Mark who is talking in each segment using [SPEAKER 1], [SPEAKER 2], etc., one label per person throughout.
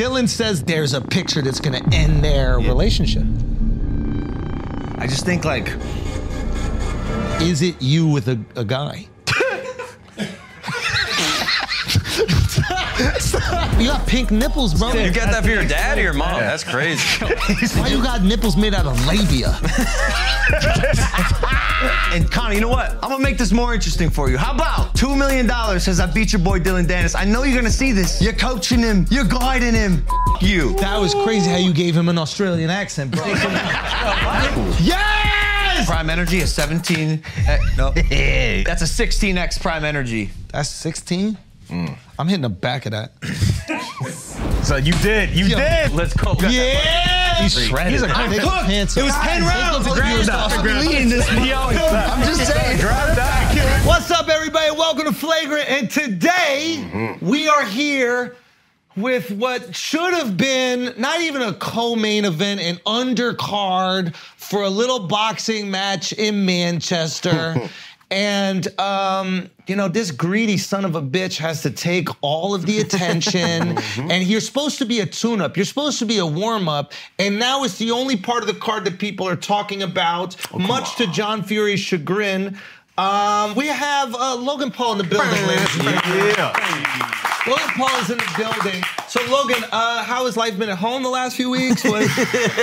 [SPEAKER 1] Dylan says there's a picture that's gonna end their relationship.
[SPEAKER 2] I just think like
[SPEAKER 1] Is it you with a, a guy? Stop. You got pink nipples, bro.
[SPEAKER 3] You got that for your dad or your mom? That's crazy.
[SPEAKER 1] Why you got nipples made out of labia?
[SPEAKER 2] And Connor, you know what? I'm gonna make this more interesting for you. How about two million dollars says I beat your boy Dylan Dennis. I know you're gonna see this. You're coaching him, you're guiding him. F- you.
[SPEAKER 1] That was crazy how you gave him an Australian accent, bro. yes!
[SPEAKER 2] Prime energy is 17. eh, No. That's a 16x prime energy.
[SPEAKER 1] That's 16? I'm hitting the back of that.
[SPEAKER 4] So you did. You
[SPEAKER 1] Yo.
[SPEAKER 4] did.
[SPEAKER 3] Let's go.
[SPEAKER 1] Yeah! He's shredded. He's a
[SPEAKER 4] Look,
[SPEAKER 1] It was 10 rounds.
[SPEAKER 4] this. I'm just saying. Grab that.
[SPEAKER 1] What's up, everybody? Welcome to Flagrant. And today we are here with what should have been not even a co-main event, an undercard for a little boxing match in Manchester. and um, you know, this greedy son of a bitch has to take all of the attention. and you're supposed to be a tune-up, you're supposed to be a warm-up, and now it's the only part of the card that people are talking about, much to John Fury's chagrin. Um, we have uh, Logan Paul in the building, ladies and gentlemen.
[SPEAKER 4] Yeah.
[SPEAKER 1] Logan Paul is in the building. So Logan, uh, how has life been at home the last few weeks? What,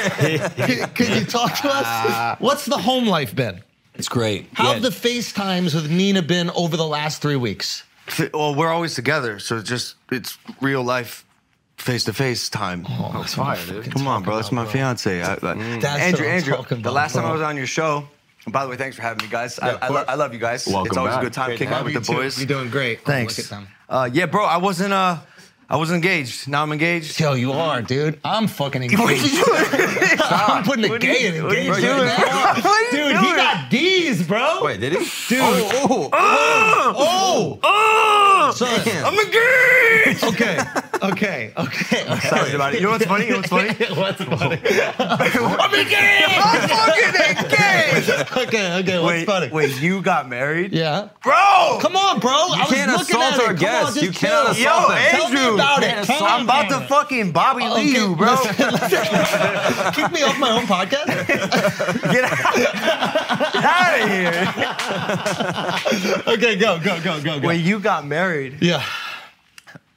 [SPEAKER 1] could, could you talk to us? What's the home life been?
[SPEAKER 3] It's great.
[SPEAKER 1] How have the FaceTimes with Nina been over the last three weeks?
[SPEAKER 5] Well, we're always together, so it's just it's real life, face to face time.
[SPEAKER 1] Oh, it's
[SPEAKER 5] Come on, bro. That's my fiance. I, I,
[SPEAKER 1] That's
[SPEAKER 5] Andrew,
[SPEAKER 1] what I'm
[SPEAKER 5] Andrew.
[SPEAKER 1] talking
[SPEAKER 5] the
[SPEAKER 1] about,
[SPEAKER 5] last time
[SPEAKER 1] bro.
[SPEAKER 5] I was on your show. and by the way, thanks for having me, guys.
[SPEAKER 1] of
[SPEAKER 5] I, I,
[SPEAKER 1] course.
[SPEAKER 5] lo- I love you guys.
[SPEAKER 4] Welcome
[SPEAKER 5] it's always
[SPEAKER 4] back.
[SPEAKER 5] a good time kicking it with the boys.
[SPEAKER 1] You're doing great. Oh,
[SPEAKER 5] Thanks.
[SPEAKER 1] look at them.
[SPEAKER 5] Uh, yeah, bro. I wasn't. Uh, I was engaged. Now I'm engaged.
[SPEAKER 1] Yo, you are, dude. I'm fucking
[SPEAKER 5] What are you
[SPEAKER 1] engaged. I'm putting a
[SPEAKER 5] What are
[SPEAKER 1] gay
[SPEAKER 5] you-
[SPEAKER 1] in
[SPEAKER 5] what are you
[SPEAKER 1] engaged.
[SPEAKER 5] doing?
[SPEAKER 1] right now.
[SPEAKER 5] What are you
[SPEAKER 1] Dude, he
[SPEAKER 5] doing?
[SPEAKER 1] got D's, bro.
[SPEAKER 3] Wait, did he?
[SPEAKER 1] Dude.
[SPEAKER 3] Oh,
[SPEAKER 1] Oh,
[SPEAKER 5] Oh,
[SPEAKER 1] son.
[SPEAKER 5] I'm engaged.
[SPEAKER 1] Okay. Okay. Okay. okay.
[SPEAKER 5] Sorry about it. You know what's funny? You know what's funny?
[SPEAKER 1] What's funny?
[SPEAKER 5] I'm engaged. I'm fucking engaged.
[SPEAKER 1] Okay, okay, what's
[SPEAKER 5] Wait,
[SPEAKER 1] funny?
[SPEAKER 5] wait. You got married?
[SPEAKER 1] Yeah.
[SPEAKER 5] Bro.
[SPEAKER 1] Come on, bro. I was
[SPEAKER 3] can't
[SPEAKER 1] looking at
[SPEAKER 3] assault
[SPEAKER 1] it.
[SPEAKER 3] our
[SPEAKER 1] Come
[SPEAKER 3] guests.
[SPEAKER 1] On, just
[SPEAKER 3] You cannot
[SPEAKER 1] chill.
[SPEAKER 3] assault
[SPEAKER 5] Yo,
[SPEAKER 3] Something.
[SPEAKER 1] Tell
[SPEAKER 5] Andrew.
[SPEAKER 1] me about
[SPEAKER 3] Man,
[SPEAKER 1] it. Tell
[SPEAKER 3] assault
[SPEAKER 1] me
[SPEAKER 5] I'm about to fucking Bobby
[SPEAKER 1] Okay,
[SPEAKER 5] Lee you, bro.
[SPEAKER 1] listen, listen. Kick me Oh, off my own podcast.
[SPEAKER 5] Get out of here.
[SPEAKER 1] Okay, go, go, go, go, go.
[SPEAKER 5] When you got married,
[SPEAKER 1] Yeah.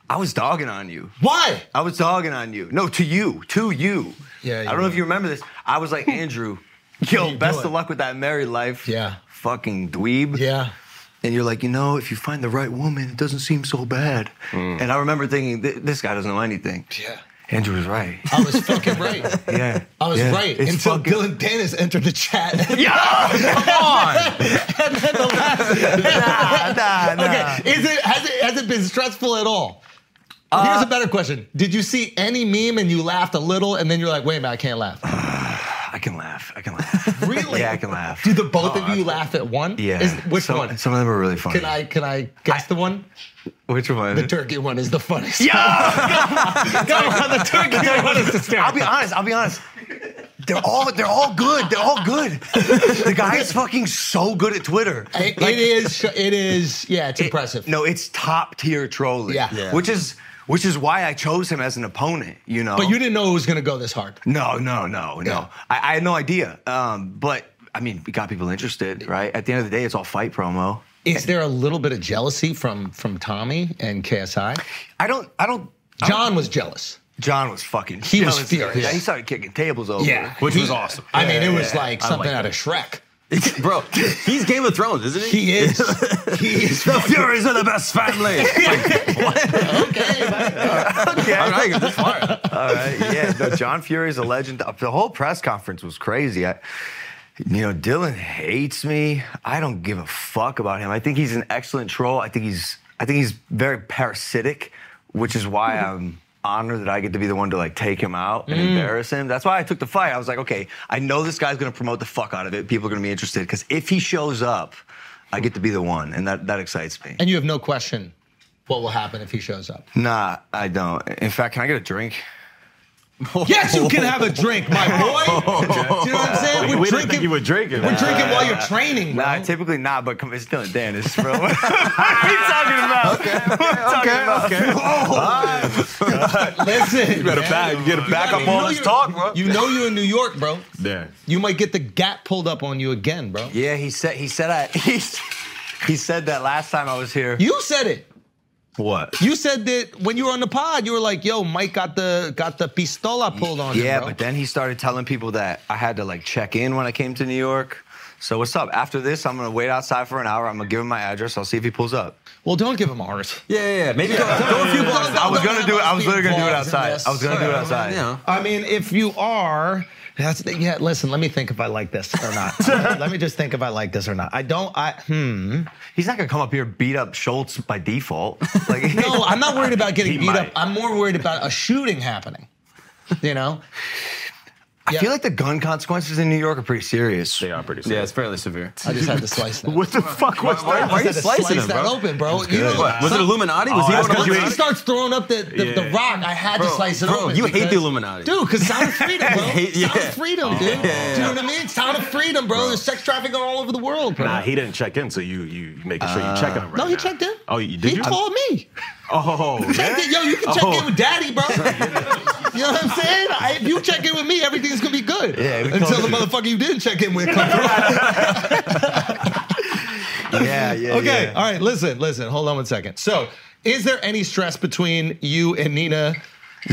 [SPEAKER 5] I was dogging on you.
[SPEAKER 1] Why?
[SPEAKER 5] I was dogging on you. No, to you, to you.
[SPEAKER 1] Yeah,
[SPEAKER 5] I
[SPEAKER 1] you
[SPEAKER 5] don't know if
[SPEAKER 1] were.
[SPEAKER 5] you remember this. I was like, Andrew,
[SPEAKER 1] What are
[SPEAKER 5] yo,
[SPEAKER 1] you
[SPEAKER 5] best
[SPEAKER 1] doing?
[SPEAKER 5] of luck with that married life.
[SPEAKER 1] Yeah.
[SPEAKER 5] Fucking dweeb.
[SPEAKER 1] Yeah.
[SPEAKER 5] And you're like, you know, if you find the right woman, it doesn't seem so bad. And I remember thinking, "Th- this guy doesn't know anything.
[SPEAKER 1] Mm. Yeah.
[SPEAKER 5] Andrew was right.
[SPEAKER 1] I was fucking right.
[SPEAKER 5] Yeah.
[SPEAKER 1] I was
[SPEAKER 5] Yeah.
[SPEAKER 1] right
[SPEAKER 5] It's
[SPEAKER 1] until
[SPEAKER 5] fucking-
[SPEAKER 1] Dylan Dennis entered the chat.
[SPEAKER 5] Yo, come on.
[SPEAKER 1] and then the
[SPEAKER 5] nah,
[SPEAKER 1] last.
[SPEAKER 5] nah, nah.
[SPEAKER 1] Okay, is it has it has it been stressful at all? Here's a better question. Did you see any meme and you laughed a little and then you're like, wait a minute, I can't laugh?
[SPEAKER 5] I can laugh. I can laugh.
[SPEAKER 1] Really?
[SPEAKER 5] Yeah, I can laugh.
[SPEAKER 1] Do the both of you laugh at one?
[SPEAKER 5] Yeah.
[SPEAKER 1] Is, which
[SPEAKER 5] some,
[SPEAKER 1] one?
[SPEAKER 5] Some of them are really funny.
[SPEAKER 1] Can I can I Hmm? guess the one?
[SPEAKER 5] Which one?
[SPEAKER 1] The turkey one is the funniest.
[SPEAKER 5] yeah.
[SPEAKER 1] Go on, the turkey one is
[SPEAKER 5] I'll
[SPEAKER 1] hysterical.
[SPEAKER 5] be honest. I'll be honest. They're all they're all good. They're all good. The guy is fucking so good at Twitter.
[SPEAKER 1] It, it is it is yeah, it's
[SPEAKER 5] It-
[SPEAKER 1] impressive.
[SPEAKER 5] No, it's top tier trolling.
[SPEAKER 1] Yeah. Yeah.
[SPEAKER 5] Which is which is why I chose him as an opponent. You know.
[SPEAKER 1] But you didn't know it was gonna go this hard.
[SPEAKER 5] No, no, no, no. I, I had no idea. Um, but I mean, we got people interested, right? At the end of the day, it's all fight promo.
[SPEAKER 1] Is there a little bit of jealousy from from Tommy and KSI?
[SPEAKER 5] I don't. I don't. I don't-
[SPEAKER 1] John was jealous.
[SPEAKER 5] John was fucking.
[SPEAKER 1] He was
[SPEAKER 5] jealous.
[SPEAKER 1] furious.
[SPEAKER 5] Yeah, he started kicking tables over.
[SPEAKER 4] Which was awesome.
[SPEAKER 1] I mean, it
[SPEAKER 5] Yeah,
[SPEAKER 1] was
[SPEAKER 5] yeah,
[SPEAKER 1] like
[SPEAKER 5] I
[SPEAKER 1] something
[SPEAKER 5] like
[SPEAKER 1] out of Shrek.
[SPEAKER 3] Bro, he's Game of Thrones, isn't he?
[SPEAKER 1] He is. he is.
[SPEAKER 3] The Furies are the best family.
[SPEAKER 5] Okay.
[SPEAKER 3] I mean, I ain't gonna be far.
[SPEAKER 5] All right, yeah. No, John Fury's a legend. The whole press conference was crazy. I, you know, Dylan hates me. I don't give a fuck about him. I think he's an excellent troll. I think he's I think he's very parasitic, which is why
[SPEAKER 3] Hmm.
[SPEAKER 5] I'm honored that I get to be the one to like take him out and embarrass him. That's why I took the fight. I was like, okay, I know this guy's gonna promote the fuck out of it. People are gonna be interested because if he shows up, I get to be the one, and that that excites me.
[SPEAKER 1] And you have no question what will happen if he shows up.
[SPEAKER 5] Nah, I don't. In fact, can I get a drink?
[SPEAKER 1] Yes, you can have a drink, my boy. Do you know what I'm saying? We're
[SPEAKER 6] we didn't
[SPEAKER 1] drinking.
[SPEAKER 6] think you were drinking.
[SPEAKER 1] we're drinking while you're training, bro.
[SPEAKER 5] Nah, typically not, but come, it's Dylan Dennis, bro. what are you talking about? Okay, okay, okay.
[SPEAKER 1] Listen,
[SPEAKER 6] You better
[SPEAKER 1] man.
[SPEAKER 6] back, you gotta back up
[SPEAKER 1] You know
[SPEAKER 6] all this
[SPEAKER 1] you're-
[SPEAKER 6] talk, bro.
[SPEAKER 1] You know you're in New York, bro.
[SPEAKER 6] Yeah.
[SPEAKER 1] You might get the gap pulled up on you again, bro.
[SPEAKER 5] Yeah, he said he said I he, he said that last time I was here.
[SPEAKER 1] You said it.
[SPEAKER 6] What?
[SPEAKER 1] You said that when you were on the pod, you were like, "Yo, Mike got the got the pistola pulled on him."
[SPEAKER 5] Yeah,
[SPEAKER 1] bro.
[SPEAKER 5] but then he started telling people that I had to like check in when I came to New York. So what's up? After this, I'm gonna wait outside for an hour. I'm gonna give him my address. I'll see if he pulls up.
[SPEAKER 1] well, don't give him ours.
[SPEAKER 3] Yeah, yeah, yeah. Maybe go, go a few bars.
[SPEAKER 1] I
[SPEAKER 5] I was
[SPEAKER 1] don't
[SPEAKER 5] gonna
[SPEAKER 1] have
[SPEAKER 5] do it.
[SPEAKER 1] us
[SPEAKER 5] I was literally gonna do it
[SPEAKER 1] involved in
[SPEAKER 5] outside.
[SPEAKER 1] this.
[SPEAKER 5] I was gonna do it outside.
[SPEAKER 3] You know.
[SPEAKER 1] I mean, if you are, that's yeah. Listen, let me think if I like this or not. let me just think if I like this or not. I don't. I hmm.
[SPEAKER 5] He's not gonna come up here and beat up Schultz by default. Like
[SPEAKER 1] No, I'm not worried about getting
[SPEAKER 6] He
[SPEAKER 1] beat up.
[SPEAKER 6] might.
[SPEAKER 1] I'm more worried about a shooting happening. You know,
[SPEAKER 5] I feel like the gun consequences in New York are pretty serious.
[SPEAKER 6] They are pretty
[SPEAKER 3] Yeah, it's fairly severe.
[SPEAKER 1] I just had to slice that.
[SPEAKER 6] What the fuck was
[SPEAKER 3] Why, why
[SPEAKER 6] that?
[SPEAKER 3] are you
[SPEAKER 1] Had to
[SPEAKER 3] slicing
[SPEAKER 1] slice
[SPEAKER 3] him,
[SPEAKER 1] that
[SPEAKER 3] bro?
[SPEAKER 1] open, bro. You know,
[SPEAKER 3] What, was it Illuminati? Was
[SPEAKER 5] Oh,
[SPEAKER 3] he
[SPEAKER 6] that's
[SPEAKER 3] one of
[SPEAKER 6] because you
[SPEAKER 1] Once he
[SPEAKER 6] ate-
[SPEAKER 3] Illuminati?
[SPEAKER 1] starts throwing up the, the, the
[SPEAKER 6] Yeah.
[SPEAKER 1] rock, I had to slice it
[SPEAKER 3] bro,
[SPEAKER 1] open.
[SPEAKER 3] you hate the
[SPEAKER 1] because-
[SPEAKER 3] Illuminati.
[SPEAKER 1] Dude, because sound of freedom, bro.
[SPEAKER 3] hate- yeah.
[SPEAKER 1] Sound of freedom, dude. Do you know what I mean? Sound of freedom, bro. There's sex trafficking all over the world, bro.
[SPEAKER 6] Nah, he didn't check in, so you you you making sure you checking him right
[SPEAKER 1] Uh, no, he
[SPEAKER 6] now.
[SPEAKER 1] checked in.
[SPEAKER 6] Oh, you, did
[SPEAKER 1] he
[SPEAKER 6] you?
[SPEAKER 1] told me.
[SPEAKER 6] oh,
[SPEAKER 1] Check it. Yo, you can check in with daddy, bro. Oh. you know what I'm saying? I, if you check in with me, everything's going to be good.
[SPEAKER 5] Yeah, we
[SPEAKER 1] Until
[SPEAKER 5] told
[SPEAKER 1] the
[SPEAKER 5] you.
[SPEAKER 1] motherfucker you didn't check in with comes around.
[SPEAKER 5] Yeah, yeah.
[SPEAKER 1] Okay.
[SPEAKER 5] yeah.
[SPEAKER 1] All right. Listen, listen. Hold on one second. So, is there any stress between you and Nina?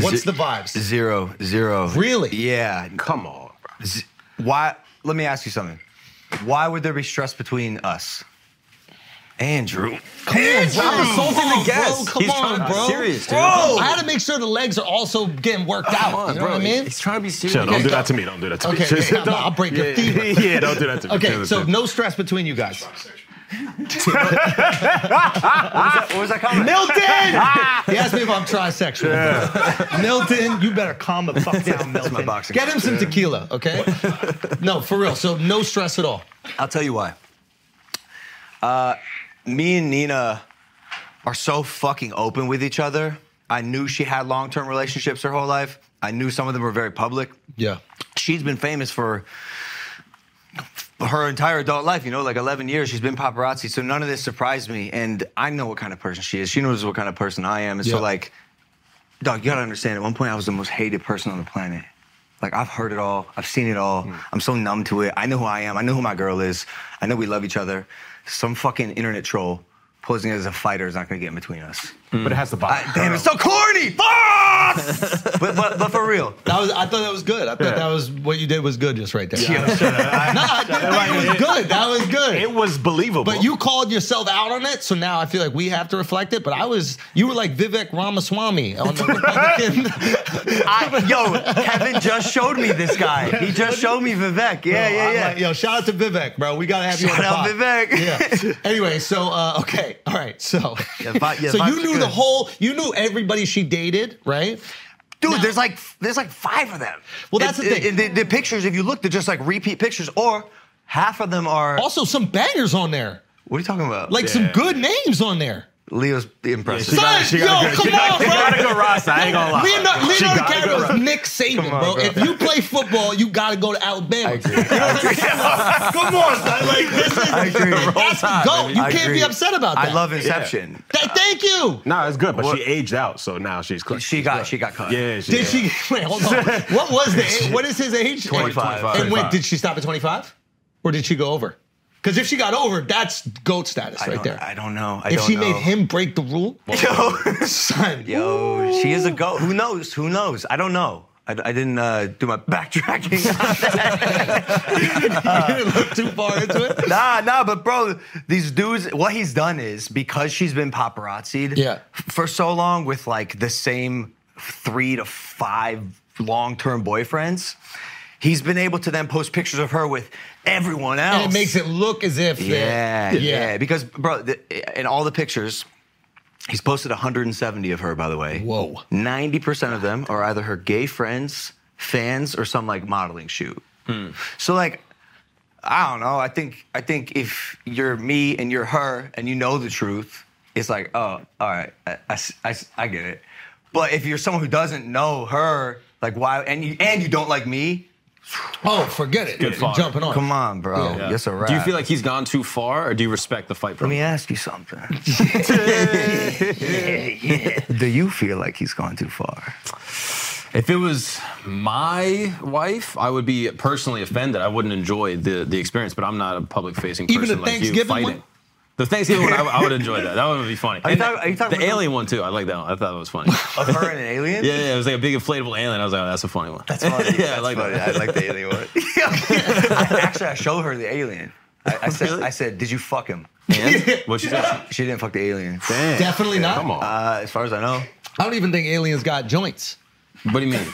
[SPEAKER 1] What's
[SPEAKER 5] Ze-
[SPEAKER 1] the vibes?
[SPEAKER 5] Zero, zero.
[SPEAKER 1] Really?
[SPEAKER 5] Yeah.
[SPEAKER 6] come on, bro.
[SPEAKER 5] Z- Why? Let me ask you something. Why would there be stress between us? Andrew.
[SPEAKER 1] Stop insulting the
[SPEAKER 3] Yes,
[SPEAKER 1] guest. Come
[SPEAKER 3] he's trying to
[SPEAKER 1] on,
[SPEAKER 3] be
[SPEAKER 1] bro.
[SPEAKER 3] serious, dude.
[SPEAKER 1] Oh, I had to make sure the legs are also getting worked out.
[SPEAKER 3] Come on,
[SPEAKER 1] you know
[SPEAKER 3] bro.
[SPEAKER 1] what I mean?
[SPEAKER 3] He's trying to be serious.
[SPEAKER 6] Chill, don't do that to me. Don't do that to
[SPEAKER 1] Okay,
[SPEAKER 6] me. Chill,
[SPEAKER 1] yeah, no,
[SPEAKER 6] don't-
[SPEAKER 1] I'll break your
[SPEAKER 6] yeah,
[SPEAKER 1] femur.
[SPEAKER 6] Yeah, don't do that to me.
[SPEAKER 1] Okay,
[SPEAKER 6] Chill,
[SPEAKER 1] so
[SPEAKER 6] chill.
[SPEAKER 1] no stress between you guys.
[SPEAKER 5] What was that comment?
[SPEAKER 1] Milton! he asked me if I'm trisexual. Milton, you better calm the fuck down, Milton.
[SPEAKER 5] my boxing
[SPEAKER 1] Get him some tequila, okay? no, for real. So no stress at all.
[SPEAKER 5] I'll tell you why. Uh, me and Nina are so fucking open with each other. I knew she had long term relationships her whole life. I knew some of them were very public.
[SPEAKER 1] Yeah.
[SPEAKER 5] She's been famous for her entire adult life, you know, like 11 years. She's been paparazzi. So none of this surprised me. And I know what kind of person she is. She knows what kind of person I am. And
[SPEAKER 1] Yeah.
[SPEAKER 5] so, like, dog, you gotta understand, at one point I was the most hated person on the planet. Like I've heard it all, I've seen it all. I'm so numb to it. I know who I am. I know who my girl is. I know we love each other. Some fucking internet troll posing as a fighter is not gonna get in between us.
[SPEAKER 6] but it has to buy.
[SPEAKER 5] I- damn, it's so corny. Fuck! but, but but for real.
[SPEAKER 1] That was. I thought that was good. I thought
[SPEAKER 6] Yeah.
[SPEAKER 1] that was what you did was good just right there.
[SPEAKER 5] Yeah, shut up.
[SPEAKER 1] no, I didn't think it was good. That was
[SPEAKER 6] It
[SPEAKER 1] good.
[SPEAKER 6] was believable.
[SPEAKER 1] But you called yourself out on it, so now I feel like we have to reflect it. But I was, you were like Vivek Ramaswamy on the Republican.
[SPEAKER 5] I, yo, Kevin just showed me this guy. He just showed me Vivek.
[SPEAKER 1] Yo,
[SPEAKER 5] Yeah, yeah,
[SPEAKER 1] I'm
[SPEAKER 5] yeah.
[SPEAKER 1] like, yo, shout out to Vivek, bro. We gotta have you on the
[SPEAKER 5] Shout out
[SPEAKER 1] pod.
[SPEAKER 5] Vivek.
[SPEAKER 1] Yeah. Anyway, so uh, okay, all right. So,
[SPEAKER 5] Yeah, vi- yeah,
[SPEAKER 1] so
[SPEAKER 5] vibes
[SPEAKER 1] you
[SPEAKER 5] are
[SPEAKER 1] knew the
[SPEAKER 5] good.
[SPEAKER 1] whole, you knew everybody she dated, right?
[SPEAKER 5] Dude, there's like there's like five of them.
[SPEAKER 1] Well, that's
[SPEAKER 5] It-
[SPEAKER 1] the thing.
[SPEAKER 5] it- the, the pictures, if you look, they're just like repeat pictures, or half of them are.
[SPEAKER 1] Also, some bangers on there,
[SPEAKER 5] what are you talking about?
[SPEAKER 1] like some
[SPEAKER 6] Yeah.
[SPEAKER 1] good names on there.
[SPEAKER 5] Leo's impressive.
[SPEAKER 6] She got it,
[SPEAKER 1] Son,
[SPEAKER 6] she got
[SPEAKER 1] yo,
[SPEAKER 6] it, she
[SPEAKER 1] come
[SPEAKER 6] got
[SPEAKER 1] on,
[SPEAKER 6] it, she
[SPEAKER 1] bro.
[SPEAKER 6] got it, go Rasta, I ain't gonna lie.
[SPEAKER 1] Leonardo,
[SPEAKER 6] She
[SPEAKER 1] Leonardo
[SPEAKER 6] gotta go
[SPEAKER 1] DiCaprio is
[SPEAKER 6] Rasta.
[SPEAKER 1] Nick Saban,
[SPEAKER 5] on,
[SPEAKER 1] bro.
[SPEAKER 5] bro.
[SPEAKER 1] If you play football, you got to go to Alabama.
[SPEAKER 5] Come on, son. Like
[SPEAKER 1] This is-
[SPEAKER 5] I agree.
[SPEAKER 1] That's the goat. You
[SPEAKER 5] I
[SPEAKER 1] can't
[SPEAKER 5] agree.
[SPEAKER 1] be upset about that.
[SPEAKER 5] I love Inception.
[SPEAKER 1] Th- Thank you.
[SPEAKER 6] Nah, it's good, but
[SPEAKER 5] What-
[SPEAKER 6] she aged out, so now she's clean.
[SPEAKER 5] She got she got cut.
[SPEAKER 6] yeah, she
[SPEAKER 1] Did she? Wait, hold on. What was the? What is his age?
[SPEAKER 5] 25.
[SPEAKER 1] And when
[SPEAKER 6] 25.
[SPEAKER 1] did she stop at 25, or did she go over? Because if she got over, that's goat status
[SPEAKER 5] I
[SPEAKER 1] right
[SPEAKER 5] don't,
[SPEAKER 1] there.
[SPEAKER 5] I don't know. I
[SPEAKER 1] if
[SPEAKER 5] don't
[SPEAKER 1] she
[SPEAKER 5] know.
[SPEAKER 1] made him break the rule,
[SPEAKER 5] Yo,
[SPEAKER 1] son.
[SPEAKER 5] yo, she is a goat. Who knows? Who knows? I don't know. I, I didn't uh, do my backtracking. on that.
[SPEAKER 1] you didn't look too far into it.
[SPEAKER 5] nah, nah, but bro, these dudes, what he's done is because she's been paparazzied
[SPEAKER 1] Yeah.
[SPEAKER 5] f- for so long with like the same three to five long term boyfriends, he's been able to then post pictures of her with everyone else.
[SPEAKER 1] And it makes it look as if
[SPEAKER 5] Yeah,
[SPEAKER 1] that-
[SPEAKER 5] yeah. Because, bro, the, in all the pictures, he's posted 170 of her, by the way.
[SPEAKER 1] Whoa.
[SPEAKER 5] 90% of them are either her gay friends, fans, or some like modeling shoot. So, like, I don't know. I think I think if you're me and you're her and you know the truth, it's like, oh, all right, I, I s- I s- I get it. But if you're someone who doesn't know her Like why? And you and you don't like me?
[SPEAKER 1] Oh, forget it. You're
[SPEAKER 6] fodder.
[SPEAKER 1] jumping on.
[SPEAKER 5] Come on, bro.
[SPEAKER 1] Yeah.
[SPEAKER 5] Yes, all right.
[SPEAKER 3] Do you feel like he's gone too far, or do you respect the fight?
[SPEAKER 5] Let me ask you something. Do you feel like he's gone too far?
[SPEAKER 3] If it was my wife, I would be personally offended. I wouldn't enjoy the, the experience, but I'm not a public facing person
[SPEAKER 1] Even the
[SPEAKER 3] like you
[SPEAKER 1] Thanksgiving
[SPEAKER 3] fighting.
[SPEAKER 1] one?
[SPEAKER 3] The Thanksgiving one, I, I would enjoy that. That one would be funny.
[SPEAKER 5] Are you
[SPEAKER 3] And
[SPEAKER 5] talking- are you talking
[SPEAKER 3] the
[SPEAKER 5] about-
[SPEAKER 3] alien one too. I like that one. I thought it was funny.
[SPEAKER 5] Of her and an alien?
[SPEAKER 3] Yeah, yeah, it was like a big inflatable alien. I was like, oh, that's a funny one.
[SPEAKER 5] That's funny.
[SPEAKER 3] yeah, I
[SPEAKER 5] That's
[SPEAKER 3] like
[SPEAKER 5] funny.
[SPEAKER 3] that.
[SPEAKER 5] I like the alien one. I- Actually, I showed her the alien. I, I said,
[SPEAKER 3] Really?
[SPEAKER 5] I said, did you fuck him?
[SPEAKER 3] And what she said?
[SPEAKER 5] She didn't fuck the alien.
[SPEAKER 1] Definitely not.
[SPEAKER 6] Come on.
[SPEAKER 5] Uh, as far as I know.
[SPEAKER 1] I don't even think aliens got joints.
[SPEAKER 3] What do you mean?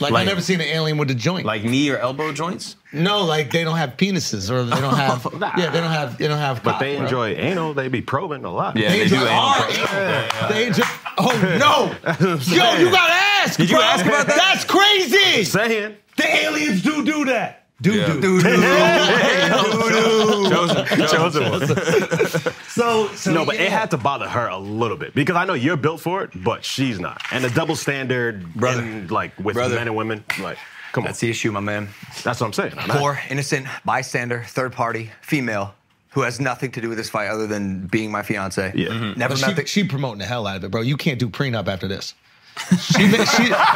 [SPEAKER 1] Like,
[SPEAKER 3] Like-
[SPEAKER 1] I've never seen an alien with a joint.
[SPEAKER 3] Like knee or elbow joints?
[SPEAKER 1] no, like they don't have penises or they don't have. yeah, they don't have. They don't have.
[SPEAKER 6] but
[SPEAKER 1] cock,
[SPEAKER 6] they
[SPEAKER 1] bro.
[SPEAKER 6] enjoy anal. They be probing a lot.
[SPEAKER 3] Yeah,
[SPEAKER 1] They,
[SPEAKER 3] they, do.
[SPEAKER 1] enjoy
[SPEAKER 3] anal
[SPEAKER 1] our
[SPEAKER 3] probing.
[SPEAKER 1] anal. They enjoy. Oh no! Yo, you gotta ask.
[SPEAKER 3] Did you
[SPEAKER 1] bro.
[SPEAKER 3] ask about that?
[SPEAKER 1] That's crazy.
[SPEAKER 6] Saying.
[SPEAKER 1] The aliens do do that. Do
[SPEAKER 3] Yeah.
[SPEAKER 1] do.
[SPEAKER 5] Dude,
[SPEAKER 6] Chosen. Chosen one.
[SPEAKER 1] So, so
[SPEAKER 6] No, but
[SPEAKER 1] yeah.
[SPEAKER 6] it had to bother her a little bit because I know you're built for it, but she's not. And the double standard,
[SPEAKER 5] Brother.
[SPEAKER 6] in, like with
[SPEAKER 5] Brother.
[SPEAKER 6] men and women, like come on,
[SPEAKER 5] That's the issue, my man.
[SPEAKER 6] that's what I'm saying. I'm not-
[SPEAKER 5] Poor, innocent, bystander, third party, female, who has nothing to do with this fight other than being my fiance.
[SPEAKER 6] Yeah. Mhm.
[SPEAKER 5] Never
[SPEAKER 1] But
[SPEAKER 5] met
[SPEAKER 1] she,
[SPEAKER 5] the.
[SPEAKER 1] she promoting the hell out of it, bro. You can't do prenup after this. She, ma- she, she, ma-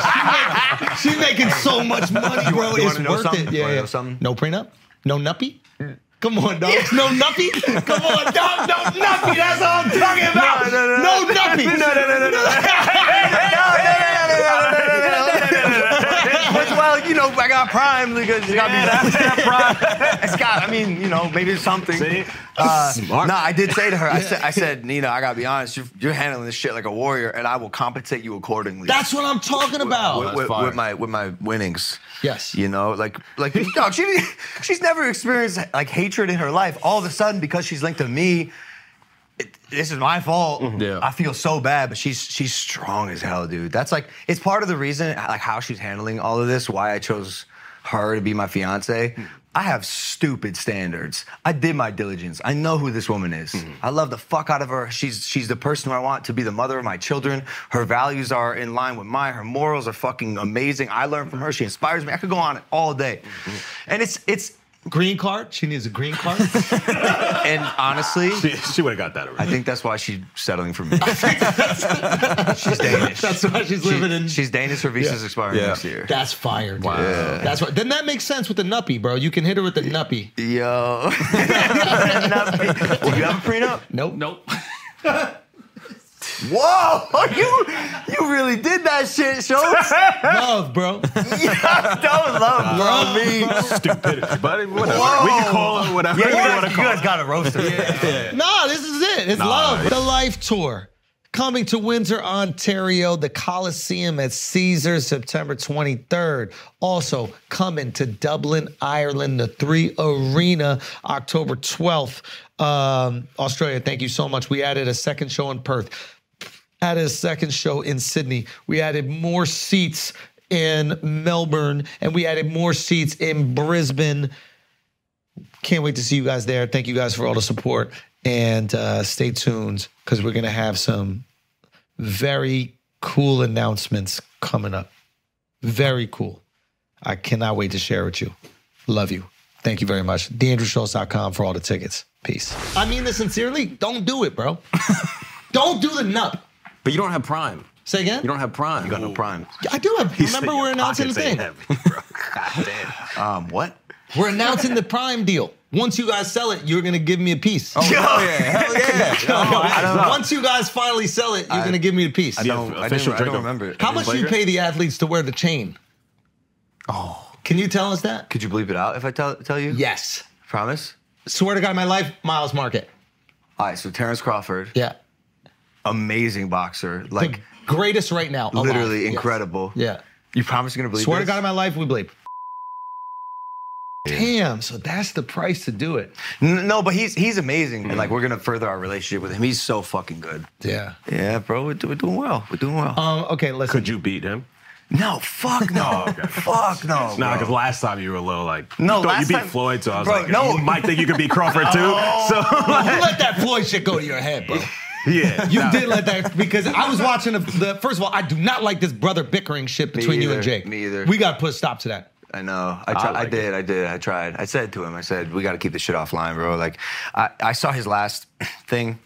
[SPEAKER 1] she making so much money, bro.
[SPEAKER 5] you
[SPEAKER 1] it's
[SPEAKER 5] wanna know
[SPEAKER 1] worth
[SPEAKER 5] something?
[SPEAKER 1] it.
[SPEAKER 5] You
[SPEAKER 1] Yeah,
[SPEAKER 5] wanna
[SPEAKER 1] yeah.
[SPEAKER 5] know something?
[SPEAKER 1] No prenup? No nuppy? Come on, dog. No nuppy? Come on, dog. No nuppy. That's all I'm talking about.
[SPEAKER 5] no, no.
[SPEAKER 1] No nuppy.
[SPEAKER 5] No, no, no, no, no. But, well, you know, I got prime because you got me prime. It's got, I mean, you know, maybe it's something.
[SPEAKER 6] See?
[SPEAKER 5] Uh,
[SPEAKER 6] Smart.
[SPEAKER 5] No, I did say to her, I said, I said, Nina, I gotta be honest, you're, you're handling this shit like a warrior, and I will compensate you accordingly.
[SPEAKER 1] That's what I'm talking
[SPEAKER 5] with,
[SPEAKER 1] about.
[SPEAKER 5] with,
[SPEAKER 3] fire.
[SPEAKER 5] with my with my winnings.
[SPEAKER 1] Yes.
[SPEAKER 5] You know, like like dog, she didn't- she's never experienced like hatred in her life. All of a sudden, because she's linked to me, it, this is my fault.
[SPEAKER 3] Yeah.
[SPEAKER 5] I feel so bad, but she's she's strong as hell, dude. That's like it's part of the reason like how she's handling all of this, why I chose her to be my fiance. I have stupid standards. I did my diligence. I know who this woman is. I love the fuck out of her. She's she's the person who I want to be the mother of my children. Her values are in line with mine. Her morals are fucking amazing. I learn from her. She inspires me. I could go on all day. And it's it's
[SPEAKER 1] Green card. She needs a green card.
[SPEAKER 5] and honestly,
[SPEAKER 6] She, she would have got that
[SPEAKER 5] I
[SPEAKER 6] already.
[SPEAKER 5] think that's why she's settling for me. she's Danish.
[SPEAKER 1] That's why she's
[SPEAKER 5] She-
[SPEAKER 1] living in.
[SPEAKER 5] she's Danish. Her visa's expiring
[SPEAKER 3] Yeah.
[SPEAKER 5] next year.
[SPEAKER 1] that's fire, dude. That's what. Then that makes sense with the nuppy, bro. You can hit her with the nuppy.
[SPEAKER 5] Yo. Not me. Do you have a prenup?
[SPEAKER 1] Nope.
[SPEAKER 3] Nope.
[SPEAKER 5] Whoa! You you really did that shit, Schultz.
[SPEAKER 1] Love, bro.
[SPEAKER 5] Don't love, bro. Me.
[SPEAKER 6] Stupidity, buddy. Whatever.
[SPEAKER 5] Whoa.
[SPEAKER 6] We can call her whatever
[SPEAKER 5] Yeah, you
[SPEAKER 6] we want
[SPEAKER 5] guys,
[SPEAKER 6] to
[SPEAKER 5] you
[SPEAKER 6] call
[SPEAKER 5] guys
[SPEAKER 6] her.
[SPEAKER 5] got a roaster.
[SPEAKER 1] No, this is it. It's love. The Life Tour coming to Windsor, Ontario, the Coliseum at Caesars, September 23rd. Also coming to Dublin, Ireland, the Three Arena, October 12th. Um, Australia, thank you so much. We added a second show in Perth added a second show in Sydney. We added more seats in Melbourne and we added more seats in Brisbane. Can't wait to see you guys there. Thank you guys for all the support and uh, stay tuned because we're going to have some very cool announcements coming up. Very cool. I cannot wait to share with you. Love you. Thank you very much. DeAndrewSchultz.com for all the tickets. Peace. I mean this sincerely. Don't do it, bro. don't do the nup.
[SPEAKER 3] But you don't have Prime.
[SPEAKER 1] Say again?
[SPEAKER 3] You don't have Prime. You got
[SPEAKER 5] No prime.
[SPEAKER 1] I do have. remember, we're announcing the
[SPEAKER 6] Pockets ain't
[SPEAKER 1] thing.
[SPEAKER 6] heavy, bro. God damn.
[SPEAKER 5] Um, what?
[SPEAKER 1] We're announcing the Prime deal. Once you guys sell it, you're gonna give me a piece. Oh,
[SPEAKER 3] Hell yeah! Hell yeah!
[SPEAKER 1] Once you guys finally sell it, you're gonna give me a piece.
[SPEAKER 5] I don't, I
[SPEAKER 6] official
[SPEAKER 5] didn't, I
[SPEAKER 6] drink
[SPEAKER 5] don't
[SPEAKER 6] of-
[SPEAKER 5] remember it.
[SPEAKER 1] How much do you pay the athletes to wear the chain? Oh, can you tell us that?
[SPEAKER 5] Could you bleep it out if I tell tell you?
[SPEAKER 1] Yes.
[SPEAKER 5] Promise.
[SPEAKER 1] Swear to God, my life, Miles Market.
[SPEAKER 5] All right. So Terrence Crawford,
[SPEAKER 1] Yeah,
[SPEAKER 5] amazing boxer,
[SPEAKER 1] the
[SPEAKER 5] like
[SPEAKER 1] greatest right now. alive.
[SPEAKER 5] literally
[SPEAKER 1] Yes.
[SPEAKER 5] incredible.
[SPEAKER 1] Yeah.
[SPEAKER 5] You promise you're gonna bleep
[SPEAKER 1] Swear to
[SPEAKER 5] this?
[SPEAKER 1] God, in my life, we bleep. Damn. So that's the price to do it.
[SPEAKER 5] N- No, but he's he's amazing, and like we're gonna further our relationship with him. He's so fucking good.
[SPEAKER 1] Yeah.
[SPEAKER 5] Yeah, bro, we're, do- we're doing well. We're doing well.
[SPEAKER 1] Um. Okay. Listen.
[SPEAKER 6] Could you beat him?
[SPEAKER 5] no, fuck no, fuck no.
[SPEAKER 6] Nah,
[SPEAKER 5] bro.
[SPEAKER 6] because last time you were a little like,
[SPEAKER 5] Oh, No,
[SPEAKER 6] you, thought you
[SPEAKER 5] last
[SPEAKER 6] beat
[SPEAKER 5] time-
[SPEAKER 6] Floyd, so I was
[SPEAKER 5] Bro,
[SPEAKER 6] like,
[SPEAKER 5] no. Oh.
[SPEAKER 6] you might think you could beat Crawford too. So
[SPEAKER 1] You let that Floyd shit go to your head, bro.
[SPEAKER 7] Yeah,
[SPEAKER 6] You
[SPEAKER 7] nah.
[SPEAKER 6] did let that because I was watching the, the. First of all, I do not like this brother bickering shit between you and
[SPEAKER 5] either.
[SPEAKER 6] Jake.
[SPEAKER 5] Me either.
[SPEAKER 6] We got to put a stop to that.
[SPEAKER 5] I know. I, tried, I,
[SPEAKER 7] like
[SPEAKER 5] did. I did. I tried. I said to him, I said, we got to keep this shit offline, bro. Like, I, I saw his last thing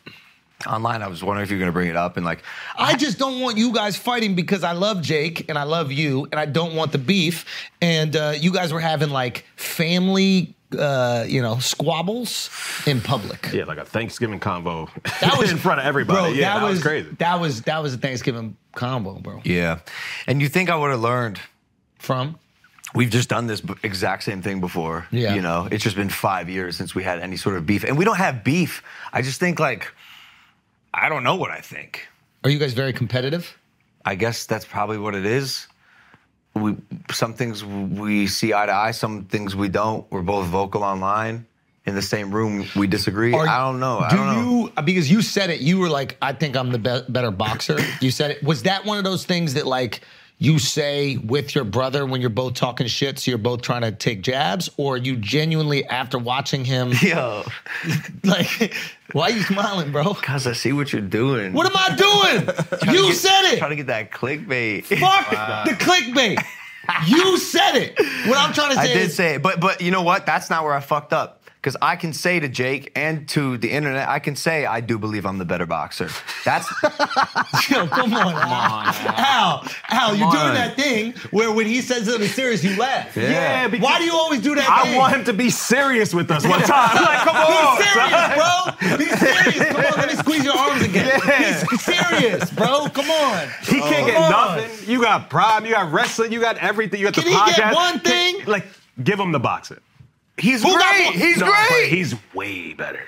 [SPEAKER 5] online. I was wondering if you're going to bring it up. And, like,
[SPEAKER 6] I just don't want you guys fighting because I love Jake and I love you and I don't want the beef. And uh, you guys were having like family, uh, you know, squabbles in public.
[SPEAKER 7] yeah, like a Thanksgiving convo.
[SPEAKER 6] That was
[SPEAKER 7] in front of everybody.
[SPEAKER 6] Bro,
[SPEAKER 7] yeah,
[SPEAKER 6] that, was
[SPEAKER 7] crazy.
[SPEAKER 6] That was that was a Thanksgiving combo, bro.
[SPEAKER 5] yeah. And you think I would have learned.
[SPEAKER 6] From
[SPEAKER 5] We've just done this b- exact same thing before.
[SPEAKER 6] Yeah.
[SPEAKER 5] You know, it's just been five years since we had any sort of beef. And we don't have beef. I just think, like, I don't know what I think.
[SPEAKER 6] are you guys very competitive?
[SPEAKER 5] I guess that's probably what it is. We some things we see eye to eye, some things we don't. We're both vocal online. In the same room, we disagree.
[SPEAKER 6] Are-
[SPEAKER 5] I don't know. I
[SPEAKER 6] Do
[SPEAKER 5] don't know.
[SPEAKER 6] you uh, because you said it? You were like, I think I'm the be- better boxer. you said it. Was that one of those things that like you say with your brother when you're both talking shit, so you're both trying to take jabs, or you genuinely after watching him,
[SPEAKER 5] Yo,
[SPEAKER 6] like, why are you smiling, bro?
[SPEAKER 5] cause I see what you're doing.
[SPEAKER 6] What am I doing? you said it.
[SPEAKER 5] Trying to get that clickbait.
[SPEAKER 6] Fuck the clickbait. You said it. What I'm trying to
[SPEAKER 5] I
[SPEAKER 6] say
[SPEAKER 5] did
[SPEAKER 6] is
[SPEAKER 5] say it, but but you know what? That's not where I fucked up. Because I can say to Jake and to the internet, I can say I do believe I'm the better boxer. That's
[SPEAKER 6] Yo, come on, Al. Al, Al, you're doing
[SPEAKER 3] on.
[SPEAKER 6] that thing where when he says something serious, you laugh.
[SPEAKER 7] Yeah, because
[SPEAKER 6] Why do you always do that?
[SPEAKER 7] I
[SPEAKER 6] thing?
[SPEAKER 7] want him to be serious with us one time. Like, come on.
[SPEAKER 6] Be serious, bro. Be serious. Come on, let me squeeze your arms again.
[SPEAKER 7] Yeah.
[SPEAKER 6] Be serious, bro. Come on.
[SPEAKER 7] He
[SPEAKER 5] Oh.
[SPEAKER 7] can't get
[SPEAKER 6] Come on.
[SPEAKER 7] nothing. You got prime. You got wrestling. You got everything. You got
[SPEAKER 6] Can
[SPEAKER 7] the
[SPEAKER 6] he
[SPEAKER 7] podcast.
[SPEAKER 6] get one thing?
[SPEAKER 7] Can- like, give him the boxing.
[SPEAKER 5] he's
[SPEAKER 6] Who got
[SPEAKER 5] great.
[SPEAKER 6] one?
[SPEAKER 5] He's
[SPEAKER 7] No, but
[SPEAKER 5] great.
[SPEAKER 7] He's way better.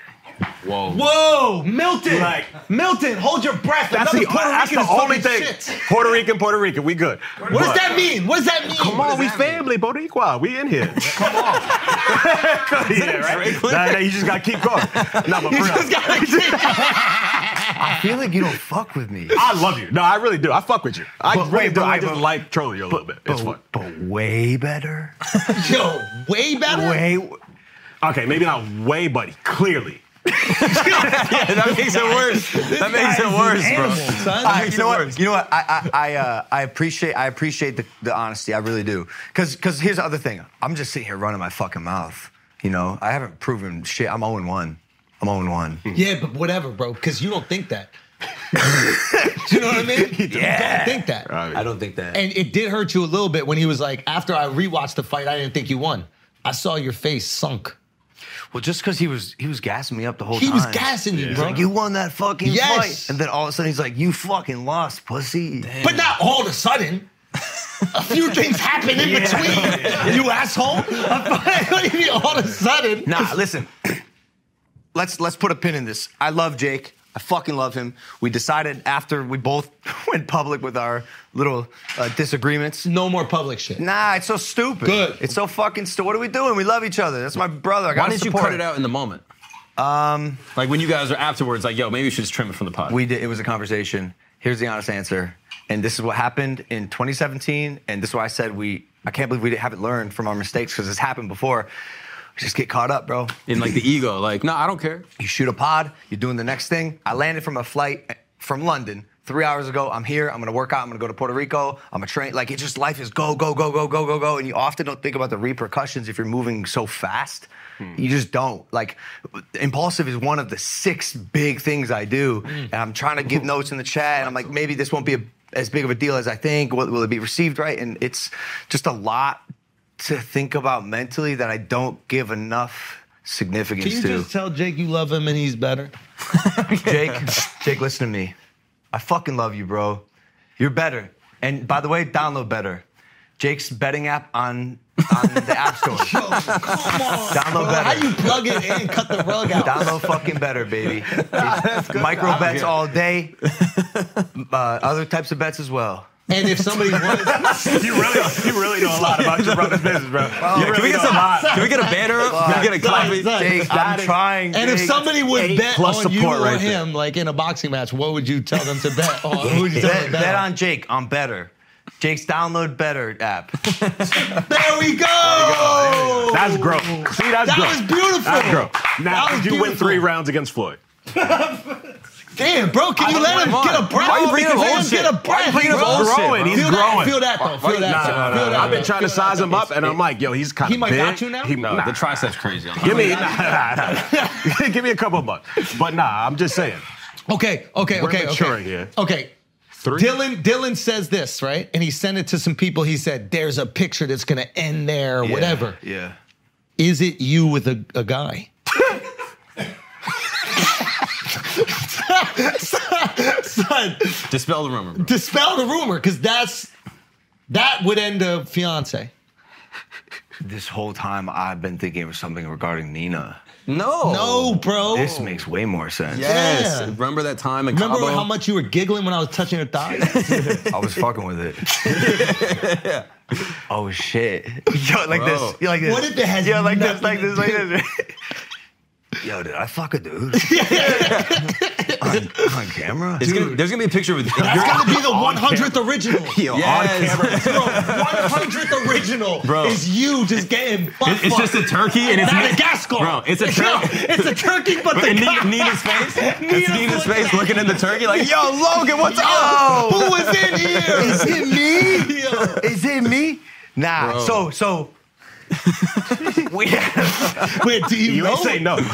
[SPEAKER 3] Whoa.
[SPEAKER 6] Whoa, Milton.
[SPEAKER 7] Like-
[SPEAKER 6] Milton, hold your breath.
[SPEAKER 7] That's
[SPEAKER 6] Another
[SPEAKER 7] the,
[SPEAKER 6] Puerto
[SPEAKER 7] that's
[SPEAKER 6] Rican
[SPEAKER 7] the
[SPEAKER 6] is talking
[SPEAKER 7] only thing.
[SPEAKER 6] shit.
[SPEAKER 7] Puerto Rican, Puerto Rican, we good.
[SPEAKER 6] What does that mean? What does that mean?
[SPEAKER 7] Come on, we family, Boricua. We in here. Come on. yeah, right? Nah, nah, you just gotta keep going. Nah, but for
[SPEAKER 6] You
[SPEAKER 7] real,
[SPEAKER 6] just gotta keep-
[SPEAKER 5] I feel like you don't fuck with me.
[SPEAKER 7] I love you. No, I really do. I fuck with you. I
[SPEAKER 5] But
[SPEAKER 7] really
[SPEAKER 5] wait,
[SPEAKER 7] do.
[SPEAKER 5] but
[SPEAKER 7] I
[SPEAKER 5] wait,
[SPEAKER 7] just
[SPEAKER 5] but-
[SPEAKER 7] like trolling you a little bit. It's fun.
[SPEAKER 5] but, but way better.
[SPEAKER 6] Yo, way better.
[SPEAKER 5] Way.
[SPEAKER 7] Okay, maybe not way, buddy. Clearly.
[SPEAKER 3] yeah, that makes it worse. That makes it worse,
[SPEAKER 6] Animal,
[SPEAKER 3] bro.
[SPEAKER 6] son.
[SPEAKER 5] I, you know what? You know what? I I I, uh, I appreciate I appreciate the, the honesty. I really do. Cause cause here's the other thing. I'm just sitting here running my fucking mouth. You know, I haven't proven shit. I'm 0 one. I'm 0 one.
[SPEAKER 6] Yeah, but whatever, bro, because you don't think that. Do you know what I mean? Yeah. don't think that.
[SPEAKER 5] I don't think that.
[SPEAKER 6] And it did hurt you a little bit when he was like, after I rewatched the fight, I didn't think you won. I saw your face sunk.
[SPEAKER 5] Well, just because he was he was gassing me up the whole
[SPEAKER 6] He
[SPEAKER 5] time.
[SPEAKER 6] was gassing you,
[SPEAKER 5] He's
[SPEAKER 6] bro.
[SPEAKER 5] like, you won that fucking
[SPEAKER 6] Yes.
[SPEAKER 5] fight, and then all of a sudden he's like, you fucking lost, pussy.
[SPEAKER 6] but not all of a sudden. A few things happen in between, you asshole. what do you mean all of a sudden?
[SPEAKER 5] Nah, listen. let's let's put a pin in this. I love Jake. I fucking love him. We decided after we both went public with our little uh, disagreements.
[SPEAKER 6] No more public shit.
[SPEAKER 5] Nah, it's so stupid.
[SPEAKER 6] Good.
[SPEAKER 5] It's so fucking stupid. What are we doing? We love each other. That's my brother. I
[SPEAKER 3] Why
[SPEAKER 5] gotta
[SPEAKER 3] didn't you
[SPEAKER 5] support
[SPEAKER 3] cut
[SPEAKER 5] him.
[SPEAKER 3] it out in the moment? Um, like when you guys are afterwards, like, yo, maybe we should just trim it from the pod.
[SPEAKER 5] We did. It was a conversation. Here's the honest answer. And this is what happened in 2017. And this is why I said we. I can't believe we haven't learned from our mistakes because it's happened before. Just get caught up, bro.
[SPEAKER 3] in like the ego, like, no, I don't care.
[SPEAKER 5] You shoot a pod. You're doing the next thing. I landed from a flight from London three hours ago. I'm here. I'm gonna work out. I'm gonna go to Puerto Rico. I'm gonna train. Like it's just life is go go go go go go go. And you often don't think about the repercussions if you're moving so fast.
[SPEAKER 6] Hmm.
[SPEAKER 5] You just don't. Like impulsive is one of the six big things I do.
[SPEAKER 6] Hmm.
[SPEAKER 5] And I'm trying to give notes in the chat. And I'm like, maybe this won't be a, as big of a deal as I think. Will, will it be received right? And it's just a lot to think about mentally that I don't give enough significance
[SPEAKER 6] Can you
[SPEAKER 5] to.
[SPEAKER 6] just tell Jake you love him and he's better?
[SPEAKER 5] Jake, Jake, listen to me. I fucking love you, bro. You're better. And by the way, download better. Jake's betting app on, on the App Store.
[SPEAKER 6] Oh, Come on.
[SPEAKER 5] Download better.
[SPEAKER 6] How you plug it in, cut the rug out?
[SPEAKER 5] Download fucking better, baby. Micro bets all day. Uh, other types of bets as well.
[SPEAKER 6] And if somebody was,
[SPEAKER 7] You really you really know a lot about your brother's business, bro.
[SPEAKER 6] Oh,
[SPEAKER 7] you
[SPEAKER 3] Can we
[SPEAKER 7] really
[SPEAKER 3] get
[SPEAKER 7] know
[SPEAKER 3] some?
[SPEAKER 7] a lot.
[SPEAKER 3] Can we get a banner up? Can we get a
[SPEAKER 6] Sorry,
[SPEAKER 3] coffee?
[SPEAKER 6] sorry.
[SPEAKER 5] Jake, I'm trying.
[SPEAKER 6] and if
[SPEAKER 5] Jake.
[SPEAKER 6] somebody would
[SPEAKER 7] eight
[SPEAKER 6] bet
[SPEAKER 7] plus
[SPEAKER 6] on you
[SPEAKER 7] support
[SPEAKER 6] or
[SPEAKER 7] right there.
[SPEAKER 6] him, like in a boxing match, what would you tell them to bet on? Who would you tell them
[SPEAKER 5] bet,
[SPEAKER 6] to
[SPEAKER 5] bet
[SPEAKER 6] bet on?
[SPEAKER 5] on Jake, on better. Jake's download better app.
[SPEAKER 6] There we go.
[SPEAKER 7] That's growth. See, that's
[SPEAKER 6] That
[SPEAKER 7] growth.
[SPEAKER 6] was beautiful.
[SPEAKER 7] That's growth. Now
[SPEAKER 6] That was
[SPEAKER 7] you win
[SPEAKER 6] beautiful.
[SPEAKER 7] three rounds against Floyd.
[SPEAKER 6] Damn, bro, can you
[SPEAKER 3] I-
[SPEAKER 6] let him
[SPEAKER 3] come
[SPEAKER 6] get a
[SPEAKER 3] on.
[SPEAKER 6] breath?
[SPEAKER 3] Why you bringing up
[SPEAKER 6] Let
[SPEAKER 3] old
[SPEAKER 6] him
[SPEAKER 3] shit?
[SPEAKER 6] Get a breath.
[SPEAKER 3] Why you bringing up
[SPEAKER 6] bro.
[SPEAKER 3] old shit, bro?
[SPEAKER 6] feel
[SPEAKER 7] He's
[SPEAKER 6] that,
[SPEAKER 7] growing.
[SPEAKER 6] Feel that though. Feel
[SPEAKER 7] Nah,
[SPEAKER 6] that.
[SPEAKER 7] nah,
[SPEAKER 6] feel
[SPEAKER 7] nah,
[SPEAKER 6] that,
[SPEAKER 7] nah. I've been
[SPEAKER 6] bro.
[SPEAKER 7] trying to
[SPEAKER 6] Feel that.
[SPEAKER 7] size him up, and I'm like, yo, he's kind of
[SPEAKER 6] He might
[SPEAKER 7] big.
[SPEAKER 6] got you now?
[SPEAKER 7] He-
[SPEAKER 3] No,
[SPEAKER 7] nah.
[SPEAKER 3] the triceps crazy. on
[SPEAKER 7] Give
[SPEAKER 3] that.
[SPEAKER 7] me, nah, nah, nah. give me a couple bucks. But nah, I'm just saying.
[SPEAKER 6] Okay, okay,
[SPEAKER 7] We're
[SPEAKER 6] okay,
[SPEAKER 7] maturing
[SPEAKER 6] okay.
[SPEAKER 7] here.
[SPEAKER 6] Okay. Dylan Dylan says this, right? And he sent it to some people. He said, There's a picture that's gonna end there, or whatever.
[SPEAKER 5] Yeah.
[SPEAKER 6] Is it you with a, a guy? Son,
[SPEAKER 3] Dispel the rumor. Bro.
[SPEAKER 6] dispel the rumor, because that's that would end a fiance.
[SPEAKER 5] This whole time I've been thinking of something regarding Nina.
[SPEAKER 3] No.
[SPEAKER 6] No, Oh, bro.
[SPEAKER 5] This makes way more sense.
[SPEAKER 3] Yes.
[SPEAKER 6] Yeah.
[SPEAKER 3] Remember that time in
[SPEAKER 6] Remember
[SPEAKER 3] Cabo?
[SPEAKER 6] how much you were giggling when I was touching your thighs?
[SPEAKER 5] I was fucking with it. Oh shit. Yo, like
[SPEAKER 3] Bro.
[SPEAKER 5] this. Yo, like this.
[SPEAKER 6] What if it has
[SPEAKER 5] Yo, like this, like
[SPEAKER 6] nothing to
[SPEAKER 5] this, like this. Yo, did I fuck a dude? on, on camera?
[SPEAKER 3] It's gonna, there's gonna be a picture with you. That's
[SPEAKER 6] It's gonna be the 100th original.
[SPEAKER 3] yes.
[SPEAKER 6] Bro, 100th original
[SPEAKER 3] Bro.
[SPEAKER 6] is you just getting butt
[SPEAKER 3] It- It's
[SPEAKER 6] fucked.
[SPEAKER 3] just a turkey and it's
[SPEAKER 6] Madagascar.
[SPEAKER 3] Bro, it's a
[SPEAKER 6] Yo,
[SPEAKER 3] turkey.
[SPEAKER 6] it's a turkey, but the
[SPEAKER 3] And
[SPEAKER 6] guy-
[SPEAKER 3] Nina, Nina's face. It's Nina's
[SPEAKER 6] looking
[SPEAKER 3] face
[SPEAKER 6] at-
[SPEAKER 3] looking at the turkey like, yo, Logan, what's
[SPEAKER 6] Yo,
[SPEAKER 3] up?
[SPEAKER 6] Who was in here?
[SPEAKER 5] Is it me?
[SPEAKER 6] Yo,
[SPEAKER 5] Is it me? Nah.
[SPEAKER 3] Bro.
[SPEAKER 5] So, so. we,
[SPEAKER 6] Wait, do you,
[SPEAKER 7] You
[SPEAKER 6] know?
[SPEAKER 7] ain't say no.
[SPEAKER 5] no, so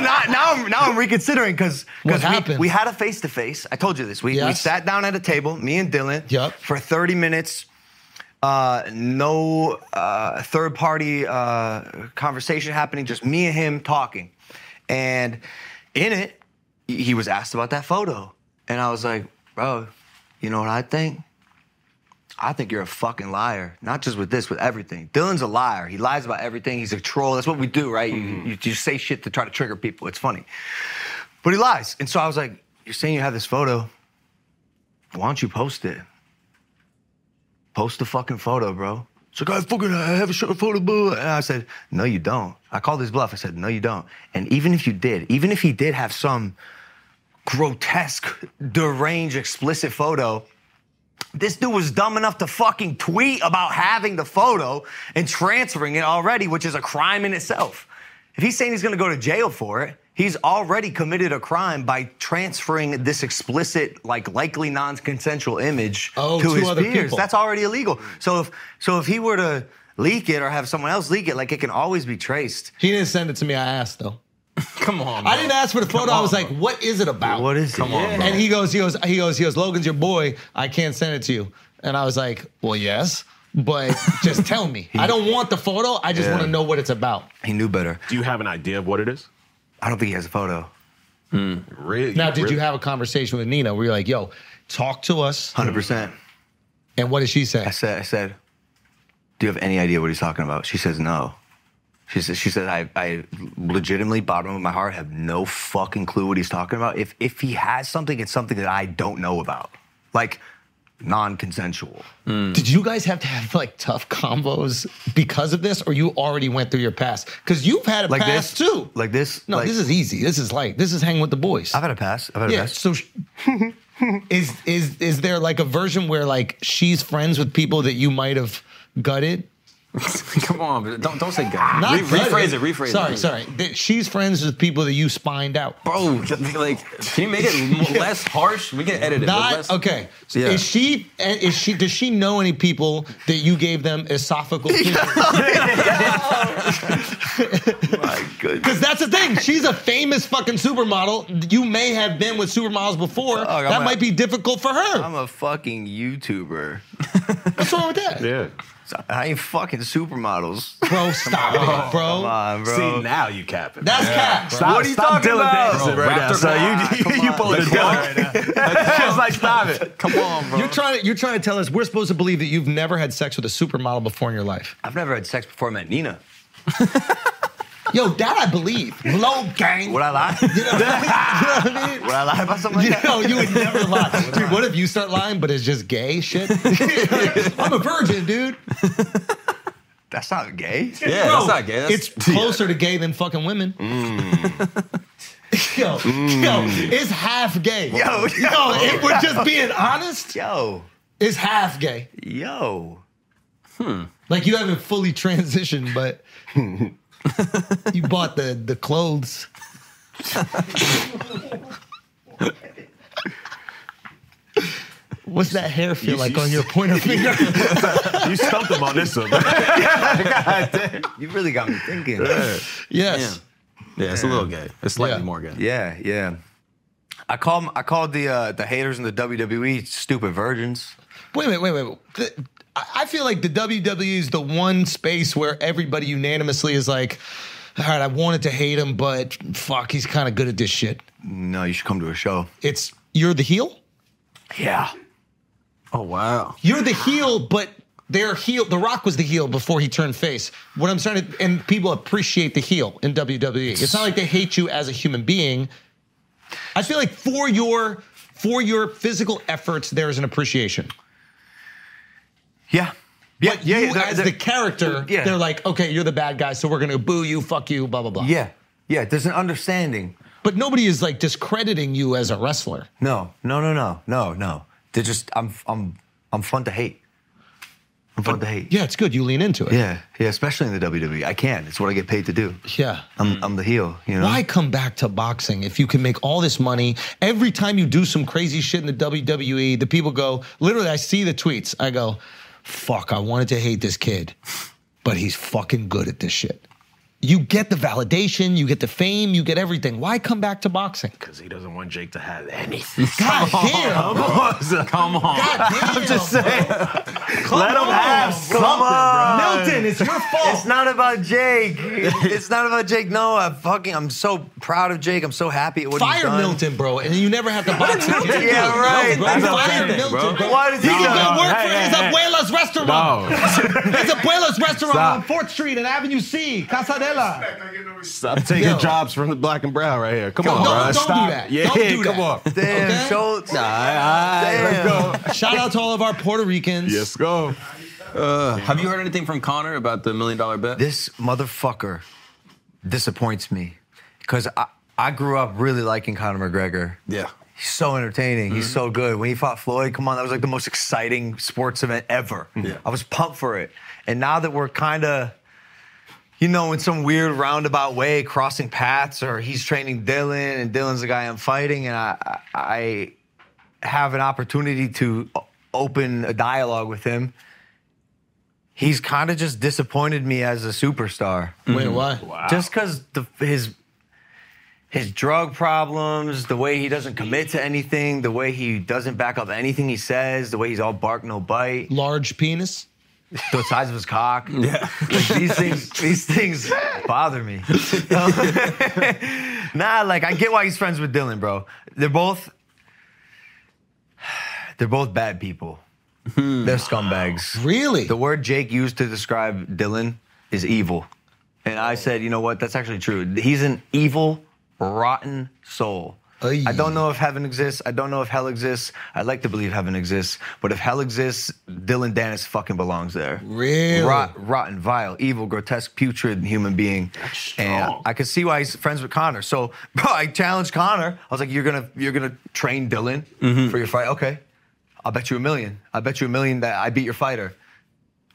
[SPEAKER 5] now, now, I'm, now I'm reconsidering because
[SPEAKER 6] What happened?
[SPEAKER 5] we, we had a face to face. I told you this. We, we
[SPEAKER 6] Yes.
[SPEAKER 5] sat down at a table, me and Dylan,
[SPEAKER 6] Yup.
[SPEAKER 5] for 30 minutes. Uh, no uh, third party uh, conversation happening, just me and him talking. And in it, he he was asked about that photo. And I was like, bro, you know what I think? I think you're a fucking liar. Not just with this, with everything. Dylan's a liar. He lies about everything. He's a troll. That's what we do, right? You- You, you say shit to try to trigger people. It's funny. But he lies. And so I was like, You're saying you have this photo. Why don't you post it? Post the fucking photo, bro. It's like, I fucking I have a short photo, boo. And I said, No, you don't. I called his bluff. I said, No, you don't. And even if you did, even if he did have some grotesque, deranged, explicit photo, this dude was dumb enough to fucking tweet about having the photo and transferring it already, which is a crime in itself. If he's saying he's gonna go to jail for it, he's already committed a crime by transferring this explicit, like likely non-consensual image
[SPEAKER 6] Oh,
[SPEAKER 5] to
[SPEAKER 6] to
[SPEAKER 5] his
[SPEAKER 6] other
[SPEAKER 5] peers.
[SPEAKER 6] people.
[SPEAKER 5] That's already illegal. So if so if he were to leak it or have someone else leak it, like it can always be traced.
[SPEAKER 6] He didn't send it to me. I asked though.
[SPEAKER 3] Come on.
[SPEAKER 6] I
[SPEAKER 3] bro.
[SPEAKER 6] didn't ask for the photo. I was like, "What is it about?"
[SPEAKER 5] What is Come it? on, bro.
[SPEAKER 6] And he goes, he goes, he goes, he goes. Logan's your boy. I can't send it to you. And I was like, "Well, yes, but just tell me. I don't want the photo. I just
[SPEAKER 5] Yeah.
[SPEAKER 6] want to know what it's about."
[SPEAKER 5] He knew better.
[SPEAKER 7] Do you have an idea of what it is?
[SPEAKER 5] I don't think he has a photo.
[SPEAKER 7] Really?
[SPEAKER 6] Now, did
[SPEAKER 7] really?
[SPEAKER 6] you have a conversation with Nina where you're like, "Yo, talk to us,"
[SPEAKER 5] 100%.
[SPEAKER 6] and what did she say?
[SPEAKER 5] I said, I said, do you have any idea what he's talking about? She says, no. She says, she said, I, I legitimately, bottom of my heart, have no fucking clue what he's talking about. If if he has something, it's something that I don't know about, like non-consensual.
[SPEAKER 6] Did you guys have to have like tough combos because of this, or you already went through your past? Because you've had a
[SPEAKER 5] Like
[SPEAKER 6] past
[SPEAKER 5] this?
[SPEAKER 6] too.
[SPEAKER 5] Like this?
[SPEAKER 6] No,
[SPEAKER 5] Like-
[SPEAKER 6] this is easy. This is like this is hanging with the boys.
[SPEAKER 5] I've had a pass. I've had a
[SPEAKER 6] yeah.
[SPEAKER 5] pass.
[SPEAKER 6] So, sh- is is is there like a version where like she's friends with people that you might have gutted?
[SPEAKER 3] Come on. bro. Don't, don't say God.
[SPEAKER 6] Not
[SPEAKER 3] Re-
[SPEAKER 6] gutted.
[SPEAKER 3] rephrase it. Rephrase
[SPEAKER 6] Sorry,
[SPEAKER 3] it.
[SPEAKER 6] sorry. That she's friends with people that you spined out.
[SPEAKER 3] Bro, like, can you make it m- less harsh? We can edit it. but
[SPEAKER 6] Not
[SPEAKER 3] less-
[SPEAKER 6] okay. So
[SPEAKER 3] Yeah.
[SPEAKER 6] Is she? and Is she? Does she know any people that you gave them esophageal?
[SPEAKER 5] My goodness.
[SPEAKER 6] Because that's the thing. She's a famous fucking supermodel. You may have been with supermodels before.
[SPEAKER 5] Dog, I'm
[SPEAKER 6] that
[SPEAKER 5] a-
[SPEAKER 6] might be difficult for her.
[SPEAKER 5] I'm a fucking YouTuber.
[SPEAKER 6] What's wrong with that?
[SPEAKER 7] Yeah.
[SPEAKER 5] I ain't fucking supermodels.
[SPEAKER 6] Bro, stop it, bro.
[SPEAKER 5] Come on, bro.
[SPEAKER 7] See, now you capping.
[SPEAKER 6] That's cap.
[SPEAKER 7] Stop,
[SPEAKER 5] What are you
[SPEAKER 7] stop
[SPEAKER 5] talking
[SPEAKER 7] Dylan
[SPEAKER 5] about?
[SPEAKER 7] Davidson
[SPEAKER 3] Bro,
[SPEAKER 7] right
[SPEAKER 3] Raptor
[SPEAKER 7] now. So
[SPEAKER 3] Claw.
[SPEAKER 7] you, you, you pulled a Dylan right now. Just like, stop it.
[SPEAKER 3] Come on, bro.
[SPEAKER 6] You're trying to you're trying to tell us we're supposed to believe that you've never had sex with a supermodel before in your life.
[SPEAKER 5] I've never had sex before I met Nina.
[SPEAKER 6] Yo, that I believe. Low gang.
[SPEAKER 5] Would I lie? Would
[SPEAKER 6] you know what I mean?
[SPEAKER 5] I lie about something like
[SPEAKER 6] You
[SPEAKER 5] that?
[SPEAKER 6] know, you would never lie. Dude, what if you start lying, but it's just gay shit? I'm a virgin, dude.
[SPEAKER 5] That's not gay.
[SPEAKER 3] yeah,
[SPEAKER 6] Bro,
[SPEAKER 3] that's not gay. That's, Mm.
[SPEAKER 6] it's closer to gay than fucking women. yo, yo, it's half gay.
[SPEAKER 5] Yo, Oh.
[SPEAKER 6] yo, if we're just being honest,
[SPEAKER 5] Yo,
[SPEAKER 6] it's half gay.
[SPEAKER 5] yo.
[SPEAKER 6] Like you haven't fully transitioned, but you bought the the clothes.
[SPEAKER 1] What's that hair feel like on your pointer finger?
[SPEAKER 6] You stumped him on this one.
[SPEAKER 5] You really got me thinking.
[SPEAKER 3] Yeah.
[SPEAKER 1] yes.
[SPEAKER 3] Yeah, it's a little gay. It's slightly
[SPEAKER 1] Yeah.
[SPEAKER 3] more gay.
[SPEAKER 5] Yeah, yeah. I call I called the uh, the haters in the WWE stupid virgins.
[SPEAKER 1] Wait a minute, wait a minute. The- I I feel like the WWE is the one space where everybody unanimously is like, all right, I wanted to hate him, but fuck, he's kind of good at this shit.
[SPEAKER 5] No, you should come to a show.
[SPEAKER 1] It's you're the heel?
[SPEAKER 5] Yeah.
[SPEAKER 3] Oh wow.
[SPEAKER 1] You're the heel, but they're heel. The Rock was the heel before he turned face. What I'm trying to, and people appreciate the heel in WWE. It's not like they hate you as a human being. I feel like for your for your physical efforts, there is an appreciation.
[SPEAKER 5] Yeah. Yeah,
[SPEAKER 1] but
[SPEAKER 5] yeah,
[SPEAKER 1] you
[SPEAKER 5] yeah, they're-
[SPEAKER 1] as
[SPEAKER 5] they're-
[SPEAKER 1] the character,
[SPEAKER 5] yeah.
[SPEAKER 1] they're like, okay, you're the bad guy, so we're gonna boo you, fuck you, blah blah blah.
[SPEAKER 5] Yeah. Yeah, there's an understanding.
[SPEAKER 1] But nobody is like discrediting you as a wrestler.
[SPEAKER 5] No, no, no, no, no, no. They're just I'm I'm I'm fun to hate. I'm fun to hate.
[SPEAKER 1] Yeah, it's good. You lean into it.
[SPEAKER 5] Yeah, yeah, especially in the WWE. I can. It's what I get paid to do.
[SPEAKER 1] Yeah.
[SPEAKER 5] I'm I'm the heel, you know.
[SPEAKER 1] Why come back to boxing if you can make all this money? Every time you do some crazy shit in the WWE, the people go, literally, I see the tweets. I go, fuck, I wanted to hate this kid, but he's fucking good at this shit. You get the validation, you get the fame, you get everything. Why come back to boxing?
[SPEAKER 6] Because he doesn't want Jake to have anything.
[SPEAKER 1] God damn.
[SPEAKER 3] Come on.
[SPEAKER 1] I'm just saying.
[SPEAKER 6] Let him have something, bro.
[SPEAKER 1] Milton, it's your fault.
[SPEAKER 5] It's not about Jake. It's not about Jake. No, I'm fucking. I'm so proud of Jake. I'm so happy at what he's
[SPEAKER 1] Fire
[SPEAKER 5] done.
[SPEAKER 1] Milton, bro, and you never have to box him.
[SPEAKER 5] Milton? Yeah, right.
[SPEAKER 1] No,
[SPEAKER 5] That's
[SPEAKER 1] bro.
[SPEAKER 5] what I'm
[SPEAKER 1] Fire
[SPEAKER 5] saying,
[SPEAKER 1] Milton,
[SPEAKER 3] bro.
[SPEAKER 1] bro.
[SPEAKER 5] Why does he
[SPEAKER 1] He
[SPEAKER 5] No,
[SPEAKER 1] can go
[SPEAKER 6] no,
[SPEAKER 1] work
[SPEAKER 6] hey,
[SPEAKER 1] for
[SPEAKER 6] hey,
[SPEAKER 1] his
[SPEAKER 6] hey.
[SPEAKER 1] abuela's restaurant. It's Abuela's restaurant
[SPEAKER 6] Stop.
[SPEAKER 1] on 4th Street and Avenue C, Casadela.
[SPEAKER 3] Stop taking
[SPEAKER 1] Yo.
[SPEAKER 3] jobs from the black and brown right here. Come
[SPEAKER 1] Don't,
[SPEAKER 3] on, bro.
[SPEAKER 1] don't
[SPEAKER 3] Stop.
[SPEAKER 1] do that.
[SPEAKER 3] Yeah,
[SPEAKER 1] don't do
[SPEAKER 3] come
[SPEAKER 1] that.
[SPEAKER 3] on.
[SPEAKER 5] Damn,
[SPEAKER 1] Okay?
[SPEAKER 5] Schultz.
[SPEAKER 3] Let's go.
[SPEAKER 1] Shout out to all of our Puerto Ricans.
[SPEAKER 6] Let's go.
[SPEAKER 3] Uh, Have you heard anything from Connor about the million dollar bet?
[SPEAKER 5] This motherfucker disappoints me because I, I grew up really liking Conor McGregor.
[SPEAKER 3] yeah.
[SPEAKER 5] He's so entertaining. He's so good. When he fought Floyd, come on, that was like the most exciting sports event ever.
[SPEAKER 3] Yeah.
[SPEAKER 5] I was pumped for it. And now that we're kind of, you know, in some weird roundabout way, crossing paths, or he's training Dylan, and Dylan's the guy I'm fighting, and I, I I have an opportunity to o- open a dialogue with him. He's kind of just disappointed me as a superstar
[SPEAKER 1] Wait, what?
[SPEAKER 5] just because his his drug problems, the way he doesn't commit to anything, the way he doesn't back up anything he says, the way he's all bark no bite,
[SPEAKER 1] Large penis?
[SPEAKER 5] the size of his cock. Yeah, these things these things bother me. nah, like I get why he's friends with Dylan, bro. They're both they're both bad people. They're scumbags.
[SPEAKER 1] Really?
[SPEAKER 5] The word Jake used to describe Dylan is evil. And I said, you know what? That's actually true. He's an evil, rotten soul.
[SPEAKER 1] Ay.
[SPEAKER 5] I don't know if heaven exists. I don't know if hell exists. I'd like to believe heaven exists. But if hell exists, Dylan Dennis fucking belongs there.
[SPEAKER 1] Really?
[SPEAKER 5] Rot, rotten, vile, evil, grotesque, putrid human being. and I could see why he's friends with Connor. So, bro, I challenged Connor. I was like, you're gonna you're gonna train Dylan for your fight. Okay. I'll bet you a million. I bet you a million that I beat your fighter.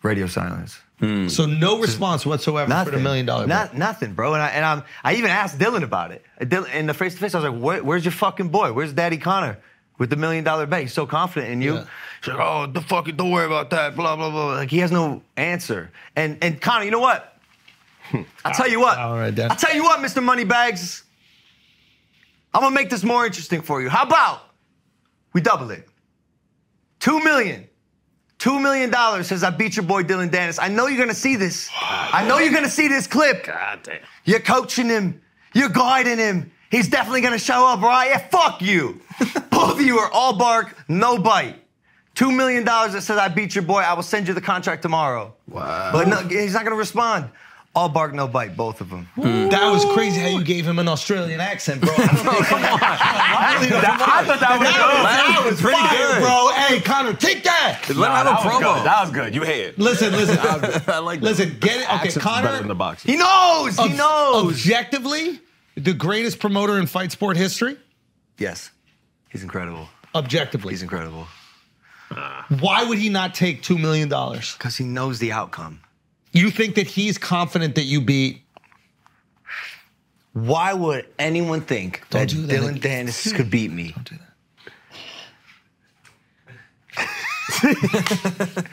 [SPEAKER 5] Radio silence.
[SPEAKER 1] so no response whatsoever for the million dollar
[SPEAKER 5] Not, nothing, bro. And I and I'm, I even asked Dylan about it. Uh, Dylan, in the face to face, I was like, Where, "Where's your fucking boy? Where's Daddy Connor with the million dollar bet? He's so confident in you."
[SPEAKER 1] Yeah.
[SPEAKER 5] He's like, "Oh, the fuck it, don't worry about that." Blah blah blah. Like he has no answer. And and Connor, you know what? I'll tell you what.
[SPEAKER 1] All right, Dan.
[SPEAKER 5] I'll tell you what, Mr. Moneybags. I'm gonna make this more interesting for you. How about we double it? Two million. Two million dollars says I beat your boy Dylan Dennis. I know you're gonna see this. I know you're gonna see this clip.
[SPEAKER 6] God damn.
[SPEAKER 5] You're coaching him. You're guiding him. He's definitely gonna show up, right? Yeah, fuck you. Both of you are all bark, no bite. Two million dollars that says I beat your boy. I will send you the contract tomorrow. Wow. But no, he's not gonna respond. All bark, no bite, both of them.
[SPEAKER 1] bet. That was crazy how you gave him an Australian accent, bro. I don't think-
[SPEAKER 6] I thought that was good.
[SPEAKER 1] that
[SPEAKER 3] was pretty
[SPEAKER 1] fire,
[SPEAKER 3] good.
[SPEAKER 1] bro. Hey, Connor, take that.
[SPEAKER 3] Let him have a
[SPEAKER 6] That was
[SPEAKER 3] promo.
[SPEAKER 6] good. That was good. You hate it.
[SPEAKER 1] Listen, listen. uh,
[SPEAKER 3] I like that.
[SPEAKER 1] Listen, get it. Okay,
[SPEAKER 6] better than
[SPEAKER 1] Connor.
[SPEAKER 6] the boxing.
[SPEAKER 5] He knows. He
[SPEAKER 1] ob-
[SPEAKER 5] knows.
[SPEAKER 1] Objectively, the greatest promoter in fight sport history.
[SPEAKER 5] yes. He's incredible.
[SPEAKER 1] Objectively.
[SPEAKER 5] He's incredible.
[SPEAKER 1] Why would he not take $2 million?
[SPEAKER 5] Because he knows the outcome.
[SPEAKER 1] You think that he's confident that you beat
[SPEAKER 5] Why would anyone think that,
[SPEAKER 6] do that.
[SPEAKER 5] Dylan Dennis could beat me?
[SPEAKER 6] do that.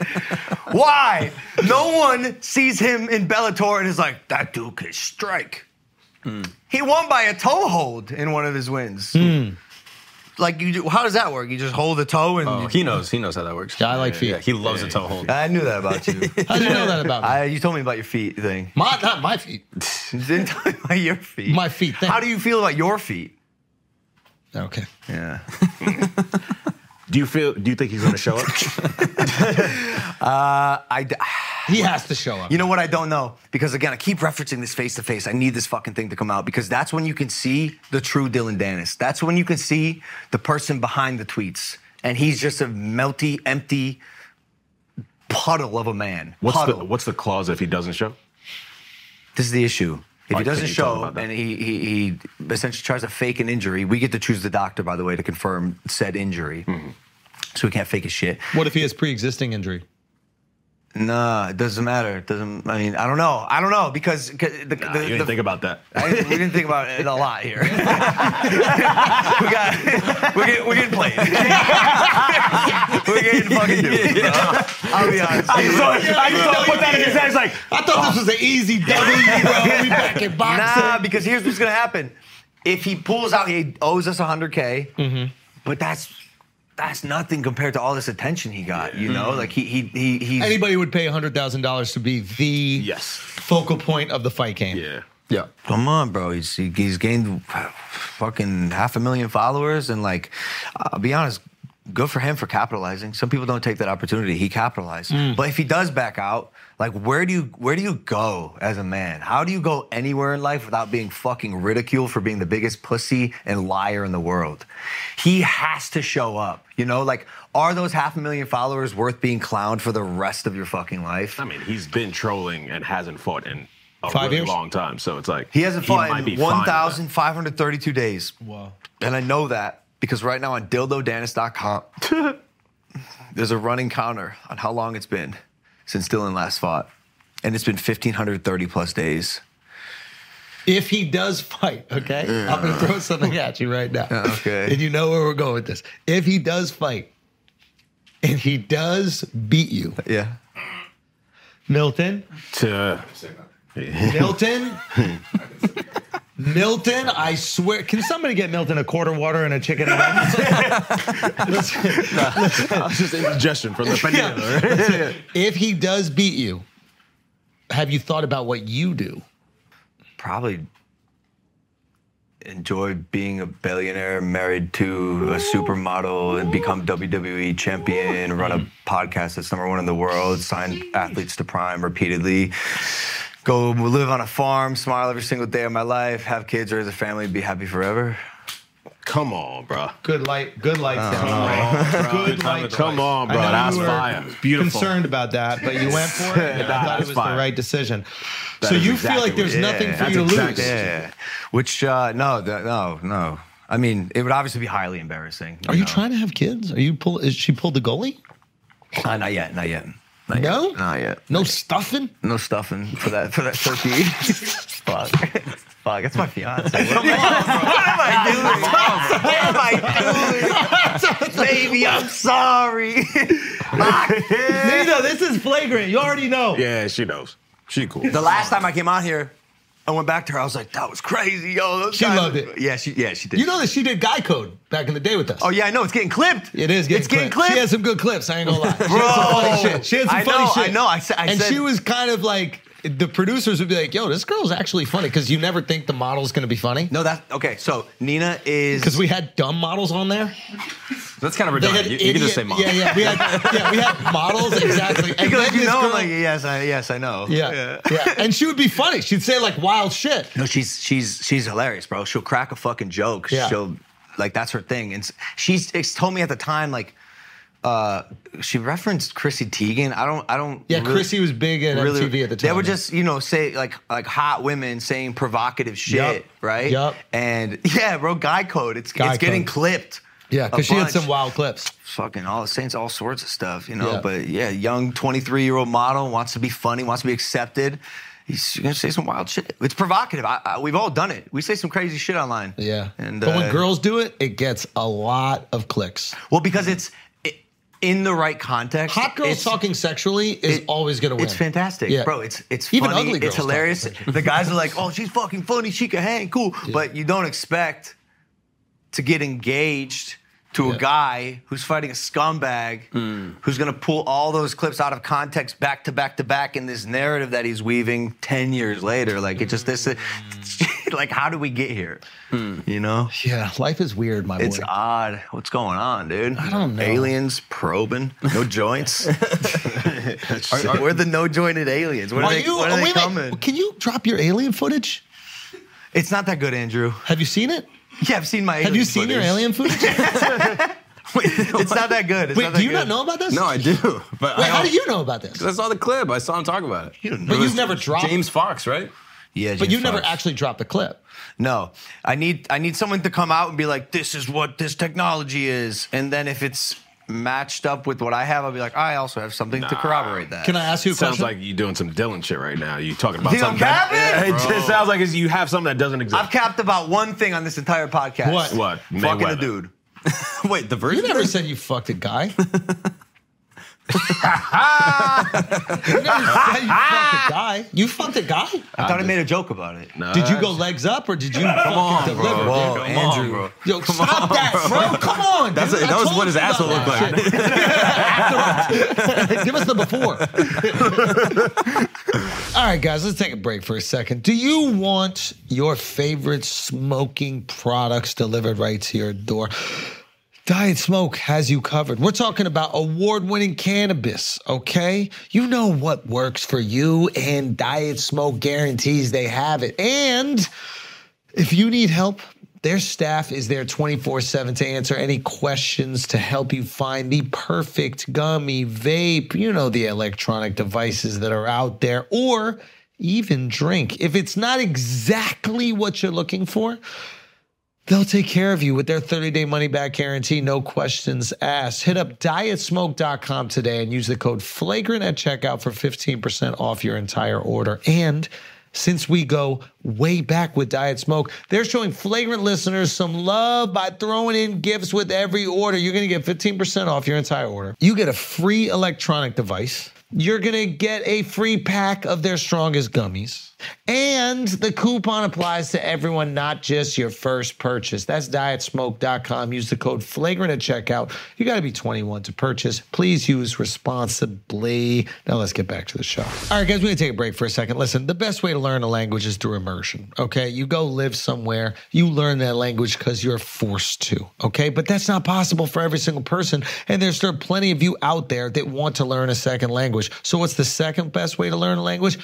[SPEAKER 5] Why? No one sees him in Bellator and is like, that dude can strike. He won by a toe hold in one of his wins.
[SPEAKER 6] Hmm.
[SPEAKER 5] Like, you do, how does that work? You just hold the toe and.
[SPEAKER 3] Oh, he knows. He knows how that works.
[SPEAKER 6] Yeah, I like feet.
[SPEAKER 3] Yeah, he loves a toe hold.
[SPEAKER 5] I knew that about you.
[SPEAKER 6] How do you know that about me?
[SPEAKER 5] I, you told me about your feet thing.
[SPEAKER 6] My, not my feet.
[SPEAKER 5] You didn't tell me about your feet.
[SPEAKER 6] My feet thing.
[SPEAKER 5] How do you feel about your feet?
[SPEAKER 6] Okay.
[SPEAKER 5] Yeah.
[SPEAKER 7] Do you feel? Do you think he's going to show up?
[SPEAKER 5] I, d-
[SPEAKER 6] He has to show up.
[SPEAKER 5] You know what? I don't know because again, I keep referencing this face to face. I need this fucking thing to come out because that's when you can see the true Dylan Dennis. That's when you can see the person behind the tweets, and he's just a melty, empty puddle of a man.
[SPEAKER 7] What's
[SPEAKER 5] puddle.
[SPEAKER 7] the What's the clause if he doesn't show?
[SPEAKER 5] this is the issue. If
[SPEAKER 7] Why
[SPEAKER 5] he doesn't
[SPEAKER 7] can't you tell
[SPEAKER 5] show
[SPEAKER 7] about that?
[SPEAKER 5] and he, he he essentially tries to fake an injury, we get to choose the doctor, by the way, to confirm said injury.
[SPEAKER 7] Mm-hmm.
[SPEAKER 5] So we can't fake his shit.
[SPEAKER 6] What if he has pre-existing injury?
[SPEAKER 5] Nah, it doesn't matter. It doesn't. I mean, I don't know. I don't know because 'cause the,
[SPEAKER 7] Nah,
[SPEAKER 5] the,
[SPEAKER 7] you didn't
[SPEAKER 5] the-
[SPEAKER 7] think about that.
[SPEAKER 5] I, we didn't think about it a lot here. we got we're getting, we're getting played. we're getting fucking duped. bro. I'll be honest.
[SPEAKER 7] I just saw, I just saw him put that in his head. It's like,
[SPEAKER 6] I thought this was an easy W, bro. We back in boxing.
[SPEAKER 5] Nah, because here's what's gonna happen. If he pulls out, he owes us 100k. But that's that's nothing compared to all this attention he got. You know, like he he he he's,
[SPEAKER 6] Anybody would pay $100,000 to be the
[SPEAKER 7] Yes.
[SPEAKER 6] focal point of the fight game.
[SPEAKER 7] yeah.
[SPEAKER 3] Yeah.
[SPEAKER 5] Come on, bro. He's he- he's gained fucking half a million followers, and like, I'll be honest, good for him for capitalizing. Some people don't take that opportunity. He capitalized,
[SPEAKER 7] Mm.
[SPEAKER 5] but if he does back out, like, where do you where do you go as a man? How do you go anywhere in life without being fucking ridiculed for being the biggest pussy and liar in the world? He has to show up. You know, like, are those half a million followers worth being clowned for the rest of your fucking life?
[SPEAKER 7] I mean, he's been trolling and hasn't fought in a
[SPEAKER 6] Five
[SPEAKER 7] really
[SPEAKER 6] years?
[SPEAKER 7] long time. So it's like
[SPEAKER 5] He hasn't fought
[SPEAKER 7] might be
[SPEAKER 5] in
[SPEAKER 7] fine with that.
[SPEAKER 5] 1,532 days. Wow. And I know that because right now on dildodanis.com, there's a running counter on how long it's been since Dylan last fought. And it's been 1,530 plus days.
[SPEAKER 6] If he does fight, okay? I'm going to throw something at you right now.
[SPEAKER 5] Okay.
[SPEAKER 6] And you know where we're going with this. If he does fight and he does beat you,
[SPEAKER 5] Yeah.
[SPEAKER 6] Milton,
[SPEAKER 7] To,
[SPEAKER 6] Milton. Milton, I swear. Can somebody get Milton a quarter water and a chicken and egg? Listen,
[SPEAKER 7] it's just indigestion from the banana. right?
[SPEAKER 6] if he does beat you, have you thought about what you do?
[SPEAKER 5] Probably enjoyed being a billionaire, married to a supermodel, and become WWE champion, run a podcast that's number one in the world, sign athletes to prime repeatedly. go live on a farm, smile every single day of my life, have kids, raise a family, be happy forever.
[SPEAKER 7] Come on, bro.
[SPEAKER 6] Good light, good light
[SPEAKER 7] Oh.
[SPEAKER 6] sounds right. Good light.
[SPEAKER 7] Come on, bro.
[SPEAKER 6] I know you
[SPEAKER 7] That's
[SPEAKER 6] were
[SPEAKER 7] fire. Beautiful.
[SPEAKER 6] Concerned about that, but you went for it. and
[SPEAKER 7] Nah,
[SPEAKER 6] I thought it
[SPEAKER 7] that's
[SPEAKER 6] was the
[SPEAKER 7] fire.
[SPEAKER 6] right decision.
[SPEAKER 7] That
[SPEAKER 6] so
[SPEAKER 7] is
[SPEAKER 6] you
[SPEAKER 7] exactly
[SPEAKER 6] feel like
[SPEAKER 7] what-
[SPEAKER 6] there's
[SPEAKER 7] yeah,
[SPEAKER 6] nothing for
[SPEAKER 7] that's
[SPEAKER 6] you to
[SPEAKER 7] exactly-
[SPEAKER 6] lose.
[SPEAKER 5] Yeah. Which uh, no, that, no, no. I mean, it would obviously be highly embarrassing.
[SPEAKER 6] Are you
[SPEAKER 5] know.
[SPEAKER 6] trying to have kids? Are you pull? Is she pulled the goalie?
[SPEAKER 5] Uh, not yet. Not yet. Not
[SPEAKER 6] No?
[SPEAKER 5] Yet. Not yet.
[SPEAKER 6] No stuffing.
[SPEAKER 5] No stuffing for that for that turkey. Fuck. Fuck. That's my fiance. What, am I doing? What am I doing? Baby, I'm sorry.
[SPEAKER 6] Nino, this is flagrant. You already know.
[SPEAKER 7] Yeah, she knows. She cool.
[SPEAKER 5] The last time I came out here, I went back to her. I was like, "That was crazy, yo." those
[SPEAKER 6] She
[SPEAKER 5] guys-
[SPEAKER 6] loved it.
[SPEAKER 5] Yeah, she. Yeah, she did.
[SPEAKER 6] You know that she did guy code back in the day with us.
[SPEAKER 5] Oh yeah, I know. It's getting clipped.
[SPEAKER 6] It is getting
[SPEAKER 5] it's getting
[SPEAKER 6] clipped.
[SPEAKER 5] clipped.
[SPEAKER 6] She had some good clips. I ain't gonna lie. She had some
[SPEAKER 5] Bro.
[SPEAKER 6] funny shit. She had some
[SPEAKER 5] I
[SPEAKER 6] funny
[SPEAKER 5] know,
[SPEAKER 6] shit.
[SPEAKER 5] I know. I sa- I
[SPEAKER 6] and she
[SPEAKER 5] said-
[SPEAKER 6] was kind of like the producers would be like, "Yo, this girl's actually funny," because you never think the model's gonna be funny.
[SPEAKER 5] no, that's okay. So Nina is.
[SPEAKER 6] Because we had dumb models on there.
[SPEAKER 3] That's kind of
[SPEAKER 6] They
[SPEAKER 3] redundant.
[SPEAKER 6] had
[SPEAKER 3] You, you
[SPEAKER 6] idiot-
[SPEAKER 3] can just say mom.
[SPEAKER 6] Yeah, yeah. We had, yeah, we had models exactly. And
[SPEAKER 5] because
[SPEAKER 6] then
[SPEAKER 5] you
[SPEAKER 6] this
[SPEAKER 5] know, I'm
[SPEAKER 6] girl-
[SPEAKER 5] like yes, I yes, I know.
[SPEAKER 6] yeah, yeah. And she would be funny. She'd say like wild shit.
[SPEAKER 5] No, she's she's she's hilarious, bro. She'll crack a fucking joke.
[SPEAKER 6] Yeah.
[SPEAKER 5] She'll like that's her thing. And s- she's it's told me at the time like uh she referenced Chrissy Teigen. I don't I don't
[SPEAKER 6] Yeah,
[SPEAKER 5] really-
[SPEAKER 6] Chrissy was big in MTV at the time.
[SPEAKER 5] They were just, you know, say like like hot women saying provocative shit,
[SPEAKER 6] Yup.
[SPEAKER 5] right?
[SPEAKER 6] Yup.
[SPEAKER 5] And yeah, bro, guy code. It's
[SPEAKER 6] Guy
[SPEAKER 5] it's getting
[SPEAKER 6] code.
[SPEAKER 5] clipped.
[SPEAKER 6] yeah,
[SPEAKER 5] a
[SPEAKER 6] because she had
[SPEAKER 5] bunch.
[SPEAKER 6] some wild clips.
[SPEAKER 5] fucking all saints, all sorts of stuff, you know.
[SPEAKER 6] Yeah.
[SPEAKER 5] But yeah, young 23 year old model wants to be funny, wants to be accepted. he's gonna say some wild shit. It's provocative. I, I, we've all done it. We say some crazy shit online.
[SPEAKER 1] Yeah.
[SPEAKER 5] And
[SPEAKER 1] but when
[SPEAKER 5] uh,
[SPEAKER 1] girls do it, it gets a lot of clicks.
[SPEAKER 5] well, because it's i in the right context.
[SPEAKER 1] Hot girls
[SPEAKER 5] it's-
[SPEAKER 1] talking sexually is
[SPEAKER 5] it-
[SPEAKER 1] always going to win.
[SPEAKER 5] It's fantastic,
[SPEAKER 1] Yeah.
[SPEAKER 5] bro. It's it's
[SPEAKER 1] Even
[SPEAKER 5] funny.
[SPEAKER 1] ugly girls
[SPEAKER 5] it's hilarious.
[SPEAKER 1] talk about
[SPEAKER 5] The guys are like, "Oh, she's fucking funny. She can hang, cool." But you don't expect to get engaged to
[SPEAKER 1] Yeah. Hmm.
[SPEAKER 5] a guy who's fighting a scumbag who's going to pull all those clips out of context back to back to back in this narrative that he's weaving 10 years later like it just this like how did we get here
[SPEAKER 1] Hmm.
[SPEAKER 5] you know
[SPEAKER 1] Yeah, life is weird, my
[SPEAKER 5] it's
[SPEAKER 1] boy.
[SPEAKER 5] odd what's going on dude i
[SPEAKER 1] don't know.
[SPEAKER 5] aliens probing no joints we're the no jointed aliens what are,
[SPEAKER 1] Are
[SPEAKER 5] they,
[SPEAKER 1] you? oh,
[SPEAKER 5] when are they
[SPEAKER 1] wait a minute.
[SPEAKER 5] coming
[SPEAKER 1] Can you drop your alien footage?
[SPEAKER 5] it's not that good andrew
[SPEAKER 1] Have you seen it?
[SPEAKER 5] yeah i've seen my
[SPEAKER 1] Have you seen your alien footage?
[SPEAKER 5] it's not that good it's
[SPEAKER 1] Wait,
[SPEAKER 5] not that
[SPEAKER 1] do you not
[SPEAKER 5] good.
[SPEAKER 1] know about this?
[SPEAKER 3] No, I do. But
[SPEAKER 1] Wait,
[SPEAKER 3] I
[SPEAKER 1] how
[SPEAKER 3] don't-
[SPEAKER 1] do you know about this?
[SPEAKER 3] 'Cause I saw the clip. I saw him talk about it.
[SPEAKER 1] But
[SPEAKER 5] don't know.
[SPEAKER 3] It
[SPEAKER 1] you've
[SPEAKER 3] was
[SPEAKER 1] never dropped,
[SPEAKER 3] James Fox, right?
[SPEAKER 5] yeah
[SPEAKER 1] but
[SPEAKER 5] James
[SPEAKER 1] you've never
[SPEAKER 5] Fox.
[SPEAKER 1] actually dropped the clip.
[SPEAKER 5] No, I need I need someone to come out and be like, "This is what this technology is," and then if it's matched up with what I have, I'll be like, "I also have something to corroborate that."
[SPEAKER 1] Can I ask you a
[SPEAKER 7] Sounds
[SPEAKER 1] question?
[SPEAKER 7] like you doing some Dylan shit right now. You talking about
[SPEAKER 5] Think I'm
[SPEAKER 7] something? that-
[SPEAKER 5] capping?
[SPEAKER 7] Yeah, it
[SPEAKER 5] Bro.
[SPEAKER 7] just sounds like it's- you have something that doesn't exist.
[SPEAKER 5] I've capped about one thing on this entire podcast.
[SPEAKER 1] What?
[SPEAKER 7] What?
[SPEAKER 5] Fucking a
[SPEAKER 7] Mayweather.
[SPEAKER 5] dude.
[SPEAKER 3] Wait, the
[SPEAKER 1] you
[SPEAKER 3] version.
[SPEAKER 1] never said you fucked a guy. you never said you fucked a guy. You fucked a guy?
[SPEAKER 5] I thought I made a joke about it. No.
[SPEAKER 1] Did you go legs up or did you fucking deliver? dude?
[SPEAKER 5] Whoa,
[SPEAKER 3] Come on,
[SPEAKER 5] Andrew.
[SPEAKER 3] Uh, bro.
[SPEAKER 1] Yo, stop that, bro. Come on.
[SPEAKER 3] That's
[SPEAKER 1] dude.
[SPEAKER 3] it.
[SPEAKER 1] I
[SPEAKER 3] That was
[SPEAKER 1] told
[SPEAKER 3] what his
[SPEAKER 1] you about
[SPEAKER 3] asshole looked
[SPEAKER 1] that
[SPEAKER 3] like.
[SPEAKER 1] shit. Give us the before. All right, guys, let's take a break for a second. Do you want your favorite smoking products delivered right to your door? Diet Smoke has you covered. We're talking about award winning cannabis, okay? You know what works for you, and Diet Smoke guarantees they have it. And if you need help, their staff is there 24 7 to answer any questions to help you find the perfect gummy, vape, you know, the electronic devices that are out there, or even drink. If it's not exactly what you're looking for, They'll take care of you with their 30 day money back guarantee, no questions asked. Hit up dietsmoke.com today and use the code flagrant at checkout for 15% off your entire order. And since we go way back with Diet Smoke, they're showing flagrant listeners some love by throwing in gifts with every order. You're going to get 15% off your entire order. You get a free electronic device. You're going to get a free pack of their strongest gummies. And the coupon applies to everyone, not just your first purchase. That's dietsmoke.com. Use the code flagrant at checkout. You got to be 21 to purchase. Please use responsibly. Now let's get back to the show. All right, guys, we're going to take a break for a second. Listen, the best way to learn a language is through immersion, okay? You go live somewhere, you learn that language because you're forced to, okay? But that's not possible for every single person. And there's still plenty of you out there that want to learn a second language. So, what's the second best way to learn a language?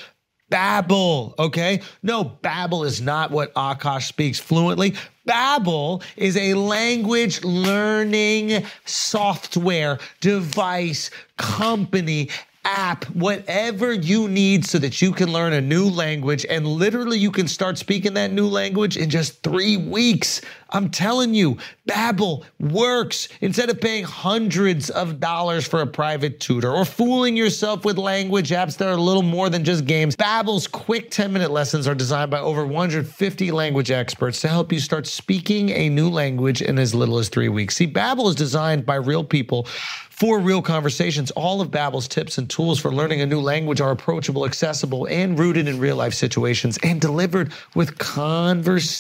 [SPEAKER 1] Babbel, okay? No, Babbel is not what Akash speaks fluently. Babbel is a language learning software, device, company, app, whatever you need so that you can learn a new language and literally you can start speaking that new language in just 3 weeks. I'm telling you, Babbel works. Instead of paying hundreds of dollars for a private tutor or fooling yourself with language apps that are little more than just games, Babbel's quick 10-minute lessons are designed by over 150 language experts to help you start speaking a new language in as little as 3 weeks. See, Babbel is designed by real people for real conversations. All of Babbel's tips and tools for learning a new language are approachable, accessible, and rooted in real-life situations and delivered with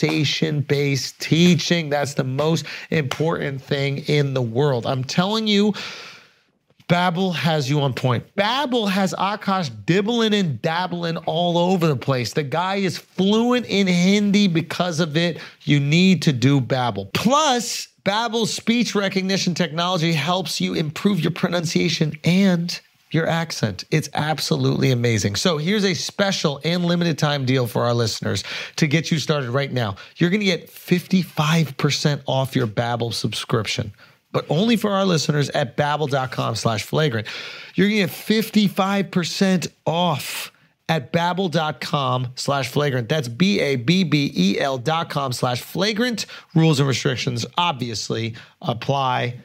[SPEAKER 1] conversation-based teaching. That's the most important thing in the world. I'm telling you, Babbel has you on point. Babbel has Akash dibbling and dabbling all over the place. The guy is fluent in Hindi because of it. You need to do Babbel. Plus, Babbel's speech recognition technology helps you improve your pronunciation and your accent. It's absolutely amazing. So here's a special and limited time deal for our listeners to get you started right now. You're going to get 55% off your Babbel subscription but only for our listeners at babbel.com slash flagrant. You're going to get 55% off at babbel.com slash flagrant. That's B-A-B-B-E-L E dot com slash flagrant. Rules and restrictions obviously apply.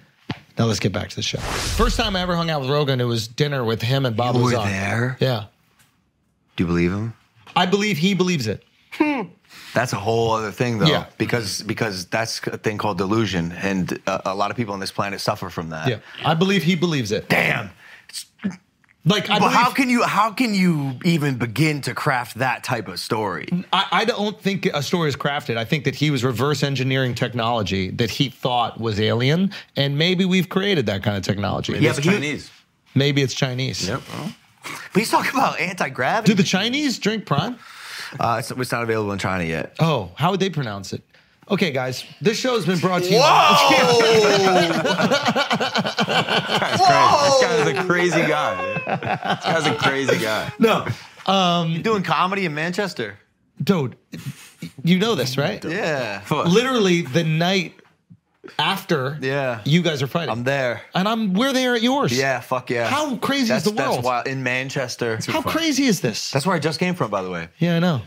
[SPEAKER 1] Now let's get back to the show. First time I ever hung out with Rogan, it was dinner with him and Bob
[SPEAKER 5] You were
[SPEAKER 1] Lazar.
[SPEAKER 5] there?
[SPEAKER 1] Yeah.
[SPEAKER 5] Do you believe him?
[SPEAKER 1] I believe he believes it.
[SPEAKER 5] That's a whole other thing, though,
[SPEAKER 1] Yeah.
[SPEAKER 5] because because that's a thing called delusion, and a, a lot of people on this planet suffer from that.
[SPEAKER 1] Yeah, I believe he believes it.
[SPEAKER 5] Damn.
[SPEAKER 1] Like, I
[SPEAKER 5] But
[SPEAKER 1] believe,
[SPEAKER 5] how can you how can you even begin to craft that type of story?
[SPEAKER 1] I, I don't think a story is crafted. I think that he was reverse engineering technology that he thought was alien, and maybe we've created that kind of technology.
[SPEAKER 3] Maybe
[SPEAKER 5] Yeah,
[SPEAKER 3] it's
[SPEAKER 5] but he-
[SPEAKER 3] Chinese.
[SPEAKER 1] Maybe it's Chinese.
[SPEAKER 3] Yep. well,
[SPEAKER 5] Please talk about anti
[SPEAKER 1] Do
[SPEAKER 5] gravity.
[SPEAKER 1] the Chinese drink Prime?
[SPEAKER 5] Uh, it's, it's not available in China yet.
[SPEAKER 1] Oh, how would they pronounce it? Okay, guys, this show has been brought to you.
[SPEAKER 3] This guy's a crazy guy. dude. This guy's a crazy guy.
[SPEAKER 1] No,
[SPEAKER 5] You doing comedy in Manchester?
[SPEAKER 1] dude, you know this, right?
[SPEAKER 5] Yeah,
[SPEAKER 1] Literally the night after
[SPEAKER 5] Yeah.
[SPEAKER 1] you guys are fighting.
[SPEAKER 5] I'm there.
[SPEAKER 1] And I'm we're there at yours.
[SPEAKER 5] Yeah, fuck yeah.
[SPEAKER 1] How crazy
[SPEAKER 5] that's,
[SPEAKER 1] is the world?
[SPEAKER 5] That's wild in Manchester.
[SPEAKER 1] How crazy is this?
[SPEAKER 5] That's where I just came from, by the way.
[SPEAKER 1] yeah, I know.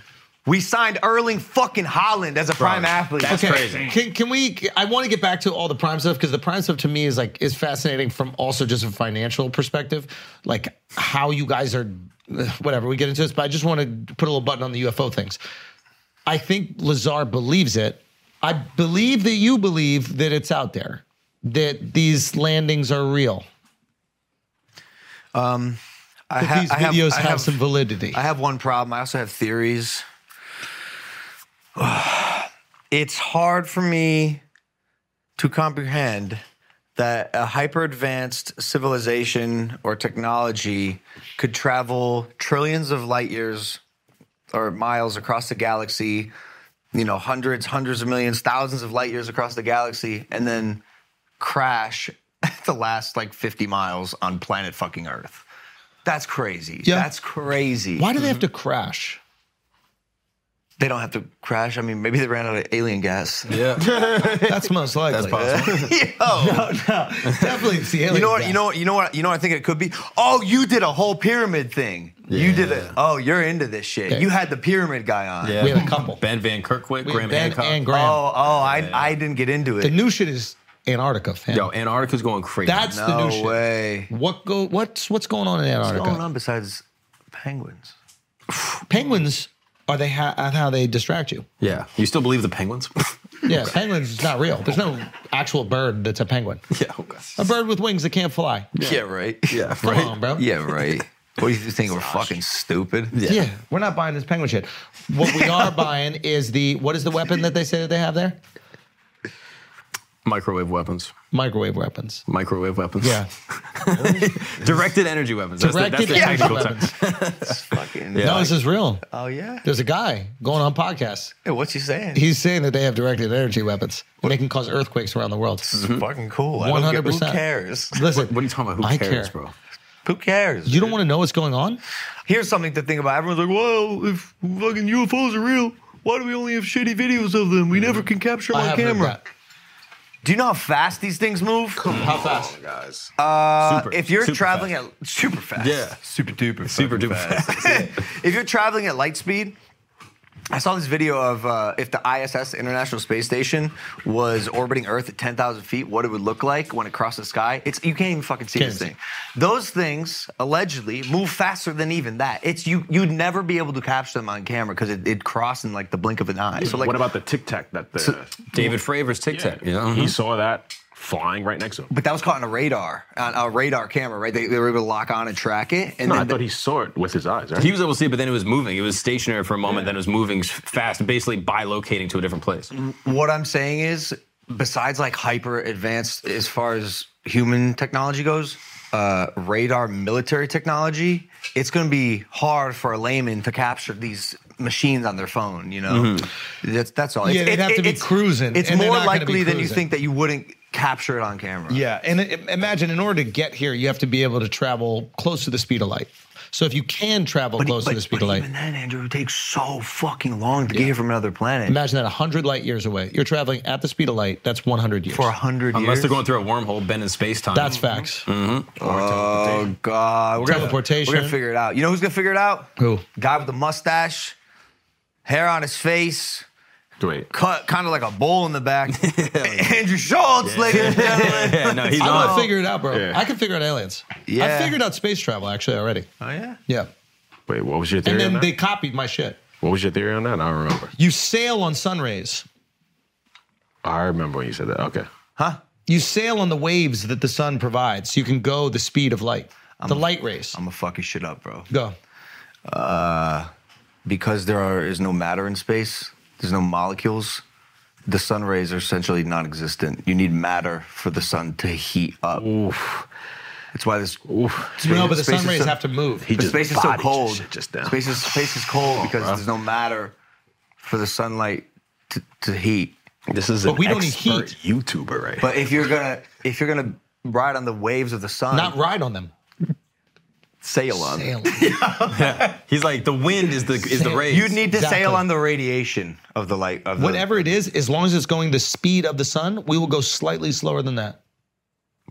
[SPEAKER 5] We signed Erling fucking Holland as a prime athlete.
[SPEAKER 3] That's crazy.
[SPEAKER 1] Can, can we? I want to get back to all the prime stuff because the prime stuff to me is like is fascinating from also just a financial perspective, like how you guys are. Whatever we get into this, but I just want to put a little button on the UFO things. I think Lazar believes it. I believe that you believe that it's out there, that these landings are real,
[SPEAKER 5] I
[SPEAKER 1] that
[SPEAKER 5] ha-
[SPEAKER 1] these
[SPEAKER 5] I have-
[SPEAKER 1] videos
[SPEAKER 5] I
[SPEAKER 1] have, some validity.
[SPEAKER 5] I have one problem. I also have theories. It's hard for me to comprehend that a hyper advanced civilization or technology could travel trillions of light years or miles across the galaxy, you know, hundreds, hundreds of millions, thousands of light years across the galaxy, and then crash at the last like 50 miles on planet fucking Earth. That's crazy.
[SPEAKER 1] Yeah.
[SPEAKER 5] That's crazy.
[SPEAKER 1] Why do they have to crash?
[SPEAKER 5] They don't have to crash. I mean, maybe they ran out of alien gas.
[SPEAKER 3] Yeah.
[SPEAKER 1] That's most likely.
[SPEAKER 5] Yo.
[SPEAKER 1] Definitely, it's the alien
[SPEAKER 5] You know what?
[SPEAKER 1] guy.
[SPEAKER 5] You know what? You know what? You know what I think it could be. Oh, you did a whole pyramid thing. You did it. Oh, you're into this shit.
[SPEAKER 1] Okay.
[SPEAKER 5] You had the pyramid guy on.
[SPEAKER 3] yeah.
[SPEAKER 1] We had a couple.
[SPEAKER 3] Ben Van Kirkwick,
[SPEAKER 1] We-
[SPEAKER 3] Graham
[SPEAKER 1] ben
[SPEAKER 3] Hancock.
[SPEAKER 1] and
[SPEAKER 5] Oh,
[SPEAKER 1] Graham.
[SPEAKER 5] oh, I, I didn't get into
[SPEAKER 1] The
[SPEAKER 5] it.
[SPEAKER 1] new shit is Antarctica, fam.
[SPEAKER 3] Yo, Antarctica's going crazy.
[SPEAKER 1] That's the
[SPEAKER 5] No
[SPEAKER 1] new shit.
[SPEAKER 5] way.
[SPEAKER 1] What go? What's what's going on in Antarctica?
[SPEAKER 5] What's going on besides penguins?
[SPEAKER 1] Penguins are they ha- are how they distract you?
[SPEAKER 3] yeah. You still believe the penguins?
[SPEAKER 1] Yeah, penguins is not real. There's no actual bird that's a penguin.
[SPEAKER 3] yeah. Okay.
[SPEAKER 1] A bird with wings that can't fly.
[SPEAKER 5] Yeah, right.
[SPEAKER 3] Yeah.
[SPEAKER 1] Come
[SPEAKER 3] Right.
[SPEAKER 1] on, bro.
[SPEAKER 5] Yeah, right. what do you think? We're fucking stupid.
[SPEAKER 1] yeah, We're not buying this penguin shit. What we are buying is the what is the weapon that they say that they have there?
[SPEAKER 3] Microwave weapons.
[SPEAKER 1] Microwave weapons.
[SPEAKER 3] Microwave weapons.
[SPEAKER 1] Yeah,
[SPEAKER 3] Directed energy weapons. That's
[SPEAKER 1] directed
[SPEAKER 3] the,
[SPEAKER 1] energy
[SPEAKER 3] that's the technical term.
[SPEAKER 1] weapons.
[SPEAKER 5] Fucking.
[SPEAKER 1] No, this is real.
[SPEAKER 5] Oh yeah.
[SPEAKER 1] There's a guy going on podcasts.
[SPEAKER 5] Hey, what's he saying?
[SPEAKER 1] He's saying that they have directed energy weapons. And they can cause earthquakes around the world.
[SPEAKER 5] He's fucking cool. I don't get-
[SPEAKER 1] 100%.
[SPEAKER 5] Who cares?
[SPEAKER 1] Listen,
[SPEAKER 3] What are you talking about? Who
[SPEAKER 1] I
[SPEAKER 3] cares,
[SPEAKER 1] care.
[SPEAKER 3] bro?
[SPEAKER 5] Who cares?
[SPEAKER 1] You don't want to know what's going on?
[SPEAKER 5] here's something to think about. Everyone's like, well, if fucking UFOs are real, why do we only have shitty videos of them? We never can capture them
[SPEAKER 1] Mm-hmm. I
[SPEAKER 5] on
[SPEAKER 1] have heard
[SPEAKER 5] camera.
[SPEAKER 1] that.
[SPEAKER 5] Do you know how fast these things move?
[SPEAKER 1] How
[SPEAKER 7] Oh
[SPEAKER 1] fast?
[SPEAKER 7] guys.
[SPEAKER 5] Uh,
[SPEAKER 3] Super-
[SPEAKER 5] if you're
[SPEAKER 3] super
[SPEAKER 5] traveling at super fast,
[SPEAKER 3] Yeah.
[SPEAKER 5] super duper,
[SPEAKER 3] Super duper fast.
[SPEAKER 5] if you're traveling at light speed, I saw this video of uh, if the ISS International Space Station was orbiting Earth at 10,000 feet, what it would look like when it crossed the sky. It's you can't even fucking see
[SPEAKER 1] Can't
[SPEAKER 5] this
[SPEAKER 1] see.
[SPEAKER 5] thing. Those things allegedly move faster than even that. It's you you'd never be able to capture them on camera because it, it crossed in like the blink of an eye. So like
[SPEAKER 7] what about the Tic Tac that the,
[SPEAKER 3] David Fravers Tic Tac. Yeah. mhm.
[SPEAKER 7] he saw that flying right next to him?
[SPEAKER 5] but that was caught on a radar, on a radar camera, right? They, they were able to lock on and track it. And
[SPEAKER 7] No,
[SPEAKER 5] then
[SPEAKER 7] I thought he saw it with his eyes. Right?
[SPEAKER 3] He was able to see it, but then it was moving. It was stationary for a moment, then it was moving s- fast, basically bilocating to a different place.
[SPEAKER 7] Mm-hmm.
[SPEAKER 5] what I'm saying is, besides like hyper advanced as far as human technology goes, uh, radar military technology, it's going to be hard for a layman to capture these machines on their phone. You know,
[SPEAKER 3] Mm-hmm.
[SPEAKER 5] that's that's all.
[SPEAKER 1] Yeah,
[SPEAKER 5] It's-
[SPEAKER 1] they'd have to be
[SPEAKER 5] it's-
[SPEAKER 1] cruising,
[SPEAKER 5] It's
[SPEAKER 1] and they're
[SPEAKER 5] more
[SPEAKER 1] not gonna be
[SPEAKER 5] likely than you
[SPEAKER 1] cruising.
[SPEAKER 5] think that you wouldn't capture it on camera.
[SPEAKER 1] Yeah, and i- imagine in order to get here, you have to be able to travel close to the speed of light. So if you can travel
[SPEAKER 5] But,
[SPEAKER 1] close
[SPEAKER 5] but-
[SPEAKER 1] to the speed
[SPEAKER 5] but
[SPEAKER 1] of light,
[SPEAKER 5] even then, Andrew, it takes so fucking long to get here from another planet
[SPEAKER 1] imagine that 100 light years away. You're traveling at the speed of light. That's 100 years.
[SPEAKER 5] for a hundred years.
[SPEAKER 3] Unless they're going through a wormhole, bent in space time.
[SPEAKER 1] That's facts.
[SPEAKER 5] Oh God, we're
[SPEAKER 1] Teleportation.
[SPEAKER 5] Gonna, we're gonna figure it out. You know who's gonna figure it out?
[SPEAKER 1] Who?
[SPEAKER 5] Guy with the mustache, hair on his face,
[SPEAKER 7] Wait.
[SPEAKER 5] cut kind of like a bowl in the back. Andrew Schultz, ladies and gentlemen.
[SPEAKER 3] yeah, no, he's
[SPEAKER 1] I'm
[SPEAKER 3] on.
[SPEAKER 1] gonna figure it out, bro.
[SPEAKER 7] Yeah.
[SPEAKER 1] I can figure out aliens.
[SPEAKER 5] Yeah.
[SPEAKER 1] I figured out space travel actually already.
[SPEAKER 5] Oh yeah.
[SPEAKER 1] Yeah.
[SPEAKER 7] Wait, what was your
[SPEAKER 1] And
[SPEAKER 7] theory on
[SPEAKER 1] then
[SPEAKER 7] that?
[SPEAKER 1] they copied my shit.
[SPEAKER 7] what was your theory on that? I don't remember.
[SPEAKER 1] You sail on sun rays.
[SPEAKER 7] I remember when you said that. Okay.
[SPEAKER 1] You sail on the waves that the sun provides. You can go the speed of light. the light rays.
[SPEAKER 5] I'm gonna fuck your shit up, bro.
[SPEAKER 1] go.
[SPEAKER 5] Because there are, is no matter in space, there's no molecules. The sun rays are essentially non-existent. You need matter for the sun to heat up.
[SPEAKER 7] Oof.
[SPEAKER 5] That's why this.
[SPEAKER 1] no, but the
[SPEAKER 5] space
[SPEAKER 1] sun
[SPEAKER 5] is
[SPEAKER 1] rays
[SPEAKER 5] so-
[SPEAKER 1] have to move.
[SPEAKER 7] He
[SPEAKER 5] But
[SPEAKER 7] just
[SPEAKER 5] space is so
[SPEAKER 7] bodied your
[SPEAKER 5] cold.
[SPEAKER 7] shit Just down.
[SPEAKER 5] Space is space is cold because there's no matter for the sunlight to, to heat.
[SPEAKER 7] This is
[SPEAKER 1] But
[SPEAKER 7] an
[SPEAKER 1] we don't need
[SPEAKER 7] expert YouTuber right
[SPEAKER 5] But if you're gonna if you're gonna ride on the waves of the sun,
[SPEAKER 1] Not ride on them.
[SPEAKER 5] sail on.
[SPEAKER 1] Sail.
[SPEAKER 3] He's like the wind is the is the
[SPEAKER 1] Same.
[SPEAKER 3] rays.
[SPEAKER 5] You need to
[SPEAKER 1] Exactly.
[SPEAKER 5] sail on the radiation of the light of the,
[SPEAKER 1] Whatever it is, as long as it's going the speed of the sun, we will go slightly slower than that.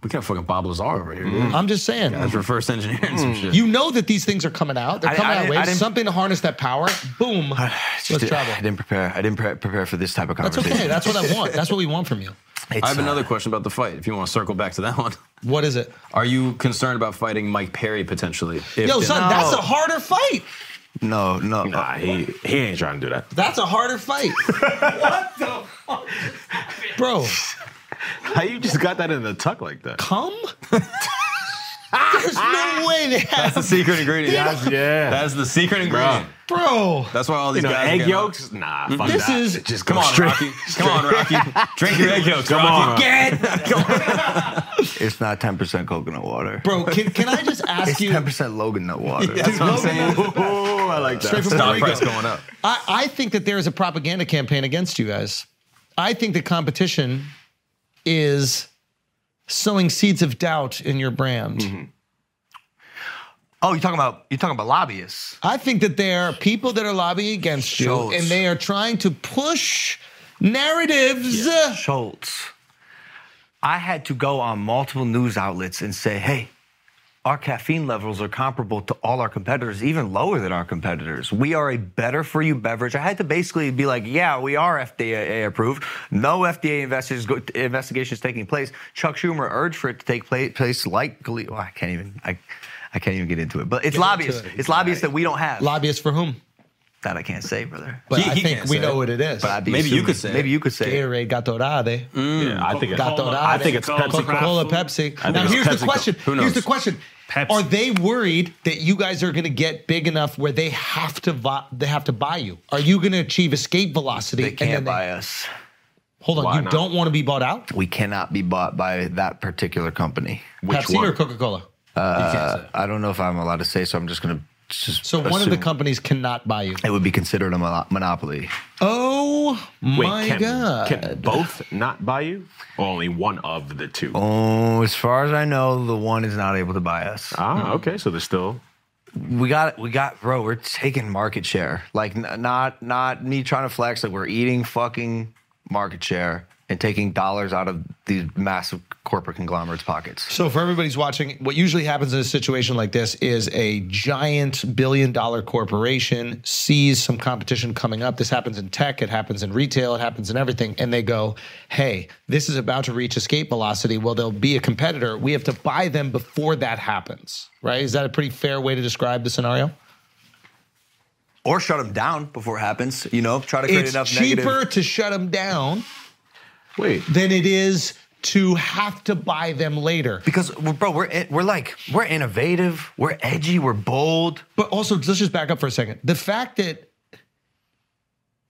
[SPEAKER 3] we got fucking Bob Lazar over here.
[SPEAKER 7] Mm-hmm.
[SPEAKER 3] dude.
[SPEAKER 1] I'm just saying.
[SPEAKER 3] That's reverse engineering some shit.
[SPEAKER 1] You know that these things are coming out. They're
[SPEAKER 5] I-
[SPEAKER 1] coming
[SPEAKER 5] I
[SPEAKER 1] out
[SPEAKER 5] didn't- I
[SPEAKER 1] waves.
[SPEAKER 5] didn't-
[SPEAKER 1] Something to harness that power. Boom.
[SPEAKER 5] It's
[SPEAKER 1] Let's
[SPEAKER 5] just- I
[SPEAKER 1] travel.
[SPEAKER 5] didn't prepare. I didn't pre- prepare for this type of
[SPEAKER 1] That's
[SPEAKER 5] conversation.
[SPEAKER 1] okay. That's what I want. That's what we want from you.
[SPEAKER 5] It's,
[SPEAKER 3] I have
[SPEAKER 5] uh,
[SPEAKER 3] another question about the fight. If you want to circle back to that one,
[SPEAKER 1] What is it?
[SPEAKER 3] are you concerned about fighting Mike Perry potentially? If
[SPEAKER 1] Yo,
[SPEAKER 3] the-
[SPEAKER 1] son,
[SPEAKER 5] No.
[SPEAKER 1] that's a harder fight.
[SPEAKER 5] No, no.
[SPEAKER 7] Nah, he he ain't trying to do that.
[SPEAKER 1] That's a harder fight. what the Bro,
[SPEAKER 7] How you just got that in the tuck like that?
[SPEAKER 1] come? There's no way they
[SPEAKER 3] that's the
[SPEAKER 1] have.
[SPEAKER 3] secret ingredient. That's,
[SPEAKER 7] Yeah.
[SPEAKER 3] that's the secret ingredient.
[SPEAKER 1] Bro.
[SPEAKER 3] That's why all these
[SPEAKER 7] you know,
[SPEAKER 3] guys
[SPEAKER 7] egg
[SPEAKER 3] get on-
[SPEAKER 7] yolks? Nah, fuck
[SPEAKER 1] This
[SPEAKER 7] that.
[SPEAKER 1] is-
[SPEAKER 7] just
[SPEAKER 3] Come
[SPEAKER 7] go
[SPEAKER 3] on,
[SPEAKER 7] straight.
[SPEAKER 3] Rocky. Come on, Rocky. Drink your egg yolks.
[SPEAKER 7] Come
[SPEAKER 3] Rocky.
[SPEAKER 7] on.
[SPEAKER 3] Get. Come on.
[SPEAKER 5] It's not ten percent coconut water.
[SPEAKER 1] Bro, can, can I just ask
[SPEAKER 5] it's
[SPEAKER 1] you?
[SPEAKER 5] ten percent Logan nut water.
[SPEAKER 3] That's what I'm saying.
[SPEAKER 7] Oh, I like
[SPEAKER 1] Straight
[SPEAKER 7] that.
[SPEAKER 1] from
[SPEAKER 3] Stock
[SPEAKER 1] Puerto
[SPEAKER 3] price
[SPEAKER 1] Rico.
[SPEAKER 3] going up.
[SPEAKER 1] I, I think that there is a propaganda campaign against you guys. I think that competition is sowing seeds of doubt in your brand.
[SPEAKER 5] Oh, you're talking about you're talking about lobbyists.
[SPEAKER 1] I think that there are people that are lobbying against you
[SPEAKER 5] Schultz.
[SPEAKER 1] and they are trying to push narratives.
[SPEAKER 5] Schultz. I had to go on multiple news outlets and say, hey, our caffeine levels are comparable to all our competitors, even lower than our competitors. We are a better for you beverage. I had to basically be like, yeah, we are FDA approved. No FDA investors go, investigations taking place. Chuck Schumer urged for it to take place, place likely. Well, I can't even. I, I can't even get into it. But it's lobbyists.
[SPEAKER 1] it.
[SPEAKER 5] It's lobbyists that we don't have.
[SPEAKER 1] Lobbyists for whom?
[SPEAKER 5] that I can't say, brother.
[SPEAKER 1] But
[SPEAKER 3] He-
[SPEAKER 1] I
[SPEAKER 3] he
[SPEAKER 1] think
[SPEAKER 3] can't
[SPEAKER 1] we
[SPEAKER 3] say
[SPEAKER 1] know
[SPEAKER 3] it.
[SPEAKER 1] what it is.
[SPEAKER 5] But I'd be
[SPEAKER 3] Maybe you
[SPEAKER 5] assuming-
[SPEAKER 3] could say it.
[SPEAKER 5] Maybe you could say. it.
[SPEAKER 1] Gatorade, Gatorade.
[SPEAKER 7] Yeah, I think it's
[SPEAKER 1] Gatorade.
[SPEAKER 7] I think it's
[SPEAKER 1] Coca-Cola,
[SPEAKER 7] Pepsi.
[SPEAKER 1] Pepsi.
[SPEAKER 7] think
[SPEAKER 1] Now
[SPEAKER 7] it's
[SPEAKER 1] here's the
[SPEAKER 7] PepsiCo.
[SPEAKER 1] question.
[SPEAKER 3] Who
[SPEAKER 1] Here's
[SPEAKER 3] knows?
[SPEAKER 1] the question.
[SPEAKER 7] Pepsi.
[SPEAKER 1] Are they worried that you guys are going to get big enough where they have to vi- they have to buy you? Are you going to achieve escape velocity?
[SPEAKER 5] They
[SPEAKER 1] then
[SPEAKER 5] can't
[SPEAKER 1] they-
[SPEAKER 5] buy us.
[SPEAKER 1] Hold on,
[SPEAKER 7] Why
[SPEAKER 1] you
[SPEAKER 7] not?
[SPEAKER 1] don't want to be bought out?
[SPEAKER 5] we cannot be bought by that particular company.
[SPEAKER 1] Pepsi or Coca-Cola?
[SPEAKER 3] Uh,
[SPEAKER 5] I don't know if I'm allowed to say, so I'm just going to just.
[SPEAKER 1] So one of the
[SPEAKER 5] assume
[SPEAKER 1] companies cannot buy you.
[SPEAKER 5] It would be considered a mono- monopoly.
[SPEAKER 1] Oh
[SPEAKER 7] Wait,
[SPEAKER 1] my
[SPEAKER 7] can,
[SPEAKER 1] god.
[SPEAKER 7] can both not buy you? Or only one of the two?
[SPEAKER 5] Oh, as far as I know, the one is not able to buy us.
[SPEAKER 7] Ah, okay. So they're still.
[SPEAKER 5] We got, we got, bro. We're taking market share. Like, n- not, not me trying to flex. Like, we're eating fucking market share and taking dollars out of these massive corporate conglomerates' pockets.
[SPEAKER 1] So for everybody's watching, what usually happens in a situation like this is a giant billion dollar corporation sees some competition coming up. This happens in tech, it happens in retail, it happens in everything and they go, "Hey, this is about to reach escape velocity. Well, there'll be a competitor. We have to buy them before that happens." Right? Is that a pretty fair way to describe the scenario?
[SPEAKER 5] Or shut them down before it happens. You know, try to create
[SPEAKER 1] It's
[SPEAKER 5] enough
[SPEAKER 1] cheaper
[SPEAKER 5] negative.
[SPEAKER 1] to shut them down
[SPEAKER 7] Wait.
[SPEAKER 1] than it is to have to buy them later.
[SPEAKER 5] Because, well, bro, we're in- we're like we're innovative, we're edgy, we're bold.
[SPEAKER 1] But also, let's just back up for a second. The fact that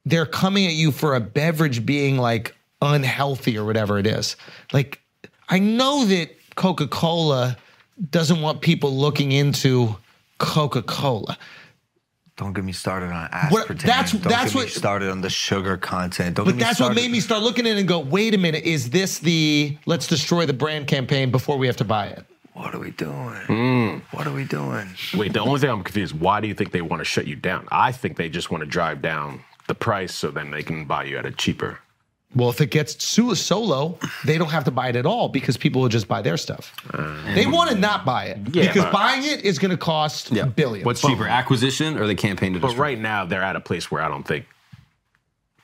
[SPEAKER 1] they're coming at you for a beverage being like unhealthy or whatever it is, like, I know that Coca Cola doesn't want people looking into Coca Cola.
[SPEAKER 5] Don't get me started on aspartame.
[SPEAKER 1] What- that's-
[SPEAKER 5] Don't
[SPEAKER 1] that's
[SPEAKER 5] get me
[SPEAKER 1] what-
[SPEAKER 5] started on the sugar content. Don't
[SPEAKER 1] But
[SPEAKER 5] get me
[SPEAKER 1] that's
[SPEAKER 5] started.
[SPEAKER 1] what made me start looking at it and go, wait a minute, is this the let's destroy the brand campaign before we have to buy it?
[SPEAKER 5] What are we doing? What are we doing?
[SPEAKER 7] Wait, the only thing I'm confused, why do you think they want to shut you down? I think they just want to drive down the price so then they can buy you at a cheaper.
[SPEAKER 1] Well, if it gets so, so low, they don't have to buy it at all because people will just buy their stuff. they want to not buy it
[SPEAKER 7] Yeah,
[SPEAKER 1] because
[SPEAKER 7] but-
[SPEAKER 1] buying it is going to cost billions.
[SPEAKER 3] What's cheaper, acquisition or the campaign to
[SPEAKER 7] But
[SPEAKER 3] destroy?
[SPEAKER 7] right now they're at a place where I don't think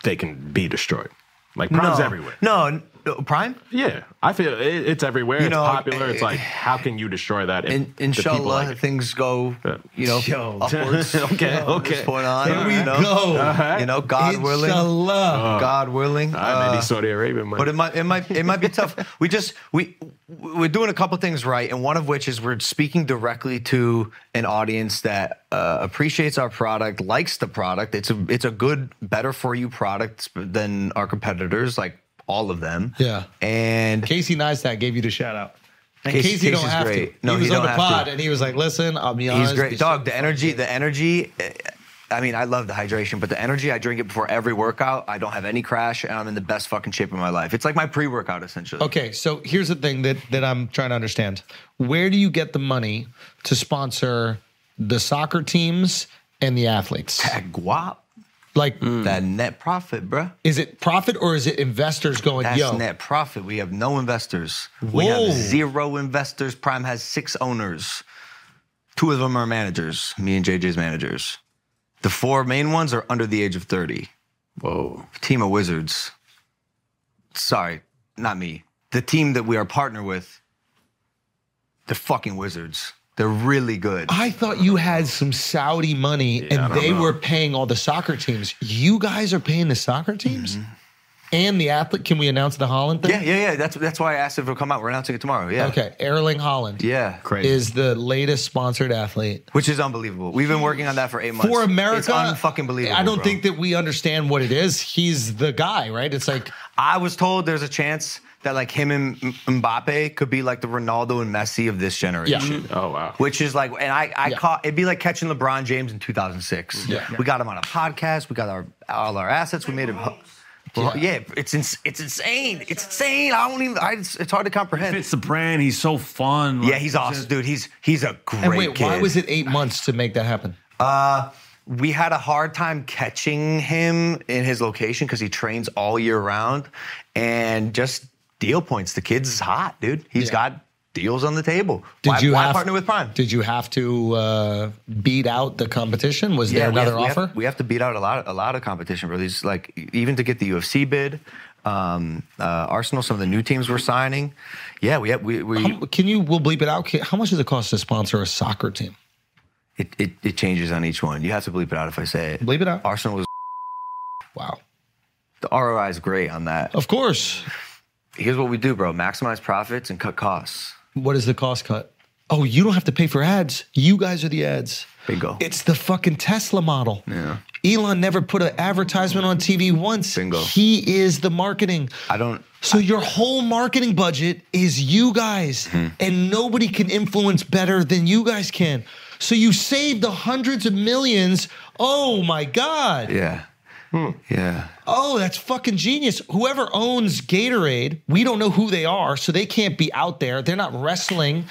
[SPEAKER 7] they can be destroyed. Like problems everywhere.
[SPEAKER 5] No, Uh, Prime?
[SPEAKER 7] Yeah, I feel it, it's everywhere.
[SPEAKER 5] You
[SPEAKER 7] it's
[SPEAKER 5] know,
[SPEAKER 7] popular. It's
[SPEAKER 5] eh,
[SPEAKER 7] like, how can you destroy that? if
[SPEAKER 5] In,
[SPEAKER 7] the people
[SPEAKER 5] inshallah,
[SPEAKER 7] like it?
[SPEAKER 5] things go, you know,
[SPEAKER 1] Yo.
[SPEAKER 5] upwards. okay,
[SPEAKER 3] okay.
[SPEAKER 5] From this point on,
[SPEAKER 1] Here we
[SPEAKER 5] you know,
[SPEAKER 1] go.
[SPEAKER 5] You know, God willing,
[SPEAKER 1] Inshallah.
[SPEAKER 5] God willing.
[SPEAKER 7] All right,
[SPEAKER 5] uh,
[SPEAKER 7] maybe Saudi Arabia might.
[SPEAKER 5] But it might, it might, it might be tough. We just we we're doing a couple things right, and one of which is we're speaking directly to an audience that uh, appreciates our product, likes the product. It's a it's a good, better for you product than our competitors, like all of them.
[SPEAKER 1] Yeah.
[SPEAKER 5] and
[SPEAKER 1] Casey Neistat gave you the shout out. And
[SPEAKER 5] Casey-
[SPEAKER 1] Casey, don't
[SPEAKER 5] Casey's
[SPEAKER 1] have
[SPEAKER 5] great.
[SPEAKER 1] to.
[SPEAKER 5] No,
[SPEAKER 1] he
[SPEAKER 5] he
[SPEAKER 1] was on
[SPEAKER 5] don't
[SPEAKER 1] the
[SPEAKER 5] have
[SPEAKER 1] pod
[SPEAKER 5] to.
[SPEAKER 1] and he was like, listen, I'll be honest.
[SPEAKER 5] He's great,
[SPEAKER 1] this
[SPEAKER 5] dog.
[SPEAKER 1] shit-
[SPEAKER 5] The energy, the energy. eh, I mean, I love the hydration, but the energy I drink it before every workout. I don't have any crash, and I'm in the best fucking shape of my life. It's like my pre-workout essentially.
[SPEAKER 1] Okay, so here's the thing that that I'm trying to understand. Where do you get the money to sponsor the soccer teams and the athletes?
[SPEAKER 5] That guap,
[SPEAKER 1] Like,
[SPEAKER 5] that net profit, bruh.
[SPEAKER 1] is it profit or is it investors going,
[SPEAKER 5] That's
[SPEAKER 1] yo,
[SPEAKER 5] net profit. We have no investors. We have
[SPEAKER 1] Whoa.
[SPEAKER 5] zero investors. Prime has six owners. Two of them are managers. Me and JJ's managers. The four main ones are under the age of thirty.
[SPEAKER 3] Whoa.
[SPEAKER 5] team of wizards. Sorry, not me. The team that we are partner with. They're fucking wizards. They're really good.
[SPEAKER 1] I thought you had some Saudi money and they were paying all the soccer teams. You guys are paying the soccer teams?
[SPEAKER 5] Mm-hmm.
[SPEAKER 1] And the athlete, can we announce the Holland thing?
[SPEAKER 5] Yeah, yeah, yeah. That's that's why I asked if it'll come out. We're announcing it tomorrow. Yeah.
[SPEAKER 1] Okay, Erling Holland
[SPEAKER 5] Yeah.
[SPEAKER 3] Crazy.
[SPEAKER 1] is the latest sponsored athlete.
[SPEAKER 5] Which is unbelievable. We've been working on that for eight months.
[SPEAKER 1] for America,
[SPEAKER 5] it's unfucking believable.
[SPEAKER 1] I don't
[SPEAKER 5] bro.
[SPEAKER 1] think that we understand what it is. He's the guy, right? It's like
[SPEAKER 5] I was told there's a chance that like him and M- Mbappe could be like the Ronaldo and Messi of this generation.
[SPEAKER 7] oh wow.
[SPEAKER 5] Which is like, and I,
[SPEAKER 1] Mm-hmm.
[SPEAKER 5] I
[SPEAKER 1] Yeah.
[SPEAKER 5] caught it'd be like catching LeBron James in 2006.
[SPEAKER 1] Yeah.
[SPEAKER 5] we got him on a podcast. We got our all our assets. We made him. Well, yeah. it's ins- it's insane. It's insane. I don't even. I, it's, it's hard to comprehend.
[SPEAKER 4] Fits the brand. He's so fun.
[SPEAKER 5] Yeah, he's awesome, dude. He's he's a great
[SPEAKER 1] and wait,
[SPEAKER 5] kid.
[SPEAKER 1] why was it eight months to make that happen?
[SPEAKER 5] we had a hard time catching him in his location because he trains all year round and just deal points. The kid's hot, dude. He's
[SPEAKER 1] Yeah.
[SPEAKER 5] got deals on the table.
[SPEAKER 1] Did
[SPEAKER 5] why,
[SPEAKER 1] you
[SPEAKER 5] why
[SPEAKER 1] have,
[SPEAKER 5] partner with Prime?
[SPEAKER 1] Did you have to uh, beat out the competition? Was there
[SPEAKER 5] we have-
[SPEAKER 1] another
[SPEAKER 5] we have,
[SPEAKER 1] offer?
[SPEAKER 5] we have to beat out a lot, a lot of competition, bro. These like even to get the UFC bid, um, uh, Arsenal, some of the new teams we're signing. Yeah, we have, we, we
[SPEAKER 1] How- Can you? We'll bleep it out. Can- How much does it cost to sponsor a soccer team?
[SPEAKER 5] it, it, it changes on each one. You have to bleep it out if I say it.
[SPEAKER 1] Bleep it out.
[SPEAKER 5] Arsenal was
[SPEAKER 1] Wow.
[SPEAKER 5] the ROI is great on that.
[SPEAKER 1] Of course.
[SPEAKER 5] Here's what we do, bro: maximize profits and cut costs.
[SPEAKER 1] What is the cost cut? Oh, you don't have to pay for ads. You guys are the ads.
[SPEAKER 5] Bingo.
[SPEAKER 1] It's the fucking Tesla model. Yeah. Elon never put an advertisement on TV once.
[SPEAKER 5] Bingo.
[SPEAKER 1] He is the marketing.
[SPEAKER 5] I don't.
[SPEAKER 1] So your whole marketing budget is you guys, and nobody can influence better than you guys can. So you save the hundreds of millions. Oh my God.
[SPEAKER 5] Yeah. Yeah.
[SPEAKER 6] Uh,
[SPEAKER 1] Oh, that's fucking genius. Whoever owns Gatorade, we don't know who they are, so they can't be out there. They're not wrestling.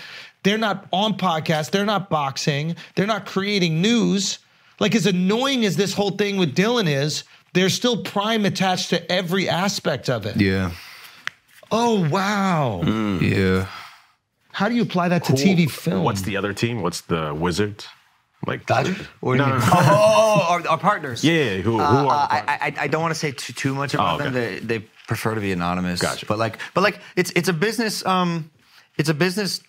[SPEAKER 1] They're not on podcasts. They're not boxing. They're not creating news. Like, as annoying as this whole thing with Dylan is, there's still prime attached to every aspect of it.
[SPEAKER 5] Yeah.
[SPEAKER 1] Oh, wow.
[SPEAKER 5] Yeah.
[SPEAKER 1] How do you apply that to TV film?
[SPEAKER 7] What's the other team? What's the Wizards? Like
[SPEAKER 5] Dodgers?
[SPEAKER 7] No, no, no.
[SPEAKER 5] Oh, our, our partners.
[SPEAKER 7] Yeah, yeah, yeah. Who, who are?
[SPEAKER 5] Uh,
[SPEAKER 7] the
[SPEAKER 5] I, I, I don't want to say too, too much about
[SPEAKER 7] Oh, okay.
[SPEAKER 5] them. They, they prefer to be anonymous.
[SPEAKER 7] Gotcha.
[SPEAKER 5] But like, but like, it's it's a business. Um, it's a business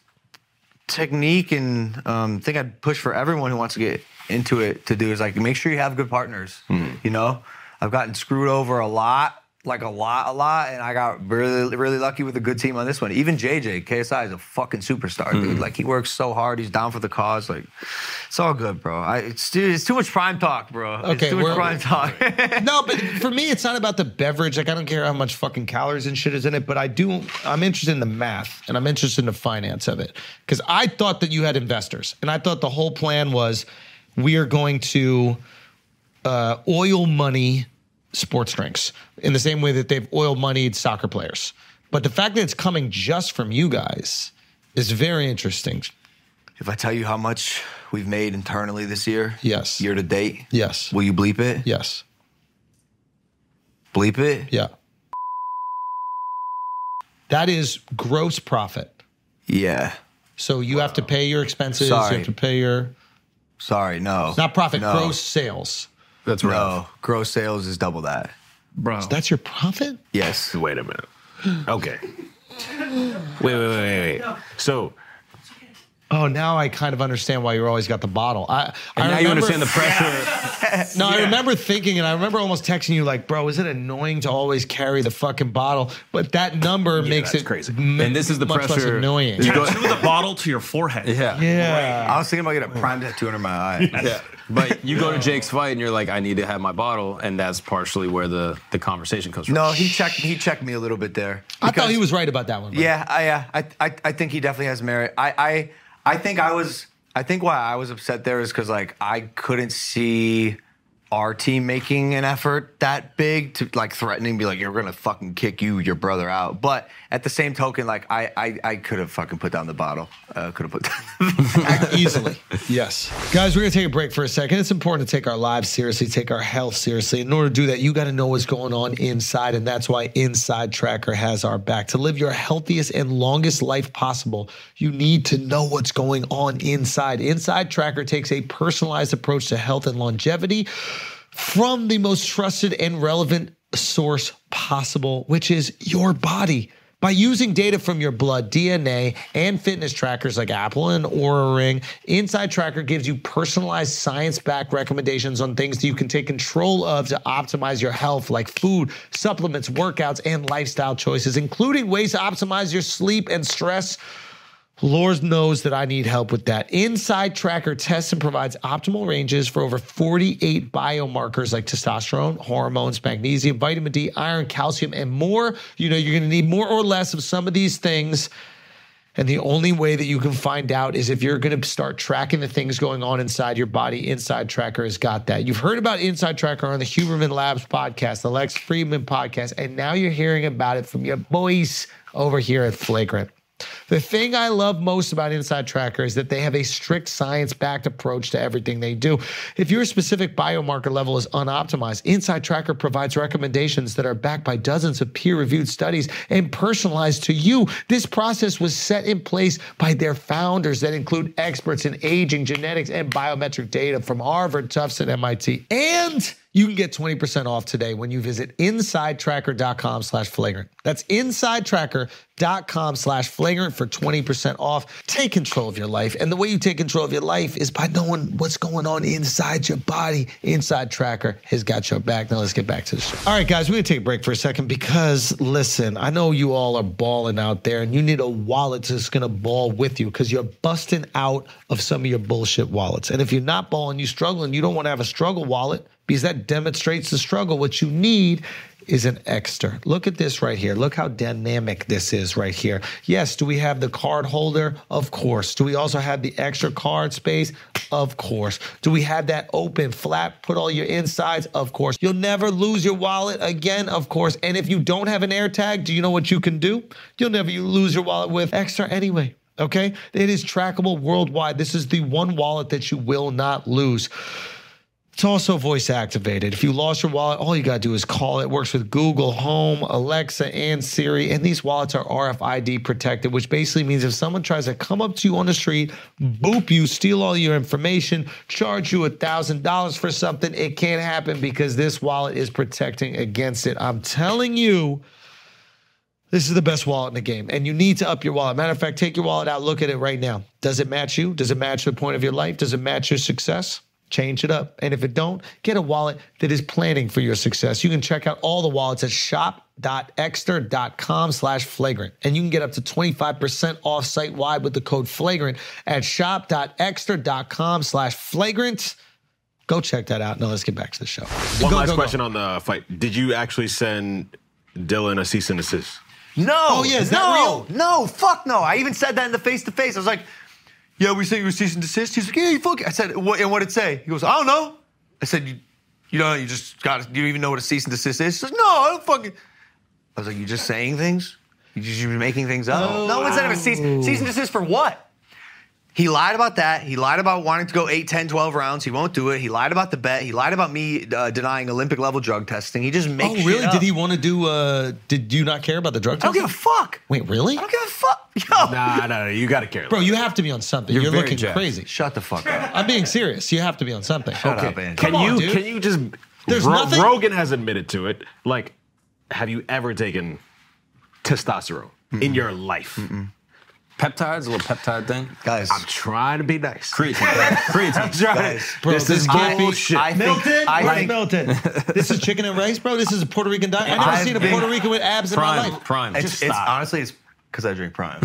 [SPEAKER 5] technique and um, thing I'd push for everyone who wants to get into it to do is like make sure you have good partners. You know, I've gotten screwed over a lot, like a lot, a lot, and I got really, really lucky with a good team on this one. Even JJ KSI is a fucking superstar, dude. Like he works so hard, he's down for the cause. Like it's all good, bro. I, it's dude, it's too much prime talk, bro. it's
[SPEAKER 1] Okay,
[SPEAKER 5] too much
[SPEAKER 1] we're-
[SPEAKER 5] prime talk.
[SPEAKER 1] no, but for me, it's not about the beverage. Like, I don't care how much fucking calories and shit is in it, but I do, I'm interested in the math and I'm interested in the finance of it. Cause I thought that you had investors and I thought the whole plan was we are going to uh, oil money sports drinks in the same way that they've oil moneyed soccer players. But the fact that it's coming just from you guys is very interesting.
[SPEAKER 5] If I tell you how much we've made internally this year,
[SPEAKER 1] Yes.
[SPEAKER 5] year to date,
[SPEAKER 1] Yes.
[SPEAKER 5] will you bleep it?
[SPEAKER 1] Yes.
[SPEAKER 5] Bleep it?
[SPEAKER 1] Yeah. That is gross profit.
[SPEAKER 5] Yeah.
[SPEAKER 1] So you have to pay your expenses. You
[SPEAKER 5] Sorry.
[SPEAKER 1] have to pay your
[SPEAKER 5] Sorry, no.
[SPEAKER 1] not profit,
[SPEAKER 5] No.
[SPEAKER 1] gross sales.
[SPEAKER 3] That's
[SPEAKER 5] No, gross sales is double that.
[SPEAKER 4] bro.
[SPEAKER 1] That's your profit?
[SPEAKER 5] Yes.
[SPEAKER 7] Wait a minute. Okay. Wait, wait, wait, wait, wait. So
[SPEAKER 1] Oh, now I kind of understand why you always got the bottle. I, I
[SPEAKER 3] And now
[SPEAKER 1] remember,
[SPEAKER 3] you understand the pressure.
[SPEAKER 1] No, I remember thinking, and I remember almost texting you like, "Bro, is it annoying to always carry the fucking bottle?" But that number makes
[SPEAKER 7] that's
[SPEAKER 1] it
[SPEAKER 7] crazy.
[SPEAKER 1] m-
[SPEAKER 3] And this is the
[SPEAKER 1] much less
[SPEAKER 3] pressure-
[SPEAKER 1] annoying.
[SPEAKER 3] You go-
[SPEAKER 8] Tattoo the bottle to your forehead.
[SPEAKER 3] yeah.
[SPEAKER 1] Yeah.
[SPEAKER 5] I was thinking about
[SPEAKER 1] Oh.
[SPEAKER 5] getting a prime tattoo under my eye.
[SPEAKER 3] Yeah. But you go to Jake's fight and you're like, I need to have my bottle, and that's partially where the, the conversation comes from.
[SPEAKER 5] No, he checked. He checked me a little bit there.
[SPEAKER 1] I thought
[SPEAKER 5] Because-
[SPEAKER 1] he was right about that one. bro.
[SPEAKER 5] Yeah, I, uh, I, I, I think he definitely has merit. I, I, I think I was. I think why I was upset there is because like I couldn't see our team making an effort that big to like threatening, be like, you're gonna fucking kick you, your brother out. But at the same token, like I, I, I could have fucking put down the bottle. Uh, could have put.
[SPEAKER 1] easily. Yes. Guys, we're going to take a break for a second. It's important to take our lives seriously, take our health seriously. In order to do that, you got to know what's going on inside. And that's why Inside Tracker has our back. To live your healthiest and longest life possible, you need to know what's going on inside. Inside Tracker takes a personalized approach to health and longevity from the most trusted and relevant source possible, which is your body. By using data from your blood, DNA, and fitness trackers like Apple and Aura Ring, Inside Tracker gives you personalized science backed recommendations on things that you can take control of to optimize your health, like food, supplements, workouts, and lifestyle choices, including ways to optimize your sleep and stress. Lord knows that I need help with that. Inside Tracker tests and provides optimal ranges for over 48 biomarkers like testosterone, hormones, magnesium, vitamin D, iron, calcium, and more. You know, you're going to need more or less of some of these things. And the only way that you can find out is if you're going to start tracking the things going on inside your body. Inside Tracker has got that. You've heard about Inside Tracker on the Huberman Labs podcast, the Lex Friedman podcast, and now you're hearing about it from your boys over here at Flagrant. The thing I love most about Inside Tracker is that they have a strict science backed approach to everything they do. If your specific biomarker level is unoptimized, Inside Tracker provides recommendations that are backed by dozens of peer reviewed studies and personalized to you. This process was set in place by their founders that include experts in aging, genetics, and biometric data from Harvard, Tufts, and MIT. And you can get 20% off today when you visit insidetracker.com slash flagrant. That's insidetracker.com slash flagrant for 20% off. Take control of your life. And the way you take control of your life is by knowing what's going on inside your body. Inside Tracker has got your back. Now let's get back to the show. All right, guys, we're going to take a break for a second because listen, I know you all are balling out there and you need a wallet that's going to ball with you because you're busting out of some of your bullshit wallets. And if you're not balling, you're struggling, you don't want to have a struggle wallet because that demonstrates the struggle. What you need is an extra. Look at this right here. Look how dynamic this is right here. Yes, do we have the card holder? Of course. Do we also have the extra card space? Of course. Do we have that open flap? Put all your insides? Of course. You'll never lose your wallet again, of course. And if you don't have an AirTag, do you know what you can do? You'll never lose your wallet with extra anyway. Okay? It is trackable worldwide. This is the one wallet that you will not lose. It's also voice activated. If you lost your wallet, all you got to do is call. It works with Google Home, Alexa, and Siri. And these wallets are RFID protected, which basically means if someone tries to come up to you on the street, boop you, steal all your information, charge you $1,000 for something, it can't happen because this wallet is protecting against it. I'm telling you. This is the best wallet in the game, and you need to up your wallet. Matter of fact, take your wallet out, look at it right now. Does it match you? Does it match the point of your life? Does it match your success? Change it up. And if it don't, get a wallet that is planning for your success. You can check out all the wallets at shop.exter.com slash flagrant. And you can get up to 25% off site wide with the code flagrant at shop.exter.com slash flagrant. Go check that out. Now let's get back to the show.
[SPEAKER 7] one
[SPEAKER 1] Go,
[SPEAKER 7] last
[SPEAKER 1] go, go.
[SPEAKER 7] question on the fight. Did you actually send Dylan a cease and desist?
[SPEAKER 5] No.
[SPEAKER 1] Oh, yeah, is that
[SPEAKER 5] no, No, fuck no. I even said that in the face to face. I was like, yeah, we sent you a cease and desist. He's like, yeah, you fuck. it." I said, what, and what'd it say? He goes, I don't know. I said, you, you don't know, you just got, you don't even know what a cease and desist is. He says, no, I don't fucking. I was like, you just saying things? You just, you're making things up? no one said it was cease, cease and desist for what? He lied about that. He lied about wanting to go 8, 10, 12 rounds. He won't do it. He lied about the bet. He lied about me uh, denying Olympic level drug testing. He just makes
[SPEAKER 1] Oh,
[SPEAKER 5] shit
[SPEAKER 1] really?
[SPEAKER 5] up.
[SPEAKER 1] Did he want to do, uh, did you not care about the drug
[SPEAKER 5] I don't
[SPEAKER 1] test?
[SPEAKER 5] give a fuck.
[SPEAKER 1] Wait, really?
[SPEAKER 5] I don't give a fuck. Yo.
[SPEAKER 7] Nah, nah, nah. You got to care.
[SPEAKER 1] Oh. Bro, you have to be on something. You're,
[SPEAKER 3] You're very
[SPEAKER 1] looking
[SPEAKER 3] jacked.
[SPEAKER 1] crazy.
[SPEAKER 5] Shut the fuck up.
[SPEAKER 1] I'm being serious. You have to be on something.
[SPEAKER 5] Shut up, Andy.
[SPEAKER 7] can
[SPEAKER 1] come on,
[SPEAKER 7] you
[SPEAKER 1] dude.
[SPEAKER 7] can you just?
[SPEAKER 1] There's
[SPEAKER 7] Ro-
[SPEAKER 1] nothing-
[SPEAKER 7] Rogan has admitted to it. Like, have you ever taken testosterone in your life.
[SPEAKER 3] Peptides, a little peptide thing.
[SPEAKER 5] Guys,
[SPEAKER 7] I'm trying to be nice.
[SPEAKER 3] Creatine.
[SPEAKER 7] I'm
[SPEAKER 3] Creatine.
[SPEAKER 7] trying to-
[SPEAKER 5] Guys,
[SPEAKER 6] Bro,
[SPEAKER 7] this,
[SPEAKER 6] this
[SPEAKER 7] is
[SPEAKER 6] guy-
[SPEAKER 7] bullshit.
[SPEAKER 5] I think,
[SPEAKER 6] Milton,
[SPEAKER 5] I
[SPEAKER 6] where's
[SPEAKER 5] think,
[SPEAKER 6] Milton? this is chicken and rice, bro. This is a Puerto Rican diet. I never
[SPEAKER 5] I've
[SPEAKER 6] seen a
[SPEAKER 5] been-
[SPEAKER 6] Puerto Rican with abs in my
[SPEAKER 3] Prime.
[SPEAKER 6] life.
[SPEAKER 3] Prime.
[SPEAKER 5] it's,
[SPEAKER 3] Just
[SPEAKER 5] it's
[SPEAKER 3] stop.
[SPEAKER 5] honestly, it's because I drink Prime.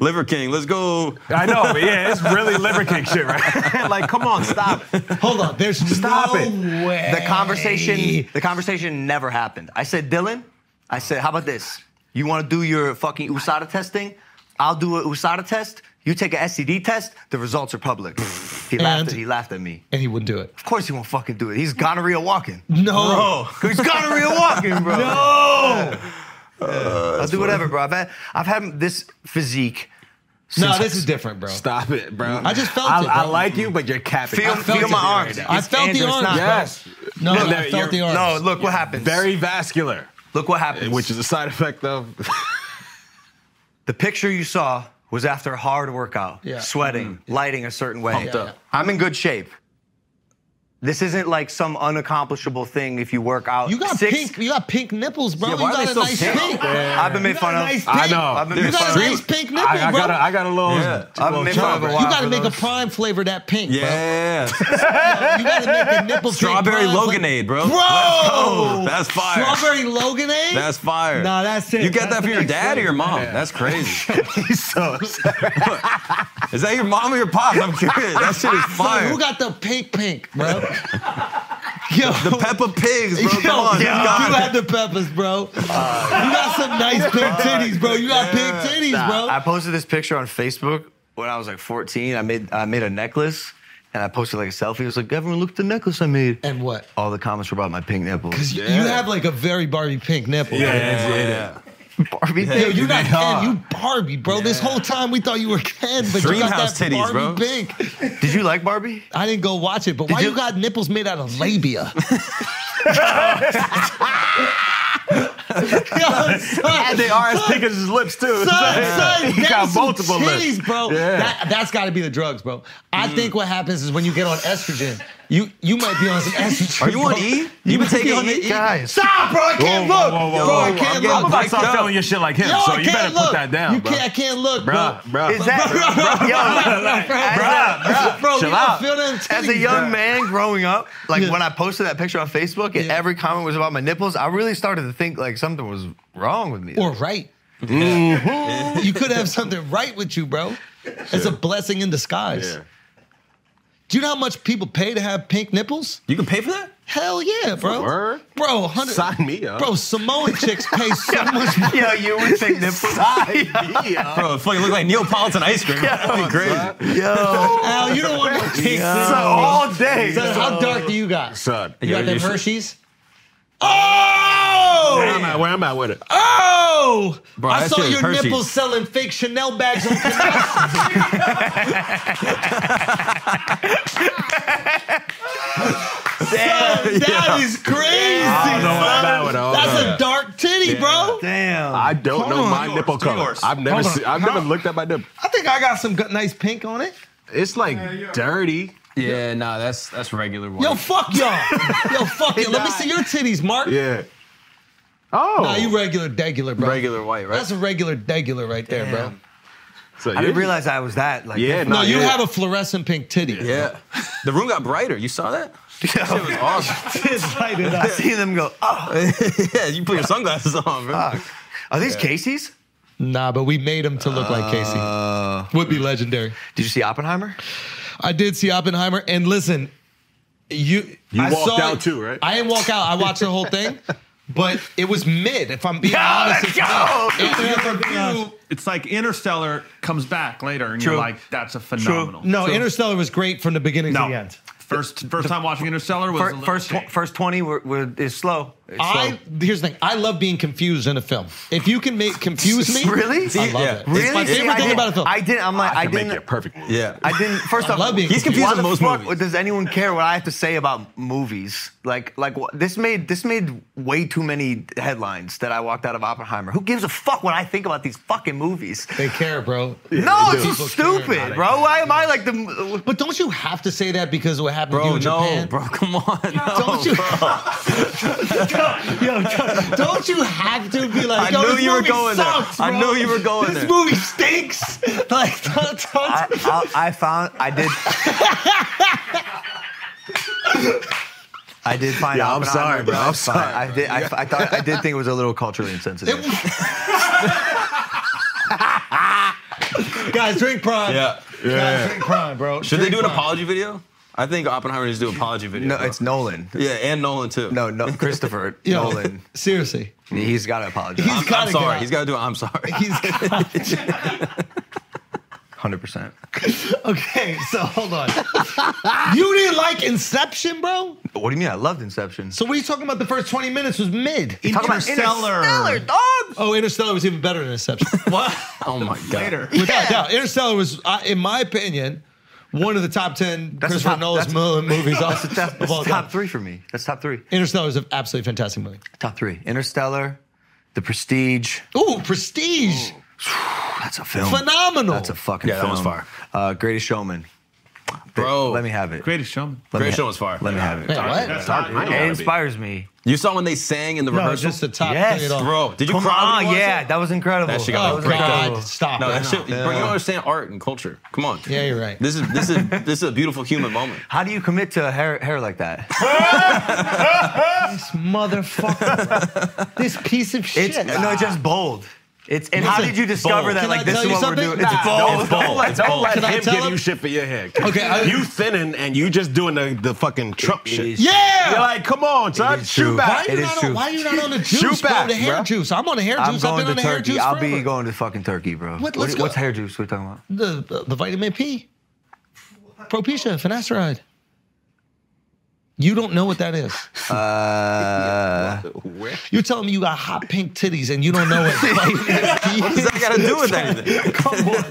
[SPEAKER 3] Liver King. Let's go.
[SPEAKER 9] I know, but yeah, it's really liver king shit, right? like, come on, stop it.
[SPEAKER 6] Hold on, there's
[SPEAKER 9] Stop
[SPEAKER 6] no
[SPEAKER 9] it.
[SPEAKER 6] way.
[SPEAKER 5] the conversation the conversation never happened. I said, Dylan, I said, how about this? You want to do your fucking USADA testing? I'll do a USADA test. You take an STD test. The results are public. He laughed.
[SPEAKER 6] And-
[SPEAKER 5] At, he laughed at me.
[SPEAKER 6] And he wouldn't do it.
[SPEAKER 5] Of course, he won't fucking do it. He's gonorrhea walking.
[SPEAKER 6] Oh. No.
[SPEAKER 5] He's gonorrhea walking, bro. No. I'll do whatever, bro. I've had, I've had this physique.
[SPEAKER 6] No, this is different, bro.
[SPEAKER 7] Stop it, bro.
[SPEAKER 6] I just felt
[SPEAKER 7] I,
[SPEAKER 6] it,
[SPEAKER 7] I
[SPEAKER 6] bro.
[SPEAKER 7] like you, but you're capping.
[SPEAKER 5] Feel,
[SPEAKER 6] felt
[SPEAKER 5] feel
[SPEAKER 6] it
[SPEAKER 5] my
[SPEAKER 6] right
[SPEAKER 5] arms.
[SPEAKER 6] now. I
[SPEAKER 5] It's
[SPEAKER 6] felt the
[SPEAKER 5] Andrew, it's
[SPEAKER 6] arms,
[SPEAKER 5] not-
[SPEAKER 6] bro.
[SPEAKER 7] yes.
[SPEAKER 6] No,
[SPEAKER 7] Look,
[SPEAKER 6] I
[SPEAKER 7] there-
[SPEAKER 6] felt the
[SPEAKER 7] you're-
[SPEAKER 6] arms.
[SPEAKER 5] No, look what happens.
[SPEAKER 7] Very vascular,
[SPEAKER 5] Look what happens.
[SPEAKER 7] which is a side effect of.
[SPEAKER 5] The picture you saw was after a hard workout,
[SPEAKER 6] Yeah.
[SPEAKER 5] sweating, lighting a certain way.
[SPEAKER 3] Pumped up.
[SPEAKER 5] I'm in good shape. This isn't like some unaccomplishable thing if you work out.
[SPEAKER 6] You got
[SPEAKER 5] six,
[SPEAKER 6] pink. You got pink nipples, bro.
[SPEAKER 5] Yeah,
[SPEAKER 6] you
[SPEAKER 5] why are
[SPEAKER 6] got
[SPEAKER 5] they
[SPEAKER 6] a
[SPEAKER 5] so
[SPEAKER 6] nice
[SPEAKER 5] pink?
[SPEAKER 6] pink.
[SPEAKER 5] I've been
[SPEAKER 6] You
[SPEAKER 5] made
[SPEAKER 6] got
[SPEAKER 5] fun
[SPEAKER 6] a
[SPEAKER 5] of.
[SPEAKER 6] nice pink.
[SPEAKER 7] I know.
[SPEAKER 5] I've been
[SPEAKER 6] You
[SPEAKER 5] made
[SPEAKER 6] got
[SPEAKER 5] fun
[SPEAKER 6] a
[SPEAKER 5] of.
[SPEAKER 6] nice pink nipple,
[SPEAKER 7] I, I
[SPEAKER 6] bro.
[SPEAKER 7] got a, I got a little.
[SPEAKER 3] Yeah.
[SPEAKER 5] I've
[SPEAKER 7] little
[SPEAKER 5] been made fun of
[SPEAKER 7] chunk.
[SPEAKER 5] a
[SPEAKER 6] you
[SPEAKER 5] while
[SPEAKER 6] got
[SPEAKER 5] for
[SPEAKER 6] to make a
[SPEAKER 5] those.
[SPEAKER 6] prime flavor that pink,
[SPEAKER 3] Yeah.
[SPEAKER 6] bro. You got to make the nipple pink
[SPEAKER 3] Strawberry
[SPEAKER 6] prime flavor.
[SPEAKER 3] Loganade, bro.
[SPEAKER 6] Bro,
[SPEAKER 3] That's fire.
[SPEAKER 6] Strawberry Loganade.
[SPEAKER 3] That's fire.
[SPEAKER 6] Nah, that's it.
[SPEAKER 3] You got
[SPEAKER 6] That's
[SPEAKER 3] that for
[SPEAKER 6] the
[SPEAKER 3] your
[SPEAKER 6] next
[SPEAKER 3] dad or
[SPEAKER 6] level.
[SPEAKER 3] your mom? That's crazy.
[SPEAKER 7] He's so upset.
[SPEAKER 3] Is that your mom or your pop? I'm curious. That shit is
[SPEAKER 6] Son,
[SPEAKER 3] fire.
[SPEAKER 6] who got the pink pink, bro? Yo,
[SPEAKER 3] the Peppa Pigs,
[SPEAKER 6] Yo,
[SPEAKER 3] bro. Come on.
[SPEAKER 6] you
[SPEAKER 3] Who's got it?
[SPEAKER 6] had the peppers, bro. you got some nice big titties, bro. You got big titties, bro.
[SPEAKER 5] I posted this picture on Facebook when I was like 14. I made I made a necklace and I posted like a selfie. It was like, everyone look at the necklace I made.
[SPEAKER 6] and what?
[SPEAKER 5] All the comments were about my pink nipples.
[SPEAKER 6] Because you have like a very Barbie pink nipple.
[SPEAKER 3] Yeah.
[SPEAKER 5] Barbie
[SPEAKER 6] Yo,
[SPEAKER 5] thing.
[SPEAKER 6] you got Ken, you Barbie, bro. This whole time we thought you were Ken, but
[SPEAKER 3] Dream
[SPEAKER 6] you got
[SPEAKER 3] house
[SPEAKER 6] that
[SPEAKER 3] titties,
[SPEAKER 6] Barbie
[SPEAKER 3] bro.
[SPEAKER 6] pink.
[SPEAKER 5] Did you like Barbie?
[SPEAKER 6] I didn't go watch it, but why you
[SPEAKER 5] you-
[SPEAKER 6] got nipples made out of labia? Yo, son,
[SPEAKER 9] They are as thick as his lips, too.
[SPEAKER 6] son, son,
[SPEAKER 9] he
[SPEAKER 6] that
[SPEAKER 9] got
[SPEAKER 6] was some
[SPEAKER 9] multiple lips. Mm.
[SPEAKER 6] titties, bro. That, that's got to be the drugs, bro. I think what happens is when you get on estrogen, you you might be on some estrogen.
[SPEAKER 3] Are you on
[SPEAKER 6] bro.
[SPEAKER 3] E? You been
[SPEAKER 6] might be
[SPEAKER 3] taking
[SPEAKER 6] on the
[SPEAKER 3] E?
[SPEAKER 5] Guys.
[SPEAKER 6] Stop, bro! I can't
[SPEAKER 9] Whoa,
[SPEAKER 6] look,
[SPEAKER 9] whoa, whoa,
[SPEAKER 6] bro.
[SPEAKER 9] whoa,
[SPEAKER 6] I
[SPEAKER 9] whoa.
[SPEAKER 6] can't
[SPEAKER 3] I'm
[SPEAKER 6] look.
[SPEAKER 9] I'm about to start
[SPEAKER 3] Yo.
[SPEAKER 9] telling you shit like him,
[SPEAKER 6] Yo,
[SPEAKER 9] so
[SPEAKER 6] I
[SPEAKER 9] you
[SPEAKER 6] can't
[SPEAKER 9] better
[SPEAKER 6] look.
[SPEAKER 9] put that down,
[SPEAKER 6] You
[SPEAKER 9] bro.
[SPEAKER 6] can't, I can't look,
[SPEAKER 9] Bruh,
[SPEAKER 6] bro.
[SPEAKER 9] bruh.
[SPEAKER 5] Is that bro,
[SPEAKER 6] Bro, bro, you
[SPEAKER 9] chill
[SPEAKER 6] don't
[SPEAKER 9] out.
[SPEAKER 6] feel them titties,
[SPEAKER 5] As a young man growing up, like
[SPEAKER 6] Yeah.
[SPEAKER 5] when I posted that picture on Facebook and
[SPEAKER 6] Yeah.
[SPEAKER 5] every comment was about my nipples, I really started to think like something was wrong with me.
[SPEAKER 6] or right. you could have something right with you, bro. It's a blessing in disguise. Do you know how much people pay to have pink nipples?
[SPEAKER 3] You can pay for that?
[SPEAKER 6] Hell yeah, bro.
[SPEAKER 7] Word?
[SPEAKER 6] Bro, hundred.
[SPEAKER 7] Sign me up.
[SPEAKER 6] Bro, Samoan chicks pay so much. money.
[SPEAKER 5] yeah, you would think nipples.
[SPEAKER 3] Bro, it fucking look like Neapolitan ice cream. That'd be crazy.
[SPEAKER 5] Yo,
[SPEAKER 6] Al, you don't want no pink nipples.
[SPEAKER 5] all day.
[SPEAKER 6] So how dark do you got?
[SPEAKER 7] Son,
[SPEAKER 6] You got
[SPEAKER 7] you're-
[SPEAKER 6] them
[SPEAKER 7] you're-
[SPEAKER 6] Hershey's? Oh!
[SPEAKER 7] Where I'm at, where I'm at with it.
[SPEAKER 6] Oh!
[SPEAKER 3] Bro,
[SPEAKER 6] I
[SPEAKER 3] that
[SPEAKER 6] saw
[SPEAKER 3] shit is
[SPEAKER 6] your
[SPEAKER 3] Hershey's.
[SPEAKER 6] nipples selling fake Chanel bags on Canal Street. Son, That is crazy. son.
[SPEAKER 7] I'm at with it. Hold on.
[SPEAKER 6] That's a dark titty, bro.
[SPEAKER 5] Damn.
[SPEAKER 7] I don't know my nipple color. I've never
[SPEAKER 6] Hold on.
[SPEAKER 7] seen, I've never looked at my nipple.
[SPEAKER 6] I think I got some good, nice pink on it.
[SPEAKER 7] It's like dirty.
[SPEAKER 3] Yeah, nah, that's that's regular one.
[SPEAKER 6] Yo, fuck y'all. Yo, fuck it. Let me see your titties, Mark.
[SPEAKER 7] Yeah. Oh.
[SPEAKER 6] Nah, you regular, degular, bro.
[SPEAKER 3] regular white, right?
[SPEAKER 6] That's a regular degular right there, bro.
[SPEAKER 7] So
[SPEAKER 5] I didn't
[SPEAKER 7] you're-
[SPEAKER 5] realize I was that. Like,
[SPEAKER 7] Yeah,
[SPEAKER 5] that-
[SPEAKER 6] No,
[SPEAKER 7] Nah,
[SPEAKER 6] you
[SPEAKER 7] yeah.
[SPEAKER 6] have a fluorescent pink titty.
[SPEAKER 3] yeah. The room got brighter. You saw that? That shit was awesome.
[SPEAKER 6] It's lighted up.
[SPEAKER 5] I see them go. Oh,
[SPEAKER 3] yeah, you put your sunglasses on, bro.
[SPEAKER 5] fuck. Are these Casey's?
[SPEAKER 6] Nah, but we made him to look like Casey. Would be legendary.
[SPEAKER 5] Did you see Oppenheimer?
[SPEAKER 6] I did see Oppenheimer, and listen, you
[SPEAKER 7] You
[SPEAKER 6] I
[SPEAKER 7] walked
[SPEAKER 6] saw
[SPEAKER 7] out
[SPEAKER 6] it.
[SPEAKER 7] too, right?
[SPEAKER 6] I didn't walk out. I watched the whole thing, but it was mid. If I'm being honest, with you. If I'm being honest.
[SPEAKER 1] It's like Interstellar comes back later, and
[SPEAKER 5] True.
[SPEAKER 1] you're like, "That's a phenomenal."
[SPEAKER 6] no,
[SPEAKER 1] True.
[SPEAKER 6] Interstellar was great from the beginning
[SPEAKER 1] no.
[SPEAKER 6] to the end.
[SPEAKER 1] First, first time watching Interstellar was a
[SPEAKER 5] Fir-
[SPEAKER 1] little
[SPEAKER 5] First,
[SPEAKER 1] shady.
[SPEAKER 5] tw- first twenty were, were is slow. It's
[SPEAKER 6] I
[SPEAKER 5] slow.
[SPEAKER 6] here's the thing. I love being confused in a film. If you can make confuse me,
[SPEAKER 5] Really?
[SPEAKER 6] I love
[SPEAKER 3] Yeah.
[SPEAKER 6] it.
[SPEAKER 5] Really?
[SPEAKER 6] It's my
[SPEAKER 5] See,
[SPEAKER 6] favorite
[SPEAKER 5] I
[SPEAKER 6] thing
[SPEAKER 5] didn't-
[SPEAKER 6] about a film.
[SPEAKER 5] I didn't. I'm like, I,
[SPEAKER 7] I can
[SPEAKER 5] didn't.
[SPEAKER 7] make it a perfect movie.
[SPEAKER 3] Yeah.
[SPEAKER 5] I didn't. First
[SPEAKER 6] I
[SPEAKER 5] off,
[SPEAKER 6] love being
[SPEAKER 3] He's confused
[SPEAKER 5] why
[SPEAKER 3] in
[SPEAKER 5] the
[SPEAKER 3] most
[SPEAKER 5] fuck
[SPEAKER 3] movies.
[SPEAKER 5] Does anyone care what I have to say about movies? Like, like wh- this made this made way too many headlines that I walked out of Oppenheimer. Who gives a fuck what I think about these fucking movies?
[SPEAKER 6] They care, bro.
[SPEAKER 5] no, it's
[SPEAKER 6] do.
[SPEAKER 5] just
[SPEAKER 6] People care.
[SPEAKER 5] stupid, bro. Why am I like the?
[SPEAKER 6] But don't you have to say that because of what happened to you
[SPEAKER 3] Bro,
[SPEAKER 6] in
[SPEAKER 3] no,
[SPEAKER 6] Japan?
[SPEAKER 3] bro, come on.
[SPEAKER 6] Don't you? yo, don't- don't you have to be
[SPEAKER 5] I
[SPEAKER 6] like, yo,
[SPEAKER 5] knew
[SPEAKER 6] this
[SPEAKER 5] you were
[SPEAKER 6] movie
[SPEAKER 5] going there.
[SPEAKER 6] sucks,
[SPEAKER 5] I
[SPEAKER 6] bro.
[SPEAKER 5] knew you were going
[SPEAKER 6] This
[SPEAKER 5] there.
[SPEAKER 6] movie stinks. Like, don't, don't-
[SPEAKER 5] I, I, I found I did. I did find.
[SPEAKER 7] Yeah, I'm
[SPEAKER 5] Oppenheimer,
[SPEAKER 7] sorry, bro. I'm
[SPEAKER 5] it's fine.
[SPEAKER 7] sorry,
[SPEAKER 5] I did. I, I thought I did think it was a little culturally insensitive.
[SPEAKER 6] guys, drink prime.
[SPEAKER 3] Yeah.
[SPEAKER 6] Guys, drink prime, bro.
[SPEAKER 3] Should they
[SPEAKER 6] Drink
[SPEAKER 3] do an
[SPEAKER 6] Prime.
[SPEAKER 3] apology video? I think Oppenheimer needs to do an apology video.
[SPEAKER 5] no,
[SPEAKER 3] bro.
[SPEAKER 5] it's Nolan.
[SPEAKER 3] yeah, and Nolan too.
[SPEAKER 5] No, no, Christopher
[SPEAKER 6] Yo,
[SPEAKER 5] Nolan.
[SPEAKER 6] Seriously.
[SPEAKER 5] He's got to apologize.
[SPEAKER 6] He's
[SPEAKER 3] I'm,
[SPEAKER 6] gotta
[SPEAKER 3] I'm
[SPEAKER 6] get
[SPEAKER 3] sorry.
[SPEAKER 6] out.
[SPEAKER 3] He's got to do. it. I'm sorry.
[SPEAKER 6] He's
[SPEAKER 5] Hundred percent.
[SPEAKER 6] okay. So hold on. you didn't like Inception, bro.
[SPEAKER 5] What do you mean? I loved Inception.
[SPEAKER 6] So what are you talking about? The first twenty minutes was mid.
[SPEAKER 5] Talk about
[SPEAKER 1] Interstellar.
[SPEAKER 6] Oh, Interstellar was even better than Inception.
[SPEAKER 1] What?
[SPEAKER 3] Oh my god.
[SPEAKER 1] Later.
[SPEAKER 6] Without doubt, Interstellar was, uh, in my opinion, one of the top ten
[SPEAKER 5] That's
[SPEAKER 6] Christopher
[SPEAKER 5] top-
[SPEAKER 6] Nolan's
[SPEAKER 5] that's-
[SPEAKER 6] Nolan movies
[SPEAKER 5] That's,
[SPEAKER 6] of,
[SPEAKER 5] that's,
[SPEAKER 6] of all
[SPEAKER 5] that's top
[SPEAKER 6] time.
[SPEAKER 5] three for me. That's top three.
[SPEAKER 6] Interstellar is an absolutely fantastic movie.
[SPEAKER 5] Top three. Interstellar, The Prestige.
[SPEAKER 6] Ooh, Prestige,
[SPEAKER 5] That's a film.
[SPEAKER 6] phenomenal.
[SPEAKER 5] That's a fucking
[SPEAKER 3] Yeah, that
[SPEAKER 5] film.
[SPEAKER 3] was fire.
[SPEAKER 5] Uh, Greatest Showman.
[SPEAKER 6] Oh,
[SPEAKER 3] Bro.
[SPEAKER 5] Let me have it.
[SPEAKER 1] Greatest showman.
[SPEAKER 5] Let me
[SPEAKER 3] Great
[SPEAKER 5] ha-
[SPEAKER 3] show was fire.
[SPEAKER 5] Let me have it.
[SPEAKER 6] Wait, what?
[SPEAKER 7] That's hard. I know
[SPEAKER 5] It
[SPEAKER 7] how to be.
[SPEAKER 5] inspires me.
[SPEAKER 3] You saw when they sang in the
[SPEAKER 6] no,
[SPEAKER 3] rehearsal,
[SPEAKER 6] just the top
[SPEAKER 5] Yes,
[SPEAKER 6] three at all.
[SPEAKER 3] bro. Did you
[SPEAKER 5] Come
[SPEAKER 3] cry? when
[SPEAKER 5] on,
[SPEAKER 3] you watched
[SPEAKER 5] yeah,
[SPEAKER 3] it?
[SPEAKER 5] that was incredible.
[SPEAKER 3] That shit got
[SPEAKER 5] That was
[SPEAKER 3] me
[SPEAKER 6] Oh,
[SPEAKER 3] freaked
[SPEAKER 5] incredible.
[SPEAKER 3] out.
[SPEAKER 6] God, stop.
[SPEAKER 3] No,
[SPEAKER 6] it.
[SPEAKER 3] that shit. Bro, you don't understand art and culture. Come on.
[SPEAKER 6] Yeah, you're right.
[SPEAKER 3] This is this is this is a beautiful human moment.
[SPEAKER 5] How do you commit to hair hair like that?
[SPEAKER 6] This motherfucker. this piece of
[SPEAKER 5] It's
[SPEAKER 6] shit.
[SPEAKER 5] no, it's just bold. It's and how
[SPEAKER 6] Listen,
[SPEAKER 5] did you discover
[SPEAKER 6] bold.
[SPEAKER 5] that?
[SPEAKER 6] Can I
[SPEAKER 5] like this
[SPEAKER 6] tell
[SPEAKER 5] is
[SPEAKER 6] you
[SPEAKER 5] what
[SPEAKER 6] something?
[SPEAKER 5] we're doing.
[SPEAKER 6] Nah.
[SPEAKER 5] It's bold.
[SPEAKER 3] It's bold. It's bold.
[SPEAKER 7] Let
[SPEAKER 6] Can I
[SPEAKER 7] him
[SPEAKER 6] tell
[SPEAKER 7] give
[SPEAKER 6] him?
[SPEAKER 7] you shit for your head.
[SPEAKER 6] Okay, I-
[SPEAKER 7] you thinning and you just doing the, the fucking Trump shit.
[SPEAKER 5] is-
[SPEAKER 6] yeah.
[SPEAKER 7] You're like, come on, son,
[SPEAKER 5] is
[SPEAKER 7] shoot
[SPEAKER 5] true.
[SPEAKER 6] why
[SPEAKER 7] back.
[SPEAKER 6] are
[SPEAKER 5] it
[SPEAKER 6] you
[SPEAKER 5] is
[SPEAKER 6] not on?
[SPEAKER 5] true.
[SPEAKER 6] Why are you not on the juice?
[SPEAKER 7] Shoot
[SPEAKER 6] bro,
[SPEAKER 7] back,
[SPEAKER 6] the hair
[SPEAKER 7] bruh.
[SPEAKER 6] juice. I'm on the hair
[SPEAKER 5] I'm
[SPEAKER 6] juice.
[SPEAKER 5] going
[SPEAKER 6] I've been
[SPEAKER 5] to
[SPEAKER 6] on the hair
[SPEAKER 5] Turkey.
[SPEAKER 6] juice
[SPEAKER 5] I'll
[SPEAKER 6] forever.
[SPEAKER 5] be going to fucking Turkey, bro.
[SPEAKER 6] What- let's go.
[SPEAKER 5] What's hair juice we're talking about?
[SPEAKER 6] the, the, the vitamin P, Propecia, finasteride. You don't know what that is.
[SPEAKER 5] Uh,
[SPEAKER 6] You're telling me you got hot pink titties and you don't know what vitamin P
[SPEAKER 3] What does
[SPEAKER 6] is.
[SPEAKER 3] that got to do with anything?
[SPEAKER 6] Come on,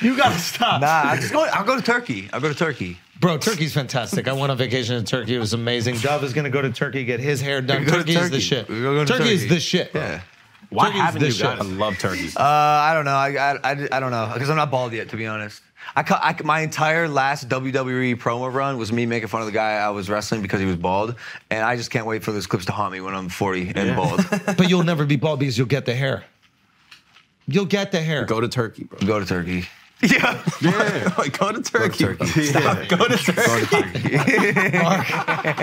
[SPEAKER 6] you gotta stop,
[SPEAKER 5] Nah, I just go. I'll go to Turkey. I'll go to Turkey.
[SPEAKER 6] bro. Turkey's fantastic. I went on vacation in Turkey. It was amazing. Dove is gonna go to Turkey get his hair done.
[SPEAKER 5] We go to
[SPEAKER 6] Turkey, is the
[SPEAKER 5] Turkey.
[SPEAKER 6] shit.
[SPEAKER 5] We go to
[SPEAKER 6] Turkey, is
[SPEAKER 5] Turkey.
[SPEAKER 6] the shit. bro.
[SPEAKER 5] Yeah.
[SPEAKER 7] Why
[SPEAKER 6] Turkey's
[SPEAKER 7] haven't
[SPEAKER 6] this
[SPEAKER 7] you
[SPEAKER 6] shit.
[SPEAKER 7] got
[SPEAKER 3] I love turkey.
[SPEAKER 5] Uh, I don't know. I, I, I, I don't know because I'm not bald yet, to be honest. I, cu- I my entire last WWE promo run was me making fun of the guy I was wrestling because he was bald, and I just can't wait for those clips to haunt me when I'm 40 and bald.
[SPEAKER 6] But you'll never be bald because you'll get the hair. You'll get the hair.
[SPEAKER 3] Go to Turkey, bro.
[SPEAKER 5] Go to Turkey.
[SPEAKER 3] Yeah. yeah. like, go to Turkey.
[SPEAKER 5] Turkey.
[SPEAKER 3] bro. Stop. Go to Turkey.
[SPEAKER 6] Mark,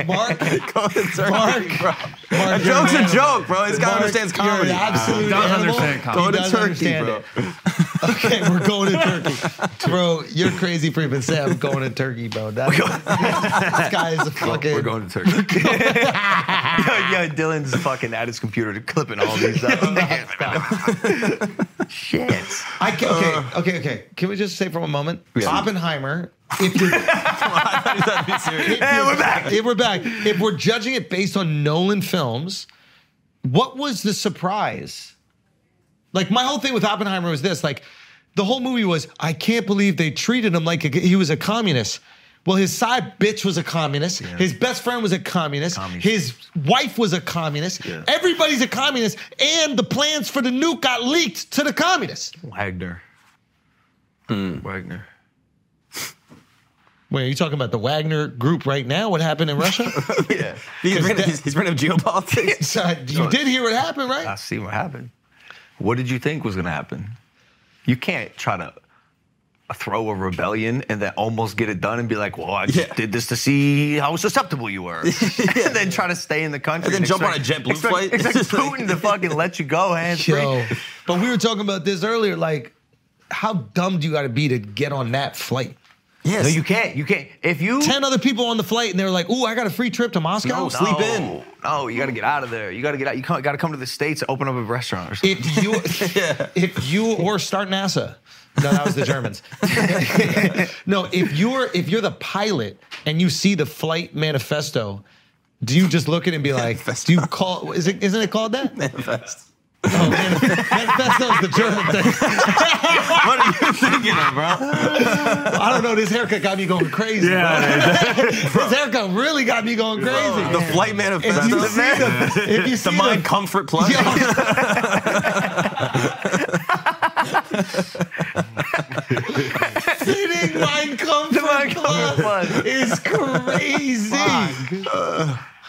[SPEAKER 6] Mark,
[SPEAKER 3] Go to Turkey,
[SPEAKER 6] Mark.
[SPEAKER 3] bro.
[SPEAKER 6] Mark,
[SPEAKER 3] a
[SPEAKER 6] you're
[SPEAKER 3] joke's
[SPEAKER 6] an
[SPEAKER 3] a
[SPEAKER 6] animal.
[SPEAKER 3] joke, bro. He's got to
[SPEAKER 6] Mark,
[SPEAKER 3] understand
[SPEAKER 6] you're an
[SPEAKER 3] comedy.
[SPEAKER 6] absolute
[SPEAKER 1] Doesn't
[SPEAKER 6] animal.
[SPEAKER 1] understand comedy.
[SPEAKER 6] He
[SPEAKER 3] Go to
[SPEAKER 6] doesn't
[SPEAKER 3] Turkey,
[SPEAKER 6] understand
[SPEAKER 3] bro.
[SPEAKER 6] it. Okay, we're going to Turkey, bro. You're crazy for even saying I'm going to Turkey, bro. That, this guy is a fucking.
[SPEAKER 5] We're going to Turkey. yo, yo, Dylan's fucking at his computer to clipping all these up. Shit.
[SPEAKER 6] I can, okay, okay, okay. Can we just say for a moment,
[SPEAKER 5] Yeah.
[SPEAKER 6] Oppenheimer? If you're, we're back. If we're back, if we're judging it based on Nolan films, what was the surprise? Like my whole thing with Oppenheimer was this: like the whole movie was, I can't believe they treated him like a, he was a communist. Well, his side bitch was a communist. His best friend was a communist.
[SPEAKER 5] Commies.
[SPEAKER 6] His wife was a communist. Everybody's a communist. And the plans for the nuke got leaked to the communists.
[SPEAKER 5] Wagner. Wagner.
[SPEAKER 6] Wait, are you talking about the Wagner group right now? What happened in Russia?
[SPEAKER 5] Yeah.
[SPEAKER 3] He's bringing, he's, he's bringing up geopolitics.
[SPEAKER 6] So, you did hear what happened, right?
[SPEAKER 5] I see what happened. What did you think was going to happen? You can't try to throw a rebellion and then almost get it done and be like, well, I just
[SPEAKER 3] Yeah.
[SPEAKER 5] did this to see how susceptible you were. and then try to stay in the country.
[SPEAKER 3] And then jump on a JetBlue
[SPEAKER 5] expect,
[SPEAKER 3] flight.
[SPEAKER 5] Expect Putin to fucking let you go hands
[SPEAKER 6] Yo,
[SPEAKER 5] free.
[SPEAKER 6] but we were talking about this earlier. Like, how dumb do you got to be to get on that flight?
[SPEAKER 3] Yes.
[SPEAKER 5] No, you can't. You can't. If you.
[SPEAKER 6] Ten other people on the flight, and they're like, "Ooh, I got a free trip to Moscow."
[SPEAKER 3] No, sleep in.
[SPEAKER 5] No, you got to get out of there. You got to get out. You got to come to the States and open up a restaurant or something.
[SPEAKER 6] If you, if you, or start NASA. No, that was the Germans. no, if you're if you're the pilot and you see the flight manifesto, do you just look at it and be like, "Do you call? Is it isn't it called that?"
[SPEAKER 3] Manifest.
[SPEAKER 6] Oh, man, manifesto is the German thing.
[SPEAKER 3] What are you thinking of, bro?
[SPEAKER 6] I don't know. This haircut got me going crazy. bro. this haircut really got me going crazy.
[SPEAKER 3] The flight
[SPEAKER 6] if
[SPEAKER 3] manifesto.
[SPEAKER 6] you see the, if you see
[SPEAKER 3] the mind comfort plus.
[SPEAKER 6] Yo. Sitting mind comfort
[SPEAKER 5] Mind Comfort
[SPEAKER 6] plus
[SPEAKER 5] Plus.
[SPEAKER 6] is crazy.